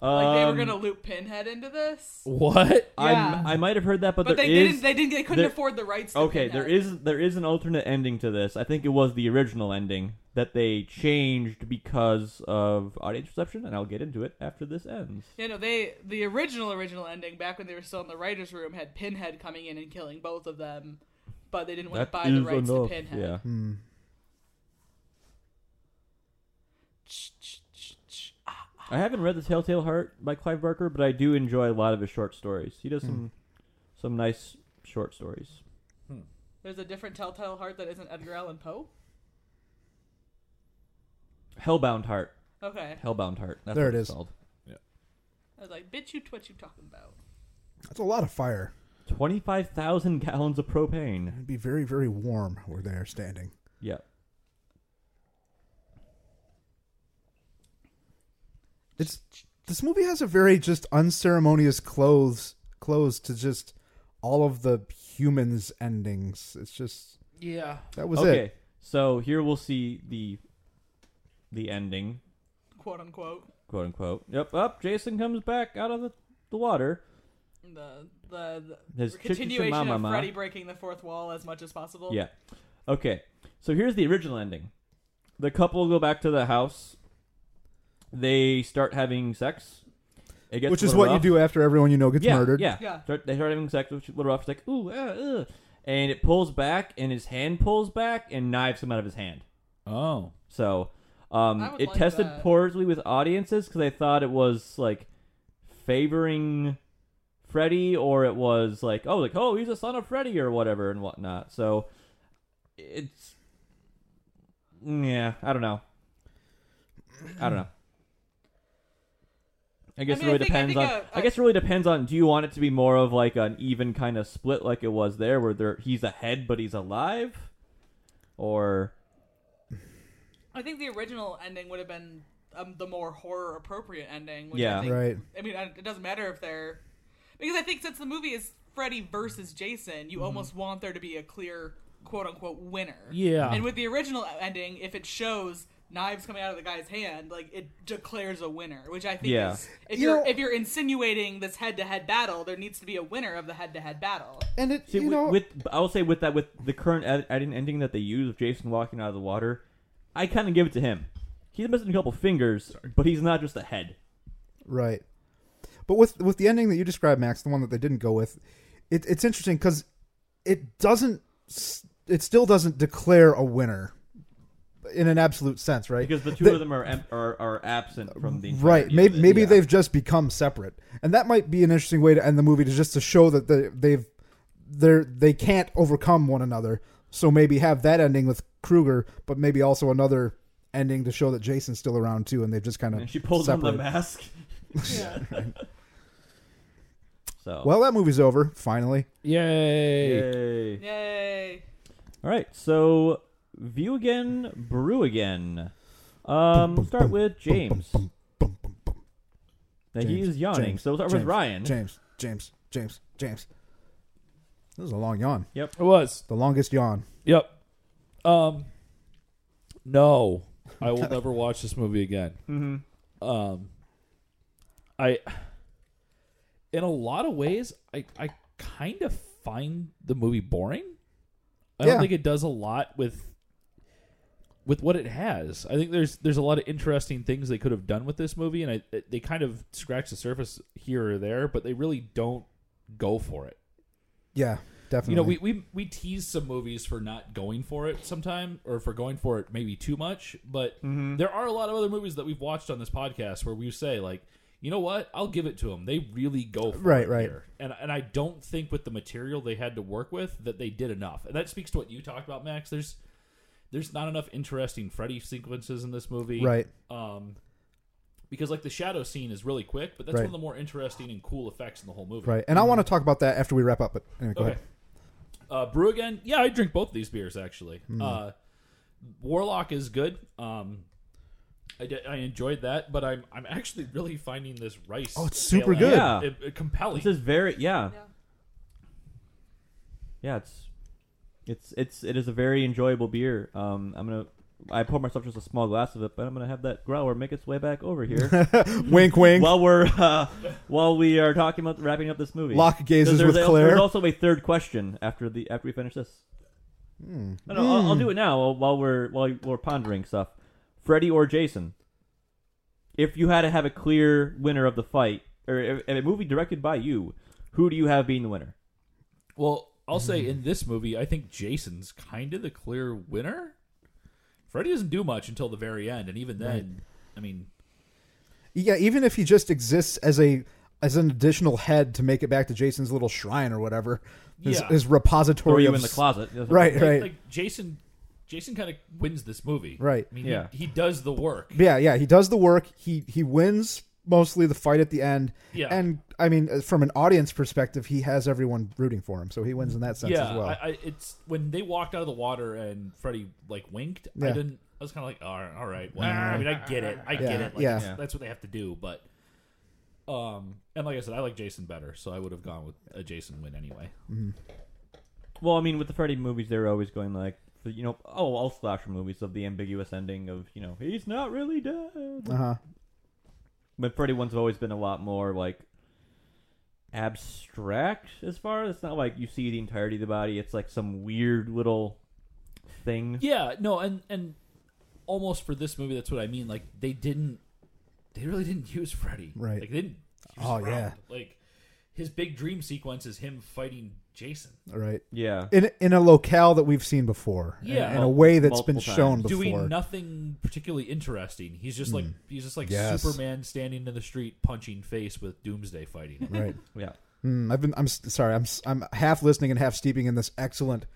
D: Like they were
A: Um,
D: gonna loop Pinhead into this,
C: What?
A: I'm-
D: Yeah.
A: I might have heard that, but,
D: but
A: there
D: they
A: is-
D: didn't. They didn't. They couldn't
A: there-
D: afford the rights. To
A: Okay,
D: Pinhead.
A: there is there is an alternate ending to this. I think it was the original ending that they changed because of audience reception, and I'll get into it after this ends.
D: You know, they the original original ending back when they were still in the writers' room had Pinhead coming in and killing both of them, but they didn't want to buy the rights
A: enough,
D: to Pinhead.
A: Yeah.
B: Hmm.
A: I haven't read The Telltale Heart by Clive Barker, but I do enjoy a lot of his short stories. He
B: Hmm.
A: does some some nice short stories.
D: There's a different Telltale Heart that isn't Edgar Allan Poe.
A: Hellbound Heart.
D: Okay,
A: Hellbound Heart. That's
B: There
A: what
B: it
A: it's
B: is.
A: called.
D: I was like, bitch, you t- what you talking about?
B: That's a lot of fire.
A: 25,000 gallons of propane.
B: It'd be very, very warm where they are standing.
A: Yeah.
B: It's this movie has a very just unceremonious close close to just all of the humans endings. It's just
C: Yeah.
B: that was
A: okay.
B: it.
A: So here we'll see the the ending.
D: Quote unquote.
A: quote unquote. Yep, up. Jason comes back out of the, the water.
D: The the, the
A: His
D: continuation
A: chicken mama
D: of
A: ma.
D: Freddy breaking the fourth wall as much as possible.
A: Yeah. Okay. So here's the original ending. The couple go back to the house. They start having sex. It gets
B: Which
A: a
B: is
A: little
B: what you
A: rough.
B: do after everyone you know gets
A: yeah,
B: murdered.
A: Yeah.
D: Yeah.
A: Start, they start having sex. Which is a little rough. It's like ooh, uh, uh. and it pulls back, and his hand pulls back, and knives come out of his hand.
C: Oh.
A: So
D: I
A: um,
D: would
A: it
D: like
A: tested
D: that.
A: poorly with audiences because they thought it was like favoring Freddy or it was like oh like oh he's a son of Freddy or whatever and whatnot. So it's yeah I don't know. I don't know. I guess
D: mean,
A: it
D: I
A: really
D: think- I
A: depends
D: think,
A: on.
D: uh,
A: I guess it really depends on. Do you want it to be more of like an even kind of split, like it was there, where there he's ahead but he's alive, or
D: I think the original ending would have been um, the more horror appropriate ending. Which
A: Yeah.
D: I think,
B: Right.
D: I mean, I- it doesn't matter if they're because I think since the movie is Freddy versus Jason,
B: Mhm.
D: you almost want there to be a clear quote unquote winner.
C: Yeah.
D: And with the original e-, ending, if it shows knives coming out of the guy's hand, like it declares a winner, which I think
A: Yeah.
D: is if
B: You
D: you are
B: know-
D: if you're insinuating this head to head battle, there needs to be a winner of the head to head battle.
B: (laughs) And it,
A: See,
B: you
A: with,
B: know,
A: with I will say with that with the current ed- edit ending that they use of Jason walking out of the water, I kind of give it to him. He's missing a couple fingers, but he's not just a head.
B: Right. But with with the ending that you described, Max, the one that they didn't go with, it, it's interesting because it doesn't, s- it still doesn't declare a winner in an absolute sense, right?
A: Because the two of them are, em- are are absent from the entire
B: Right.
A: unit.
B: Maybe maybe
A: Yeah.
B: they've just become separate, and that might be an interesting way to end the movie, to just to show that they, they've they're they can't overcome one another. So maybe have that ending with Kruger, but maybe also another ending to show that Jason's still around too, and they've just kind of
A: And she pulls on the
B: separate.
A: mask. (laughs) so
B: Well, that movie's over finally.
C: Yay.
A: yay.
D: Yay!
A: All right, so view again, brew again. Um, we'll start with James. Now he
B: James,
A: is yawning,
B: James,
A: so we'll start with
B: James,
A: Ryan.
B: James, James, James, James. This is a long yawn.
C: It was.
B: The longest yawn.
C: Yep. Um. No, I will never watch this movie again. Um. I. In a lot of ways, I I kind of find the movie boring. I
B: Yeah.
C: don't think it does a lot with with what it has. I think there's there's a lot of interesting things they could have done with this movie, and I, they kind of scratch the surface here or there, but they really don't go for it.
B: Yeah, definitely.
C: You know, we, we we tease some movies for not going for it sometime, or for going for it maybe too much. But
B: Mm-hmm.
C: there are a lot of other movies that we've watched on this podcast where we say like, you know what, I'll give it to them. They really go for
B: Right,
C: it
B: right.
C: here. And and I don't think with the material they had to work with that they did enough. And that speaks to what you talked about, Max. There's there's not enough interesting Freddy sequences in this movie,
B: Right.
C: Um, because like the shadow scene is really quick, but that's
B: Right.
C: one of the more interesting and cool effects in the whole movie,
B: right. And I want to talk about that after we wrap up. But anyway, go
C: Okay.
B: ahead.
C: Uh, brew again. Yeah, I drink both these beers actually.
B: Hmm.
C: Uh, Warlock is good. Um, I, di- I enjoyed that, but I'm I'm actually really finding this rice.
B: Oh, it's super
C: ale
B: good.
A: Yeah.
C: it- it- compelling.
A: This is very yeah.
D: Yeah.
A: Yeah, it's it's it's it is a very enjoyable beer. Um, I'm gonna I poured myself just a small glass of it, but I'm gonna have that growler make its way back over here
B: Wink,
A: (laughs)
B: wink.
A: while we're
B: (laughs)
A: uh, while we are talking about wrapping up this movie.
B: Lock
A: Because
B: gazes
A: there's
B: with
A: al-
B: Claire.
A: There's also a third question after the after we finish this.
B: Hmm.
A: No, no, I'll, I'll do it now while we're while we're pondering stuff. Freddy or Jason? If you had to have a clear winner of the fight, or if, in a movie directed by you, who do you have being the winner?
C: well, I'll
B: Hmm.
C: say in this movie, I think Jason's kind of the clear winner. Freddy doesn't do much until the very end, and even then, I mean,
B: yeah, even if he just exists as a as an additional head to make it back to Jason's little shrine or whatever, his,
C: Yeah.
B: his
A: Throw
B: repository
A: you
B: of
A: in the
B: s-
A: closet.
B: Right,
C: like,
B: right,
C: like Jason, Jason kind of wins this movie,
B: right.
C: I mean,
A: Yeah.
C: he, he does the work.
B: Yeah, yeah. He does the work. He he wins mostly the fight at the end.
C: Yeah.
B: And I mean, uh, from an audience perspective, he has everyone rooting for him, so he wins in that sense
C: yeah,
B: as well.
C: I, I, it's when they walked out of the water and Freddy like winked. I
B: Yeah.
C: didn't. I was kind of like, all right, all right. Well, I mean, I get it. I
B: Yeah,
C: get it. Like,
B: yeah.
C: That's,
A: Yeah.
C: that's what they have to do. But, um, and like I said, I like Jason better, so I would have gone with a Jason win anyway.
A: Well, I mean, with the Freddy movies, they're always going like, you know, oh, all slasher movies of the ambiguous ending of, you know, he's not really dead.
B: uh huh.
A: But Freddy ones have always been a lot more like abstract as far as it's not like you see the entirety of the body. It's like some weird little thing.
C: Yeah, no, and and almost for this movie, that's what I mean. Like they didn't, they really didn't use Freddy.
B: Right.
C: Like they didn't. Use
B: Oh,
C: him
B: yeah.
C: around. Like his big dream sequence is him fighting Jason.
B: All right.
A: Yeah.
B: in in a locale that we've seen before.
C: Yeah.
B: in a way that's
A: Multiple
B: been shown
A: times.
B: before. Hmm.
C: doing nothing particularly interesting. He's just like he's just like
B: Yes.
C: Superman standing in the street punching face with Doomsday fighting.
D: (laughs)
C: him.
B: right.
A: Yeah.
B: Mm, I've been. I'm s- sorry. I'm. s- I'm half listening and half steeping in this excellent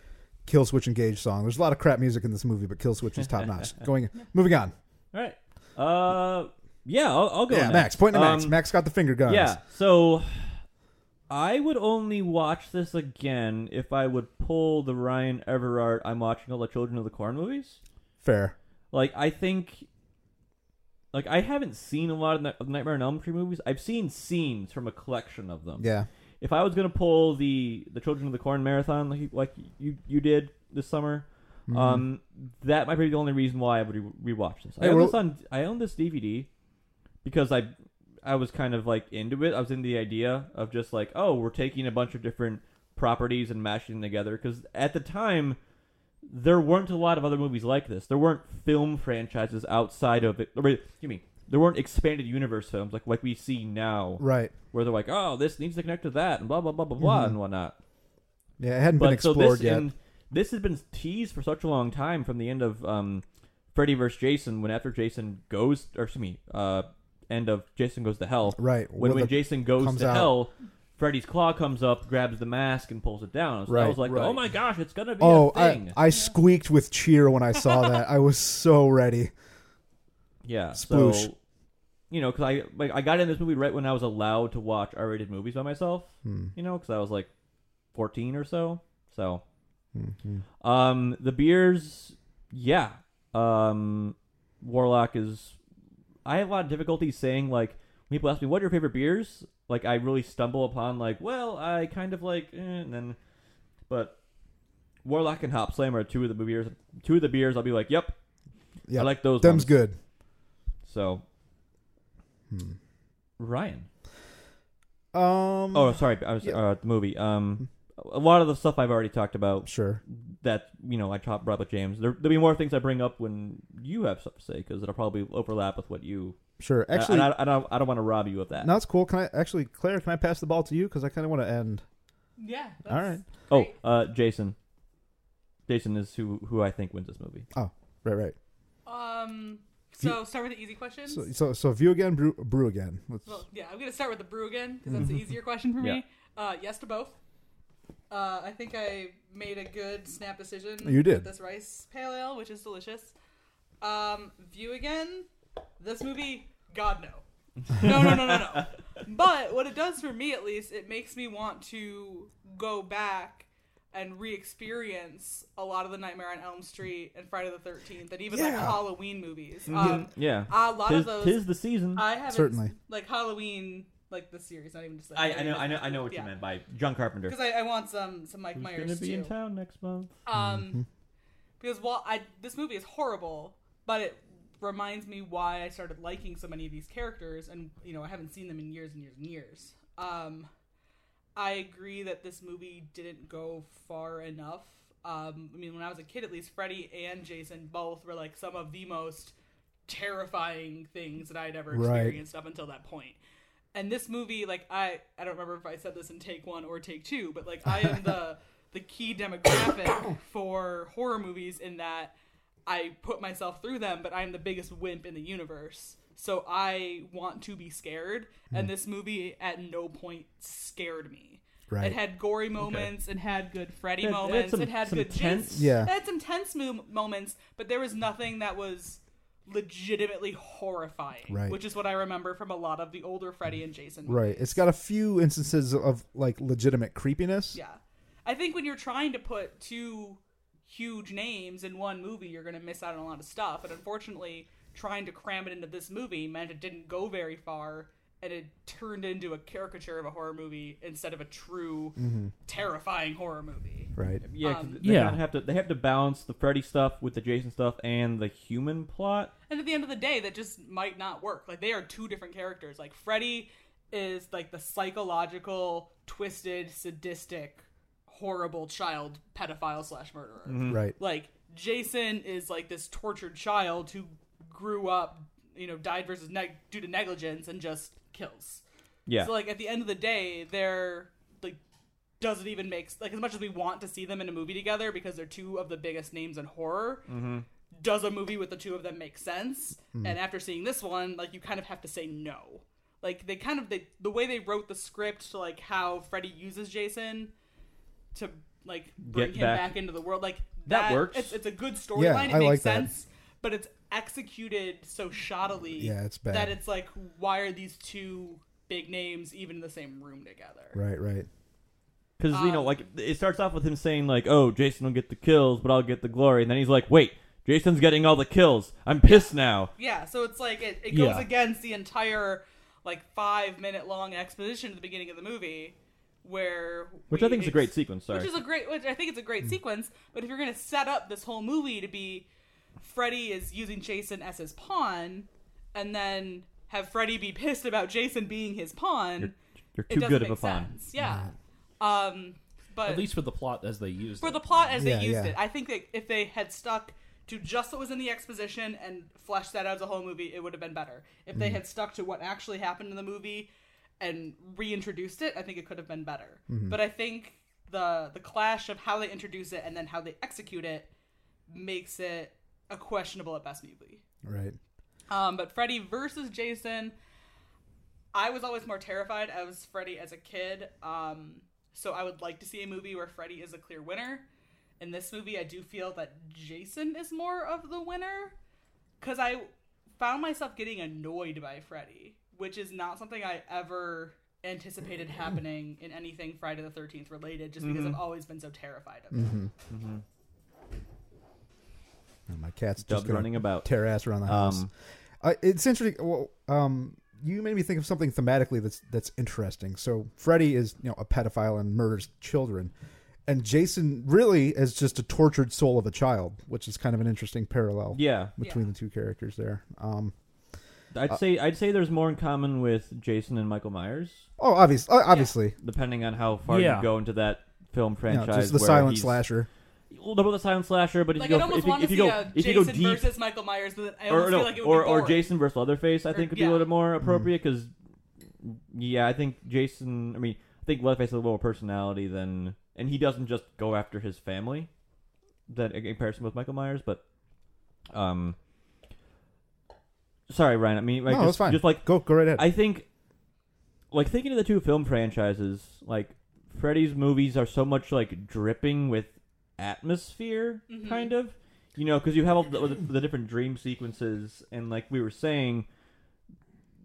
A: (laughs)
B: Kill Switch Engage song. There's a lot of crap music in this movie, but Kill Switch is top notch. Going. Moving on.
A: All right. Uh, yeah, I'll, I'll go.
B: Yeah,
A: next.
B: Max. Point to Max.
A: Um,
B: Max got the finger guns.
A: Yeah, so I would only watch this again if I would pull the Ryan Everard. I'm watching all the Children of the Corn movies.
B: Fair.
A: Like I think, like I haven't seen a lot of Ni- of Nightmare on Elm Street movies. I've seen scenes from a collection of them.
B: Yeah.
A: If I was gonna pull the the Children of the Corn marathon like you, like you you did this summer, um, that might be the only reason why I would re- rewatch this. I
B: Hey,
A: own
B: we're-
A: this on I own this DVD because I I was kind of like into it. I was into the idea of just like oh we're taking a bunch of different properties and mashing them together because at the time there weren't a lot of other movies like this. There weren't film franchises outside of it. Or, wait, excuse me. There weren't expanded universe films like like we see now,
B: Right.
A: where they're like, oh, this needs to connect to that, and blah blah blah blah blah, and whatnot.
B: Yeah, it hadn't Mm-hmm. been
A: But so
B: explored
A: this
B: yet.
A: and- this has been teased for such a long time from the end of um, Freddy vs. Jason, when after Jason goes, or excuse me, uh, end of Jason goes to hell.
B: right.
A: When,
B: Where
A: when
B: the-
A: Jason goes
B: comes
A: to
B: out.
A: hell, Freddy's claw comes up, grabs the mask, and pulls it down. So I
B: Right,
A: was like,
C: right.
A: oh my gosh, it's gonna be
B: oh,
A: a thing.
B: I, I squeaked with cheer when I saw that. I was so ready.
A: Yeah.
B: Sploosh.
A: So, you know, because I like I got in this movie right when I was allowed to watch R-rated movies by myself.
B: Hmm,
A: You know, because I was like 14 or so. So,
B: hmm,
A: um, the beers, yeah. Um, Warlock is. I have a lot of difficulty saying like when people ask me what are your favorite beers. Like I really stumble upon like well I kind of like eh, and then, but. Warlock and Hop Slam are two of the beers. Two of the beers, I'll be like, "Yep, I
B: Yeah.
A: like those."
B: Them's
A: ones.
B: good. Hmm.
A: So, Ryan.
B: Um.
A: Oh, sorry, I was
B: Yeah.
A: uh, the movie. Um, a lot of the stuff I've already talked about.
B: Sure.
A: That you know, I talked brought up with James. There, there'll be more things I bring up when you have stuff to say because it'll probably overlap with what you.
B: Sure.
A: and I-
B: Actually,
A: and I, I don't. I don't want to rob you of that.
B: no, that's cool. Can I actually, Claire? Can I pass the ball to you because I kind of want to end.
D: Yeah.
B: All right.
A: Oh, uh, Jason. Jason is who who I think wins this movie.
B: Oh, right, right.
D: Um. So start with the easy questions.
B: So, so, so view again, brew, brew again. Let's,
D: Well, yeah, I'm gonna start with the brew again because
B: Mm-hmm.
D: that's the easier question for me. Uh, yes to both. Uh, I think I made a good snap decision.
B: You did.
D: with this rice pale ale, which is delicious. Um, view again. This movie, God no, no, no, no, no,
B: (laughs)
D: no. but what it does for me, at least, it makes me want to go back and re-experience a lot of the Nightmare on Elm Street and Friday the Thirteenth, and even like
B: Yeah. Mm-hmm.
D: Halloween movies. Um,
A: Yeah.
D: a lot
A: tis,
D: of those. uh,
A: tis the season.
D: I haven't
B: Certainly.
D: like Halloween, like the series, not even just. Like,
A: I, I know. I know. I know what
D: Yeah.
A: you meant by John Carpenter.
D: Because I, I want some some Mike
A: Who's
D: Myers
A: gonna be
D: too.
A: in town next month?
D: Um, because while I this movie is horrible, but it reminds me why I started liking so many of these characters, and you know I haven't seen them in years and years and years. Um, I agree that this movie didn't go far enough. Um, I mean, when I was a kid, at least Freddy and Jason both were like some of the most terrifying things that I had ever
B: Right.
D: experienced up until that point. And this movie, like I, I don't remember if I said this in take one or take two, but like I am the the key demographic for horror movies in that I put myself through them, but I'm the biggest wimp in the universe. So I want to be scared,
B: Hmm.
D: and this movie at no point scared me.
B: Right.
D: It had gory moments, it had good Freddy
A: It- it had
D: moments,
A: some-
D: it had
A: some
D: good
A: tense-
D: tense,
B: Yeah.
D: it had some tense mo- moments, but there was nothing that was legitimately horrifying,
B: Right.
D: which is what I remember from a lot of the older Freddy and Jason.
B: Right. It's got a few instances of like legitimate creepiness.
D: Yeah. I think when you're trying to put two huge names in one movie, you're going to miss out on a lot of stuff. And unfortunately, trying to cram it into this movie meant it didn't go very far and it turned into a caricature of a horror movie instead of a true, terrifying horror movie.
B: Right.
A: Yeah, 'cause
D: Um,
A: they
C: Yeah.
A: kind of have to. They have to balance the Freddy stuff with the Jason stuff and the human plot.
D: And at the end of the day, that just might not work. Like they are two different characters. Like Freddy is like the psychological, twisted, sadistic, horrible child pedophile slash murderer.
B: Right.
D: Like Jason is like this tortured child who grew up, you know, died versus neg- due to negligence and just kills.
A: Yeah,
D: So like at the end of the day, they're like doesn't even make like as much as we want to see them in a movie together because they're two of the biggest names in horror.
A: Mm-hmm.
D: Does a movie with the two of them make sense?
B: Hmm.
D: And after seeing this one, like you kind of have to say no. Like they kind of they the way they wrote the script to like how Freddy uses Jason to like bring
A: Get
D: him
A: back-
D: back. into the world. Like
A: That works.
D: It's, it's a good storyline.
B: Yeah,
D: it
B: I
D: makes
B: like that.
D: sense, but it's executed so shoddily
B: Yeah, it's bad.
D: that it's like, why are these two big names even in the same room together?
B: Right, right.
A: Because you
D: Um,
A: know, like it starts off with him saying like, "Oh, Jason will get the kills, but I'll get the glory," and then he's like, "Wait, Jason's getting all the kills. I'm pissed now."
D: Yeah, so it's like it, it goes
C: Yeah.
D: against the entire like five minute long exposition at the beginning of the movie, where
A: Which
D: we
A: I think is a
D: ex-
A: great sequence. Sorry, Mm.
D: Which is a great, which I think it's a great sequence. But if you're going to set up this whole movie to be Freddy is using Jason as his pawn, and then have Freddy be pissed about Jason being his pawn,
A: you're, you're
D: it
A: too
D: doesn't
A: good
D: make
A: of a pawn.
D: sense. Yeah. Um, but
C: At least for the plot as they used
D: for
C: it.
D: the plot as
B: Yeah,
D: they used
B: yeah.
D: it, I think that if they had stuck to just what was in the exposition and fleshed that out as a whole movie, it would have been better. If
B: Mm.
D: they had stuck to what actually happened in the movie and reintroduced it, I think it could have been better.
B: Mm-hmm.
D: But I think the the clash of how they introduce it and then how they execute it makes it a questionable at best movie.
B: Right.
D: Um, but Freddy versus Jason, I was always more terrified as Freddy as a kid. Um, so I would like to see a movie where Freddy is a clear winner. In this movie, I do feel that Jason is more of the winner because I found myself getting annoyed by Freddy, which is not something I ever
A: (clears throat)
D: anticipated happening in anything Friday the 13th related, just
A: Mm-hmm.
D: because I've always been so terrified of it.
B: And Oh, my cat's
A: Dub
B: just gonna
A: running about.
B: tear ass around the house.
A: Um,
B: Uh, it's interesting. Well, um, you made me think of something thematically that's that's interesting. So Freddy is you know a pedophile and murders children, and Jason really is just a tortured soul of a child, which is kind of an interesting parallel
A: Yeah,
B: between
D: Yeah.
B: the two characters there. Um,
A: I'd
B: uh,
A: say I'd say there's more in common with Jason and Michael Myers,
B: oh, obviously, obviously,
A: depending on how far
C: Yeah.
A: you go into that film
B: you know,
A: franchise.
B: just the
A: where
B: silent
A: he's-
B: slasher.
A: Well, about the silent slasher, but if
D: Like,
A: you
D: I'd
A: go if
D: almost
A: you,
D: want to
A: if
D: see
A: you go
D: a
A: if you
D: Jason
A: go deep,
D: versus Michael Myers, but I almost
A: or no,
D: feel like it would
A: or,
D: be
A: or
D: boring.
A: Jason versus Leatherface, I think would be
D: yeah.
A: a little
B: Mm-hmm.
A: more appropriate because, yeah, I think Jason. I mean, I think Leatherface has a little more personality than, and he doesn't just go after his family. That in comparison with Michael Myers, but, um, sorry, Ryan. I mean, like,
B: no,
A: just,
B: it's fine.
A: just like
B: go go right ahead.
A: I think, like thinking of the two film franchises, like Freddy's movies are so much like dripping with atmosphere, kind of. You know, because you have all the, the different dream sequences, and like we were saying,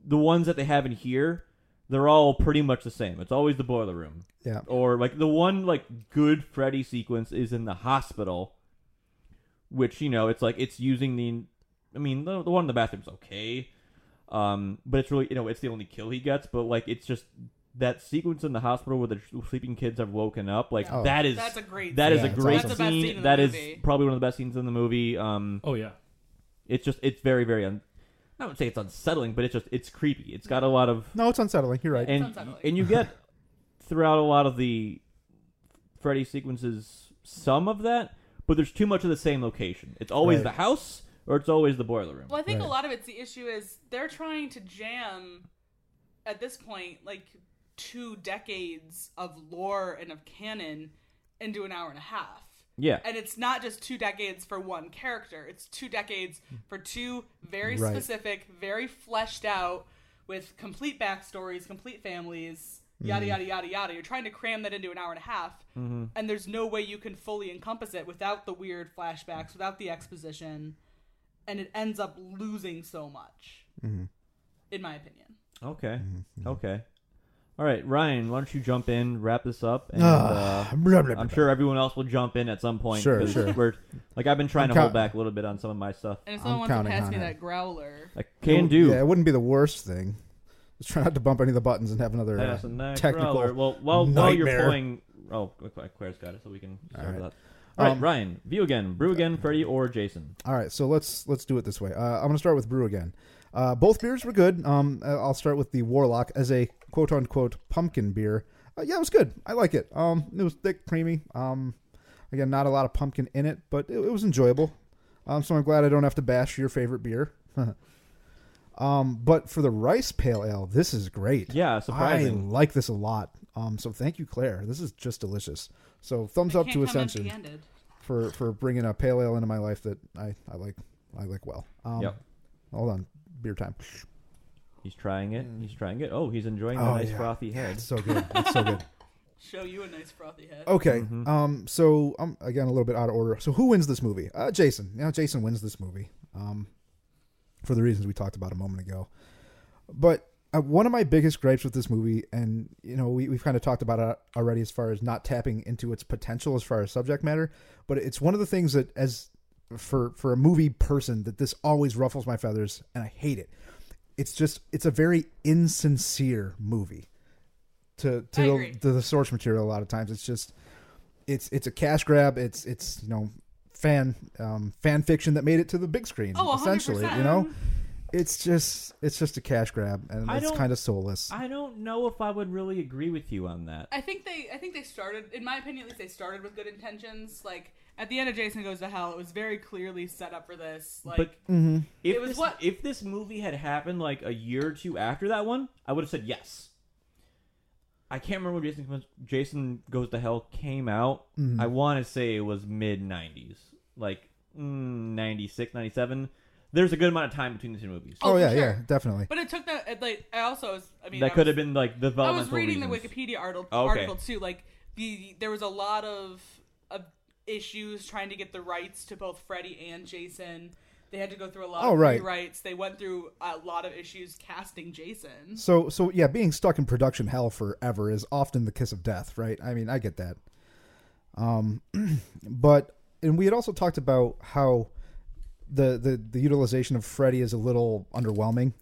A: the ones that they have in here, they're all pretty much the same. It's always the boiler room,
B: yeah,
A: or like the one like good Freddy sequence is in the hospital, which you know it's like it's using the. I mean, the, the one in the bathroom's okay, um, but it's really you know it's the only kill he gets. But like it's just that sequence in the hospital where the sleeping kids have woken up. Like
D: Yeah.
B: Oh.
A: that is
D: That's a great
A: that
D: scene.
A: is
B: Yeah,
A: a
B: it's
A: great
B: awesome. That's
D: the best
A: scene.
D: scene in the
A: that is
D: movie.
A: probably one of the best scenes in the movie. Um,
C: Oh yeah.
A: it's just it's very very. Un- I would say it's unsettling, but it's just it's creepy. It's got a lot of
B: no, it's unsettling. You're (sighs) right.
A: and
D: unsettling.
A: and you get throughout a lot of the Freddy sequences some of that, but there's too much of the same location. It's always
B: Right.
A: the house or it's always the boiler room.
D: Well, I think
B: Right.
D: a lot of it's the issue is they're trying to jam at this point like two decades of lore and of canon into an hour and a half.
A: Yeah,
D: And it's not just two decades for one character. It's two decades for two very
B: Right.
D: specific, very fleshed out with complete backstories, complete families,
B: Mm-hmm.
D: yada yada yada yada. You're trying to cram that into an hour and a half, and there's no way you can fully encompass it without the weird flashbacks, without the exposition, and it ends up losing so much.
B: Mm-hmm.
D: In my opinion.
A: okay, okay. All right, Ryan, why don't you jump in, wrap this up, and uh,
B: Ah, blah, blah, blah,
A: I'm
B: blah.
A: sure everyone else will jump in at some point.
B: Sure,
A: 'cause
B: sure.
A: We're, like I've been trying
B: I'm
A: to hold
B: count-
A: back a little bit on some of my stuff.
D: And if
B: I'm
D: someone wants to
B: counting
D: pass
B: on
D: me
B: it.
D: that growler,
A: I can do.
B: Yeah, it wouldn't be the worst thing. Let's try not to bump any of the buttons and have another uh,
A: Pass and that
B: technical.
A: growler. Well, while, while you're
B: nightmare.
A: playing, oh, look like Claire's got it, so we can start
B: All
A: with
B: right.
A: that. All right,
B: Um,
A: Ryan, view again, brew again, Freddy or Jason.
B: All right, so let's let's do it this way. Uh, I'm going to start with brew again. Uh, both beers were good. Um, uh, I'll start with the Warlock as a quote unquote pumpkin beer. Uh, yeah, it was good. I like it. Um, it was thick, creamy. Um, again, not a lot of pumpkin in it, but it, it was enjoyable. Um, so I'm glad I don't have to bash your favorite beer. (laughs) um, but for the rice pale ale, this is great.
A: Yeah,
B: I
A: surprising.
B: like this a lot. Um, so thank you, Claire. This is just delicious. So thumbs up to Ascension
D: ended.
B: for for bringing a pale ale into my life that I I like I like well. Um,
A: Yep.
B: Hold on, beer time.
A: He's trying it. He's trying it. Oh, he's enjoying the
B: Oh,
A: nice
B: yeah.
A: frothy head.
B: It's so good. It's
A: (laughs)
B: so good.
D: Show you a nice frothy head.
B: Okay.
A: Mm-hmm.
B: Um. So um. Again, a little bit out of order. So who wins this movie? Uh, Jason. You know, Jason wins this movie. Um. for the reasons we talked about a moment ago. But uh, one of my biggest gripes with this movie, and you know, we, we've kind of talked about it already as far as not tapping into its potential as far as subject matter, but it's one of the things that, as for for a movie person, that this always ruffles my feathers, and I hate it. It's just it's a very insincere movie to to
D: I
B: the,
D: agree.
B: to the source material. A lot of times, it's just it's it's a cash grab. It's it's you know fan um, fan fiction that made it to the big screen.
D: Oh, 100%.
B: essentially, you know it's just it's just a cash grab and
A: I
B: it's
A: don't-
B: kind of soulless
A: I don't know if I would really agree with you on that.
D: I think they I think they started in my opinion at least they started with good intentions. Like at the end of Jason Goes to Hell, it was very clearly set up for this. Like
A: But
B: Mm-hmm.
A: if
D: It was
A: this,
D: what-
A: if this movie had happened like a year or two after that one, I would have said yes. I can't remember when Jason comes, Jason Goes to Hell came out.
B: Mm-hmm.
A: I want to say it was mid '90s, like mm, '96, '97. There's a good amount of time between the two movies.
D: Oh,
B: oh,
D: for
B: yeah
D: sure.
B: yeah definitely
D: But it took that it, like I also was I mean
A: that
D: I
A: could
D: was-
A: have been like
D: I
A: developmental.
D: was reading
A: reasons.
D: the Wikipedia article
A: Oh, okay.
D: article too. Like the there was a lot of, of issues trying to get the rights to both Freddy and Jason. They had to go through a lot
B: Oh,
D: of
B: right.
D: rewrites. They went through a lot of issues casting Jason.
B: so so yeah being stuck in production hell forever is often the kiss of death right i mean i get that um (clears throat) but and we had also talked about how the the, the utilization of freddy is a little underwhelming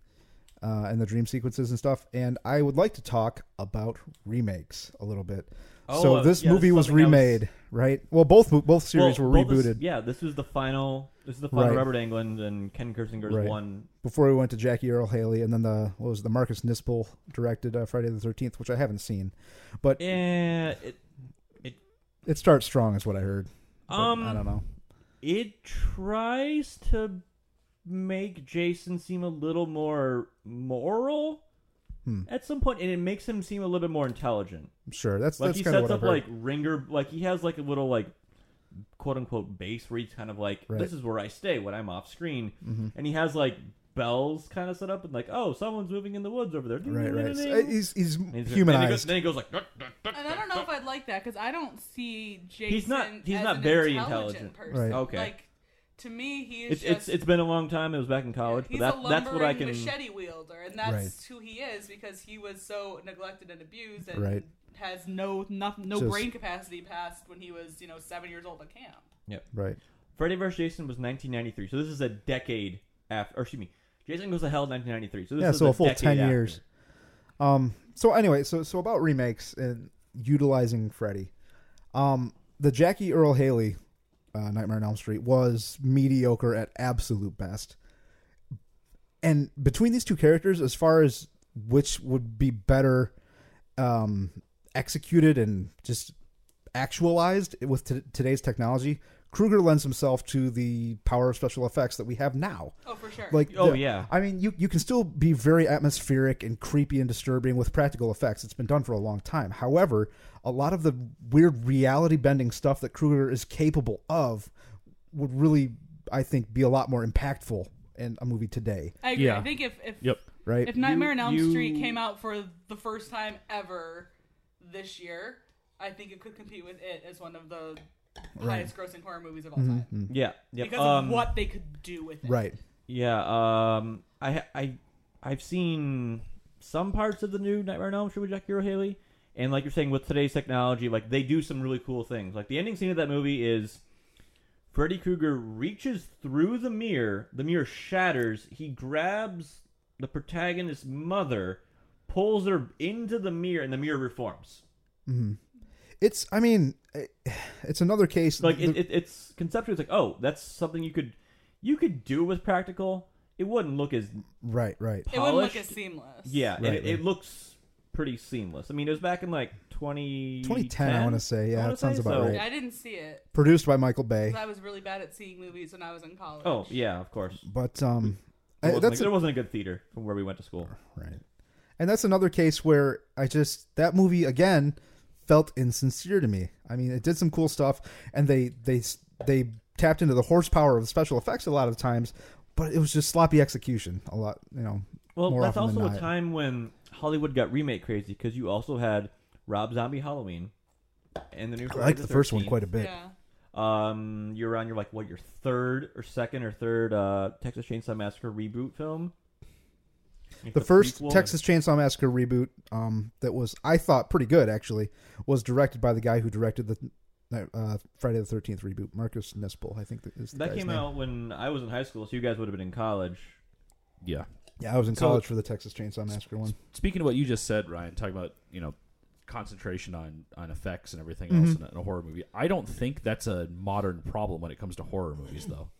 B: uh, and the dream sequences and stuff and i would like to talk about remakes a little bit
A: Oh,
B: so
A: uh,
B: this
A: yeah,
B: movie
A: that's
B: was
A: something I was-
B: remade right well both both series
A: Well,
B: were
A: both this-
B: rebooted
A: yeah, this was the final. This is the final
B: Right.
A: Robert Englund and Ken Kersinger's
B: Right.
A: one.
B: before we went to Jackie Earl Haley, and then the what was it, the Marcus Nispel directed uh, Friday the Thirteenth, which I haven't seen, but
A: Yeah, Eh, it
B: it starts strong, is what I heard. But
A: Um,
B: I don't know.
A: it tries to make Jason seem a little more moral
B: Hmm.
A: at some point, and it makes him seem a little bit more intelligent.
B: Sure, that's
A: Like
B: that's
A: he
B: kind of
A: sets
B: what I
A: up
B: heard.
A: like ringer, like he has like a little like quote unquote base where he's kind of like,
B: Right. Mm-hmm.
A: this is where I stay when I'm off screen, and he has like bells kind of set up and like, oh, someone's moving in the woods over there.
B: right, right.
A: (laughs)
B: So, uh,
A: And
B: he's he's
A: he's-
B: humanized.
A: And then he goes, then he goes like,
D: And I don't know if I'd like that because I don't see Jason.
A: He's not- he's
D: as
A: not
D: an
A: very
D: intelligent,
A: intelligent.
D: person.
B: Right.
A: Okay.
D: Like to me, he is
A: it's,
D: just.
A: it's it's been a long time. It was back in college,
D: he's
A: but
D: a
A: that,
D: lumbering
A: that's what I can.
D: machete wielder, and that's who he is because he was so neglected and abused, and
B: Right.
D: has no no, no
B: Just-
D: brain capacity past when he was you know seven years old at camp.
B: right.
A: Freddy vs. Jason was 1993, so this is a decade after. Or excuse me, Jason Goes to Hell 1993. So this
B: Yeah,
A: is
B: so a
A: a
B: full
A: decade
B: 10
A: after.
B: years. Um. So anyway, so so about remakes and utilizing Freddy, um, the Jackie Earl Haley, uh, Nightmare on Elm Street was mediocre at absolute best, and between these two characters, as far as which would be better, um, executed and just actualized with t- today's technology, Kruger lends himself to the power of special effects that we have now.
D: Oh, for sure.
B: Like,
A: Oh,
B: the-
A: yeah.
B: I mean, you you can still be very atmospheric and creepy and disturbing with practical effects. It's been done for a long time. However, a lot of the weird reality bending stuff that Kruger is capable of would really, I think, be a lot more impactful in a movie today,
D: I agree.
C: Yeah.
D: I think if if,
C: Yep.
B: right?
D: if Nightmare on Elm
A: you-
D: Street came out for the first time ever this year, I think it could compete with it as one of the highest grossing horror movies of all
B: Mm-hmm.
D: time
A: Yeah, yeah.
D: because
A: um,
D: of what they could do with it.
B: right.
A: Yeah, um, I ha- I I've seen some parts of the new Nightmare on Elm Street with Jackie Earle Haley, and like you're saying with today's technology, like they do some really cool things. Like the ending scene of that movie is. Freddy Krueger reaches through the mirror. The mirror shatters. He grabs the protagonist's mother, pulls her into the mirror, and the mirror reforms.
B: It's. I mean, it- it's another case.
A: like
B: the-
A: it, it, it's conceptually it's like oh that's something you could you could do with practical it wouldn't look as
B: right. Right.
D: It wouldn't look
A: Polished?
D: as seamless.
A: yeah and
B: Right,
A: it, it looks pretty seamless i mean it was back in like 20
B: 2010, I wanna say. Yeah,
A: I wanna
B: it sounds
A: say,
B: about
A: so-
B: right.
D: I didn't see it.
B: Produced by Michael Bay,
D: 'cause I was really bad at seeing movies when I was in college.
A: oh yeah of course
B: but um,
A: It
B: I-
A: wasn't
B: that's
A: like- there wasn't a good theater from where we went to school
B: Right. And that's another case where I just that movie again felt insincere to me. I mean, it did some cool stuff, and they they they tapped into the horsepower of special effects a lot of times, but it was just sloppy execution a lot. You know,
A: well
B: more
A: that's
B: often
A: also
B: than
A: a
B: not.
A: time when hollywood got remake crazy because you also had rob zombie halloween and the new
B: I liked the first one quite a bit.
D: Yeah.
A: a Um, you're on your like what your third or second or third uh, Texas Chainsaw Massacre reboot film. Like
B: The first
A: prequel.
B: Texas Chainsaw Massacre reboot um, that was, I thought, pretty good actually, was directed by the guy who directed the uh, Friday the Thirteenth reboot, Marcus Nispel. I think that is the
A: that
B: guy's
A: came
B: name.
A: out when I was in high school, so you guys would have been in college.
C: Yeah.
B: Yeah, I was in
C: So-
B: college for the Texas Chainsaw Massacre one.
C: Speaking of what you just said, Ryan, talking about you know concentration on on effects and everything
B: Mm-hmm.
C: else in a, in a horror movie. I don't think that's a modern problem when it comes to horror movies, though.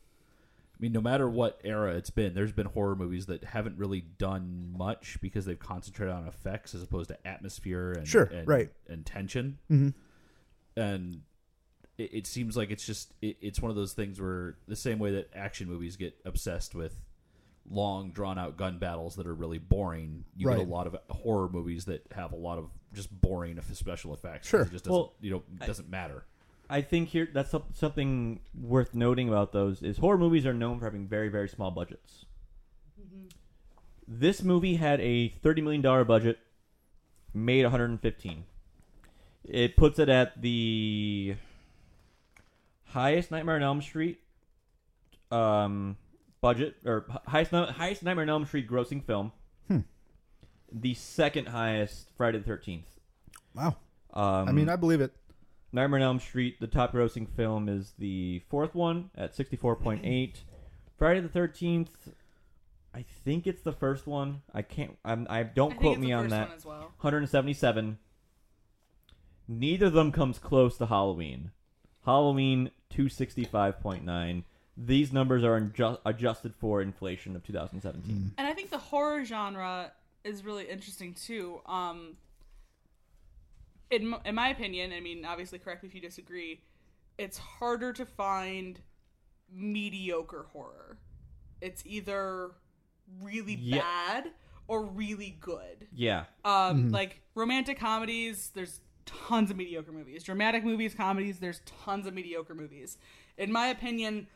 C: I mean, no matter what era it's been, there's been horror movies that haven't really done much because they've concentrated on effects as opposed to atmosphere and
B: Sure,
C: and,
B: right.
C: and tension.
B: Mhm.
C: And it, it seems like it's just it, it's one of those things where the same way that action movies get obsessed with long drawn out gun battles that are really boring, you get
B: Right.
C: a lot of horror movies that have a lot of just boring eff- special effects.
B: Sure.
C: it just doesn't
A: Well,
C: you know it doesn't matter.
A: I think here that's some- something worth noting about those is horror movies are known for having very very small budgets.
B: Mm-hmm.
A: This movie had a thirty million dollar budget, made one hundred and fifteen. It puts it at the highest Nightmare on Elm Street um, budget or hi- highest ni- highest Nightmare on Elm Street grossing film.
B: Hmm.
A: The second highest Friday the Thirteenth.
B: Wow.
A: Um,
B: I mean, I believe it.
A: Nightmare on Elm Street, the top grossing film, is the fourth one at 64.8. (clears throat) Friday the 13th, I think it's the first one. I can't, I'm, I don't
D: I think
A: quote
D: it's
A: me
D: the
A: on
D: first
A: that.
D: one as well.
A: 177. Neither of them comes close to Halloween. Halloween 265.9. These numbers are adju- adjusted for inflation of 2017.
D: And I think the horror genre is really interesting too. Um, in m- in my opinion, I mean, obviously, correct me if you disagree. It's harder to find mediocre horror. It's either really
A: Yeah.
D: bad or really good.
A: Yeah.
D: Um,
B: Mm-hmm.
D: like romantic comedies, there's tons of mediocre movies. Dramatic movies, comedies, there's tons of mediocre movies. In my opinion,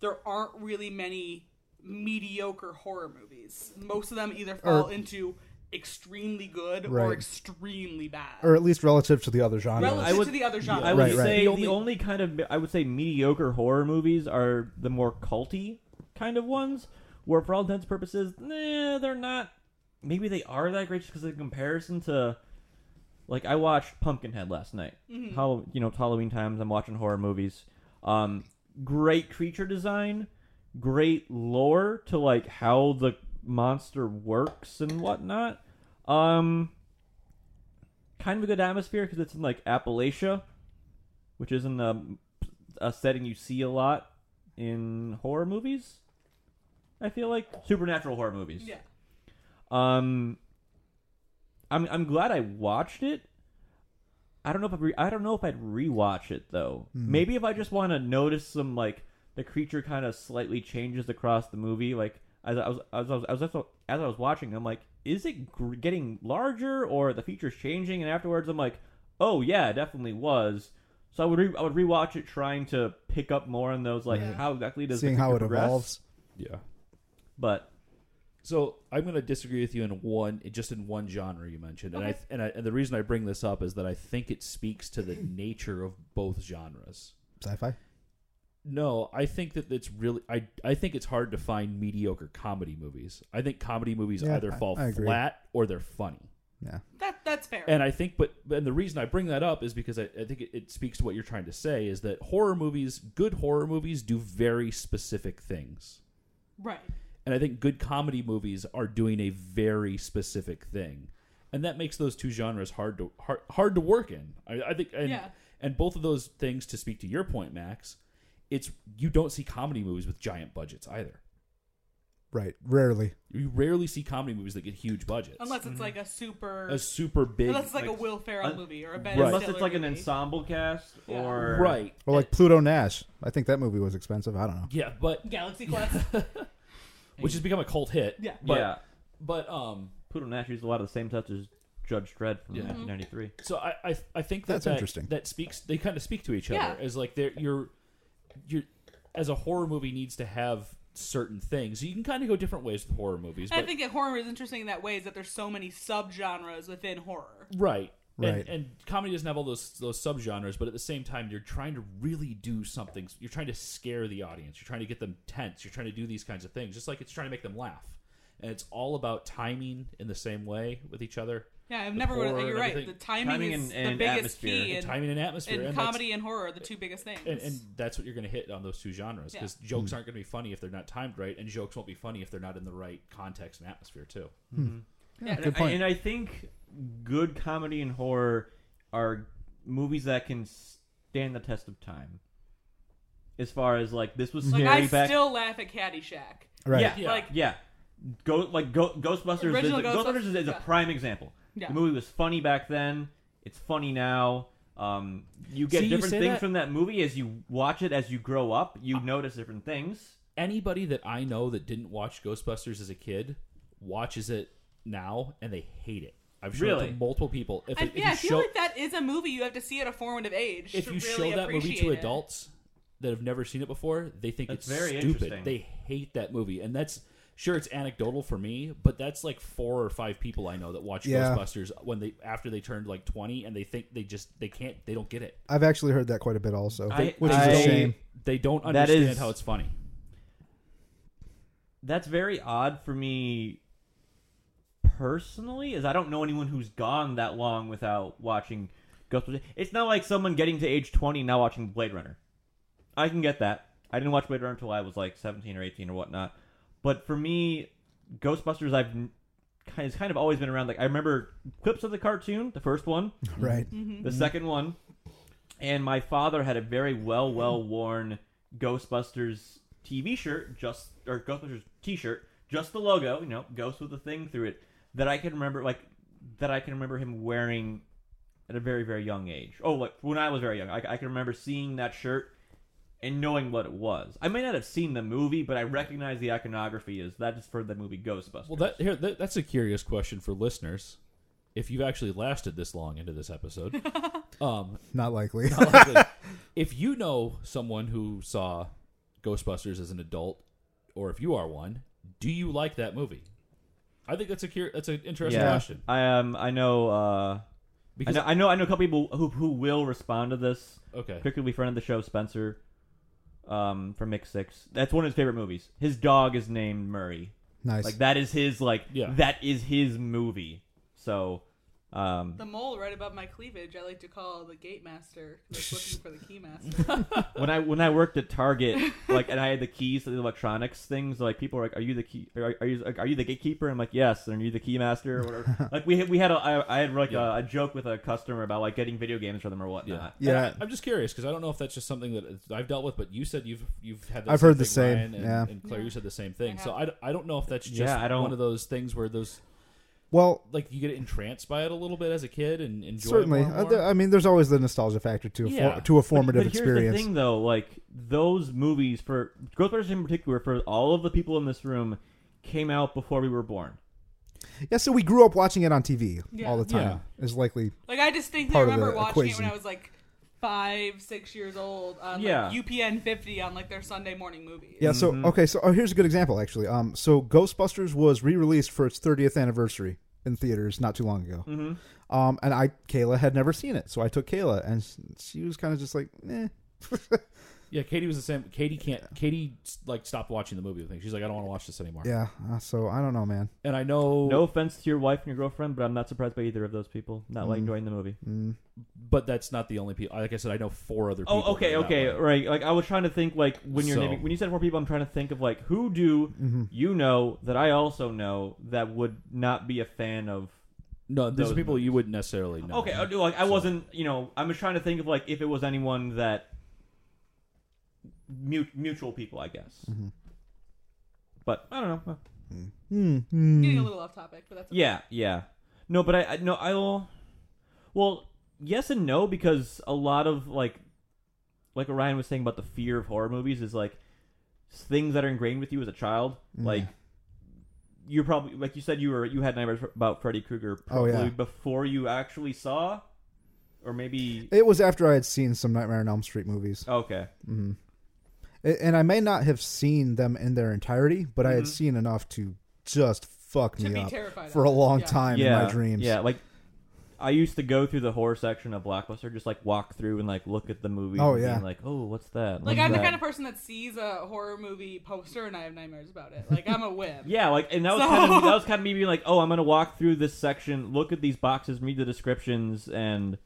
D: there aren't really many mediocre horror movies. Most of them either fall
B: Or-
D: into extremely good
B: Right.
D: or extremely bad.
B: Or at least relative to the other genres.
D: Relative
A: I would-
D: to the other genres.
A: I would
B: Right, right.
A: say
C: The
A: the
C: only-
A: only, kind of I would say mediocre horror movies are the more culty kind of ones, where for all intents and purposes, nah, they're not. Maybe they are that great just because in comparison to, like I watched Pumpkinhead last night.
D: Mm-hmm.
A: Hall- you know, it's Halloween times. I'm watching horror movies. Um, great creature design, great lore to like how the monster works and whatnot. Um, kind of a good atmosphere because it's in like Appalachia, which isn't a, a setting you see a lot in horror movies. I feel like supernatural horror movies.
D: yeah.
A: Um, I'm I'm glad I watched it. I don't know if I, re- I don't know if I'd rewatch it though.
B: Hmm.
A: Maybe if I just want to notice some like the creature kind of slightly changes across the movie. Like as I was as I was as I was, as I was watching, I'm like, is it gr- getting larger or the features changing? And afterwards, I'm like, oh yeah, it definitely was. So I would re- I would rewatch it, trying to pick up more on those like how exactly does the
B: Seeing how
A: creature
B: it
A: progress?
B: evolves.
C: Yeah.
A: But
C: So I'm going to disagree with you in one, just in one genre you mentioned, and I and, I, and the reason I bring this up is that I think it speaks to the nature of both genres.
B: Sci-fi.
C: No, I think that it's really I I think it's hard to find mediocre comedy movies. I think comedy movies
B: Yeah,
C: either
B: I-
C: fall
B: I agree.
C: flat or they're funny.
B: Yeah.
D: That that's fair.
C: And I think, but and the reason I bring that up is because I, I think it, it speaks to what you're trying to say is that horror movies, good horror movies, do very specific things,
D: right.
C: and I think good comedy movies are doing a very specific thing, and that makes those two genres hard to hard, hard to work in. I, I think, and,
D: Yeah.
C: and both of those things, to speak to your point, Max, it's you don't see comedy movies with giant budgets either.
B: Right. Rarely.
C: You rarely see comedy movies that get huge budgets,
D: Unless it's like a super
C: a super big,
D: unless it's like, a Will Ferrell
A: Un-
D: movie or a Ben
A: unless
D: Stiller
A: it's like an
D: movie.
A: ensemble cast
D: Yeah.
A: or
C: right,
B: Or like Pluto Nash. I think that movie was expensive. I don't know.
C: yeah, but
D: Galaxy Quest. (laughs)
C: which has become a cult hit.
D: Yeah.
C: But,
A: yeah.
C: But um,
A: Pluto Nash used a lot of the same sets as Judge Dredd from
C: Yeah.
D: Mm-hmm.
A: 1993.
C: so I I, I think that
B: That's
C: that,
B: interesting.
C: That speaks. They kind of speak to each
D: Yeah.
C: other as like they're you're you're as a horror movie needs to have certain things. You can kind of go different ways with horror movies.
D: And
C: But,
D: I think that horror is interesting in that way is that there's so many subgenres within horror.
C: right.
B: Right.
C: And, and comedy doesn't have all those those subgenres, but at the same time, you're trying to really do something. You're trying to scare the audience. You're trying to get them tense. You're trying to do these kinds of things, just like it's trying to make them laugh. And it's all about timing in the same way with each other.
D: Yeah, I've
C: The
D: never would
C: horror
D: have.
C: and
D: You're right.
C: everything.
D: The timing,
A: Timing
D: is
A: and-
D: the
A: and
D: biggest
A: atmosphere.
D: key.
A: The
D: in-
C: Timing and atmosphere,
D: and,
C: and that's-
D: comedy and horror are the two biggest things.
C: and, and that's what you're going to hit on those two genres because jokes aren't going to be funny if they're not timed right, and jokes won't be funny if they're not in the right context and atmosphere too.
D: yeah,
A: And,
B: Good
A: I,
B: point.
A: and I think good comedy and horror are movies that can stand the test of time. As far as like this was
D: like
A: scary
D: I
A: back,
D: still laugh at Caddyshack.
B: right.
A: yeah,
C: Yeah.
D: Like
A: yeah. Go like go, Ghostbusters. Is,
D: Original Ghostbusters,
A: Ghostbusters is, is
D: yeah.
A: a prime example.
D: Yeah.
A: The movie was funny back then. It's funny now. Um, you get
C: See, you
A: different
C: say
A: things
C: that-
A: from that movie as you watch it. As you grow up,
D: Uh,
A: you notice different things.
C: Anybody that I know that didn't watch Ghostbusters as a kid watches it now and they hate it. I've shown it
A: Really?
C: to multiple people. If,
D: I,
C: it- if
D: yeah, I
C: you
D: feel
C: show,
D: like that is a movie you have to see at a formative age.
C: if
D: to
C: you
D: really
C: show that movie to
D: appreciate it.
C: adults that have never seen it before, they think
A: That's
C: it's
A: very
C: stupid.
A: interesting.
C: They hate that movie, and that's sure it's anecdotal for me, but that's like four or five people I know that watch
B: Yeah.
C: Ghostbusters when they after they turned like twenty, and they think they just they can't they don't get it.
B: I've actually heard that quite a bit also,
A: I-
B: which is
A: I-
B: a
C: (laughs)
B: shame. (laughs)
C: They don't
A: That
C: understand
A: is-
C: how it's funny.
A: that's very odd for me personally is i don't know anyone who's gone that long without watching ghostbusters it's not like someone getting to age 20 now watching blade runner i can get that i didn't watch blade runner until i was like 17 or 18 or whatnot but for me ghostbusters i've n- kind- it's kind of always been around like i remember clips of the cartoon the first one
B: Right.
A: the second one and my father had a very well well worn ghostbusters tv shirt just or ghostbusters t-shirt just the logo you know ghost with a thing through it that i can remember like that i can remember him wearing at a very very young age oh like when i was very young i, I can remember seeing that shirt and knowing what it was i may not have seen the movie but i recognize the iconography is that is for the movie ghostbusters
C: Well, that here that, that's a curious question for listeners. If you've actually lasted this long into this (laughs) episode, um,
B: Not likely. (laughs)
C: Like, if you know someone who saw Ghostbusters as an adult, or if you are one, do you like that movie? I think that's a cur- that's an interesting
A: yeah
C: question
A: i um i know uh I
C: because
A: know, I know I know a couple people who who will respond to this.
C: okay,
A: Particularly friend of the show, Spencer, um, from Mix Six. That's one of his favorite movies. His dog is named Murray.
B: nice.
A: Like that is his like
C: Yeah.
A: that is his movie. So um
D: The mole right above my cleavage, I like to call the gate master. 'cause it's looking for the
C: (laughs)
D: key master.
A: when I when I worked at Target, like and I had the keys to the electronics things, like people were like, "Are you the key? Are, are you like, are you the gatekeeper?" I'm like, "Yes." And are you the key master or whatever? like we had- we had a, I, I had like a, a joke with a customer about like getting video games for them or whatnot.
C: yeah,
B: Yeah.
C: And I, am just curious because I don't know if that's just something that I've dealt with, but you said you've you've had. That
B: I've heard the
C: thing,
B: same,
C: Ryan, and,
B: yeah.
C: and Claire, you said the same thing.
D: I
C: so I, d- I don't know if that's just
A: Yeah, I don't-
C: one of those things where those
B: well,
C: like you get entranced by it a little bit as a kid and enjoy
B: certainly.
C: it more and
B: Uh,
C: more.
B: th- I mean, there's always the nostalgia factor to a, for-
C: Yeah.
B: to a
A: But-
B: formative
A: but here's
B: experience.
A: the thing, though, like those movies for Ghostbusters in particular, for all of the people in this room, came out before we were born.
B: Yeah, so we grew up watching it on TV
D: Yeah.
B: all the time. Is likely
D: like I distinctly
B: Part of
D: remember
B: the
D: watching it
B: equation.
D: when I was like five, six years old on
A: Yeah.
D: like, UPN fifty on like their Sunday morning movies.
B: Yeah. So okay. So oh, here's a good example actually. Um. So Ghostbusters was re-released for its 30th anniversary in theaters not too long ago. Mm-hmm. Um. And I Kayla had never seen it, so I took Kayla, and s- she was kind of just like, eh.
C: yeah, Katie was the same. Katie can't. Katie like stopped watching the movie with me. She's like, I don't want to watch this anymore.
B: Yeah. Uh, so I don't know, man.
C: And I know
A: No offense to your wife and your girlfriend, but I'm not surprised by either of those people not like enjoying Mm. the movie.
C: but that's not the only people. Like I said, I know four other people.
A: Oh, okay,
C: that are that
A: okay,
C: way.
A: right. Like I was trying to think, like when you're
C: So-
A: naming, when you said four people, I'm trying to think of like who do
B: Mm-hmm.
A: you know that I also know that would not be a fan of.
C: No, these are
A: Those
C: people you wouldn't necessarily know.
A: Okay, uh, I do, like I wasn't, you know, I'm just trying to think of like if it was anyone that mu- mutual people, I guess.
B: Mm-hmm.
A: But I don't know.
B: Mm-hmm.
D: Getting a little off topic, but that's okay.
A: Yeah, yeah. No, but I, I no, I'll. Well, yes and no because a lot of like, like what Ryan was saying about the fear of horror movies is like things that are ingrained with you as a child.
B: Mm-hmm.
A: Like you're probably like you said you were you had nightmares about Freddy Krueger
B: Oh, yeah.
A: probably before you actually saw, or maybe
B: It was after I had seen some Nightmare on Elm Street movies,
A: okay.
B: A- and I may not have seen them in their entirety, but I had seen enough to just fuck
D: Mm-hmm. to
B: me
D: be
B: up
D: terrified
B: for
D: of
B: a
D: it.
B: long
D: Yeah.
B: time
A: yeah,
B: in my dreams.
A: Yeah, like I used to go through the horror section of Blockbuster, just like walk through and like look at the movie.
B: Oh,
A: and being
B: yeah.
A: like oh, what's that?
D: Like
A: What's
D: I'm the
A: that?
D: kind of person that sees a horror movie poster and I have nightmares about it. Like I'm a wimp.
A: (laughs) Yeah, like, and that was
D: So-
A: kind of that was kind of me being like, oh, I'm gonna walk through this section, look at these boxes, read the descriptions, and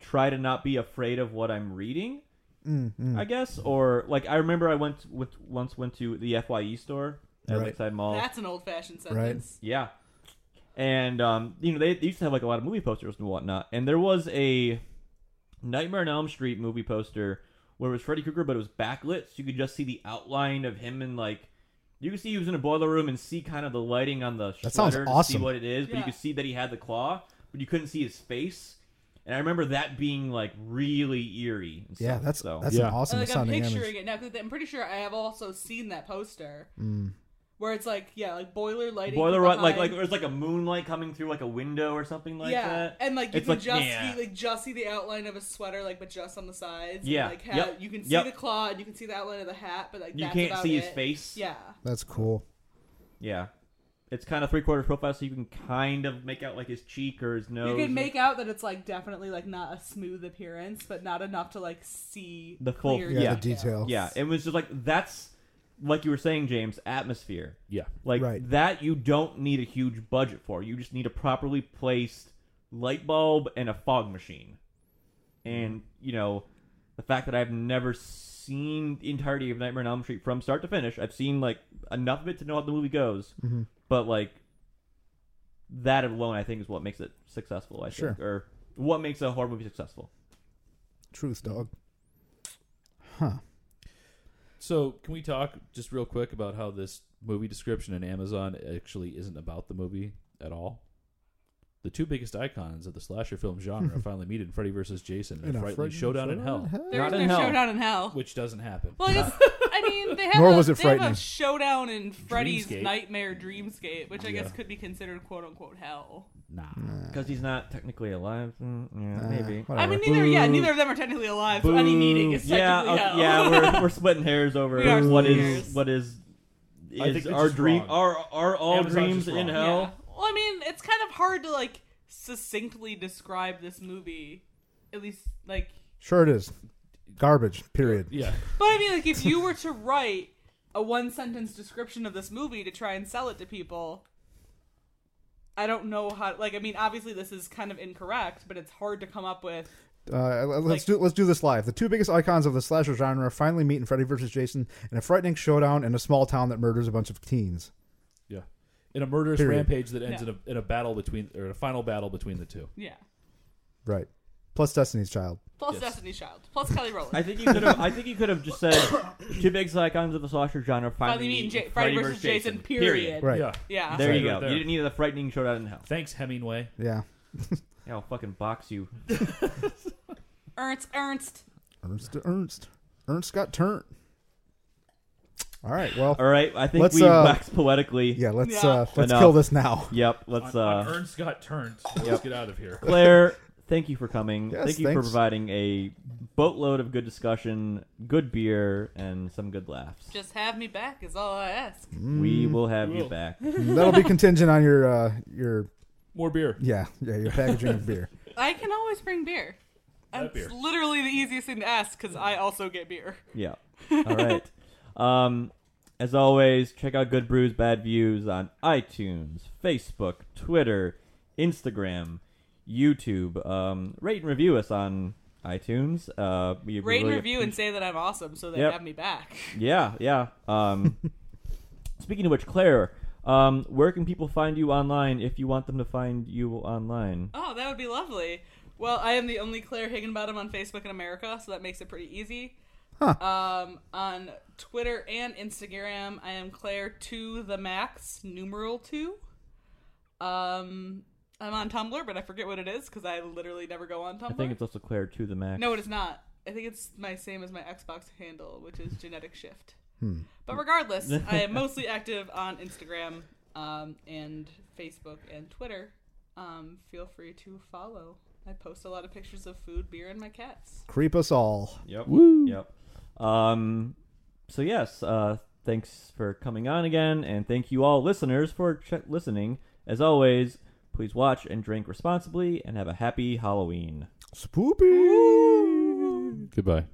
A: try to not be afraid of what I'm reading.
B: Mm, mm.
A: I guess, or like I remember I went with once went to the Fye store at
B: Right.
A: Lakeside Mall.
D: That's an old fashioned sentence.
A: Yeah. And um, you know, they, they used to have like a lot of movie posters and whatnot. And there was a Nightmare on Elm Street movie poster where it was Freddy Krueger, but it was backlit, so you could just see the outline of him and like you could see he was in a boiler room and see kind of the lighting on the
B: That sounds
A: sweater to
B: awesome.
A: see what it is, but you
D: Yeah.
A: could see that he had the claw, but you couldn't see his face. And I remember that being like really eerie. And
B: yeah,
A: stuff,
B: that's
A: so.
B: that's
C: Yeah.
B: an awesome
D: Like I'm
B: sounding
D: picturing
B: image.
D: it now because I'm pretty sure I have also seen that poster where it's like yeah, like boiler lighting.
A: Mm. boiler
D: from
A: light, like like
D: behind.
A: there's like a moonlight coming through like a window or something like
D: yeah,
A: that.
D: and like you
A: It's
D: can
A: like,
D: just
A: yeah.
D: see like just see the outline of a sweater, like but just on the sides. and,
A: Yeah.
D: like how
A: Yep.
D: you can see
A: Yep.
D: the claw and you can see the outline of the hat, but like
A: you
D: that's
A: can't
D: about
A: see his
D: it.
A: face.
D: Yeah,
B: That's cool.
A: Yeah. It's kind of three quarter profile, so you can kind of make out like his cheek or his nose.
D: you can make out that it's like definitely like not a smooth appearance, but not enough to like see
A: The full-
D: clear
B: Yeah,
A: Yeah.
B: the detail.
A: Yeah, it was just like that's like you were saying, James, atmosphere.
C: Yeah.
A: Like
B: Right.
A: that you don't need a huge budget for. You just need a properly placed light bulb and a fog machine. And, you know, the fact that I've never seen the entirety of Nightmare on Elm Street from start to finish, I've seen like enough of it to know how the movie goes.
B: Mm-hmm.
A: But like that alone I think is what makes it successful, I
B: Sure.
A: think. Or what makes a horror movie successful.
B: Truth, dog.
C: So, can we talk just real quick about how this movie description in Amazon actually isn't about the movie at all? The two biggest icons of the slasher film (laughs) genre finally meet in Freddy vs. Jason in
B: In
C: a
B: a
C: frightening
B: frightening
C: showdown in hell,
D: There
A: Not
D: is
A: in
D: no
A: hell.
D: showdown in hell.
C: which doesn't happen.
D: Well, I guess I mean they have.
B: Nor
D: a,
B: was it
D: they have
B: frightening.
D: a showdown in Freddy's
C: Dreamscape.
D: nightmare dreamscape, which I guess
C: Yeah.
D: could be considered quote unquote hell.
C: (laughs) Nah.
A: Because he's not technically alive. Mm, yeah,
B: Mm. Uh,
A: maybe.
B: whatever.
D: I mean, neither. Yeah,
A: Boo.
D: neither of them are technically alive, so any
A: Boo.
D: meeting is
A: yeah, uh,
D: technically hell.
A: yeah.
D: (laughs)
A: We're, we're splitting hairs over
D: We are
A: what is
D: splitting hairs.
A: what is
C: I think
A: is
C: they're
A: our
C: just
A: dream
C: wrong.
A: are are all
C: Amazon's
A: dreams
C: just
A: in
C: wrong.
A: hell.
D: Yeah. Well, I mean, it's kind of hard to like succinctly describe this movie, at least like.
B: Sure, it is. Garbage. Period.
C: Yeah.
D: But I mean, like, if you were to write a one sentence description of this movie to try and sell it to people, I don't know how. Like, I mean, obviously this is kind of incorrect, but it's hard to come up with.
B: Uh, let's
D: Like-
B: do let's do this live. The two biggest icons of the slasher genre finally meet in Freddy vs. Jason in a frightening showdown in a small town that murders a bunch of teens.
C: Yeah. In a murderous
B: Period.
C: rampage that ends
D: Yeah.
C: in, a, in a battle between, or a final battle between the two.
D: Yeah.
B: Right. Plus Destiny's Child.
D: Plus
C: Yes.
D: Destiny's Child. Plus Kelly Rowland.
A: I think you could have. I think you could have just said (coughs) two big icons of the slasher genre finally
D: Finally meet
A: meet
D: Ja-
A: in
D: Freddy versus Jason, period.
B: Right.
C: Yeah.
D: Yeah.
A: There you
C: Right
A: go.
C: there.
A: You didn't need a frightening showdown in hell.
C: Thanks, Hemingway.
B: Yeah.
A: Yeah, I'll fucking box you.
D: Ernst, Ernst.
B: Ernst Ernst. Ernst got turned. All right. Well.
A: All right. I think
B: Let's,
A: we
B: uh,
A: waxed poetically.
B: Yeah. Let's
D: Yeah.
B: uh let's
A: Enough.
B: kill this now. (laughs)
A: Yep. Let's.
C: On, on
A: uh
C: Ernst
A: (laughs)
C: got turned. Let's get out of here.
A: Claire, thank you for coming.
B: Yes,
A: thank you for
B: thanks.
A: providing a boatload of good discussion, good beer, and some good laughs.
D: Just have me back is all I ask.
A: Mm, we will have you
C: Cool.
A: (laughs) back.
B: That'll be contingent on your uh your
C: More beer.
B: yeah yeah your packaging of
D: (laughs)
B: beer.
D: I can always bring beer. That's
C: That beer.
D: literally the easiest thing to ask because I also get beer.
A: Yeah. All right. Um, as always, check out Good Brews, Bad Views on iTunes, Facebook, Twitter, Instagram, YouTube. Um, rate and review us on iTunes. Uh, we we
D: Rate and
A: really-
D: review and say that I'm awesome so they
A: Yep.
D: have me back.
A: Yeah, yeah. (laughs) Um, speaking of which, Claire, um, where can people find you online if you want them to find you online?
D: Oh, that would be lovely. Well, I am the only Claire Higginbottom on Facebook in America, so that makes it pretty easy. Um, on Twitter and Instagram, I am Claire to the max numeral two. Um, I'm on Tumblr, but I forget what it is because I literally never go on Tumblr.
A: I think it's also Claire to the max.
D: no, it is not. I think it's my same as my Xbox handle, which is genetic shift. But regardless, I am mostly active on Instagram um, and Facebook and Twitter. Um, feel free to follow. I post a lot of pictures of food, beer, and my cats.
B: Creep us all.
A: Yep. Yep. Um, so yes, uh, thanks for coming on again, and thank you all listeners for ch- listening. As always, Please watch and drink responsibly and have a happy Halloween.
B: Spoopy.
C: Goodbye.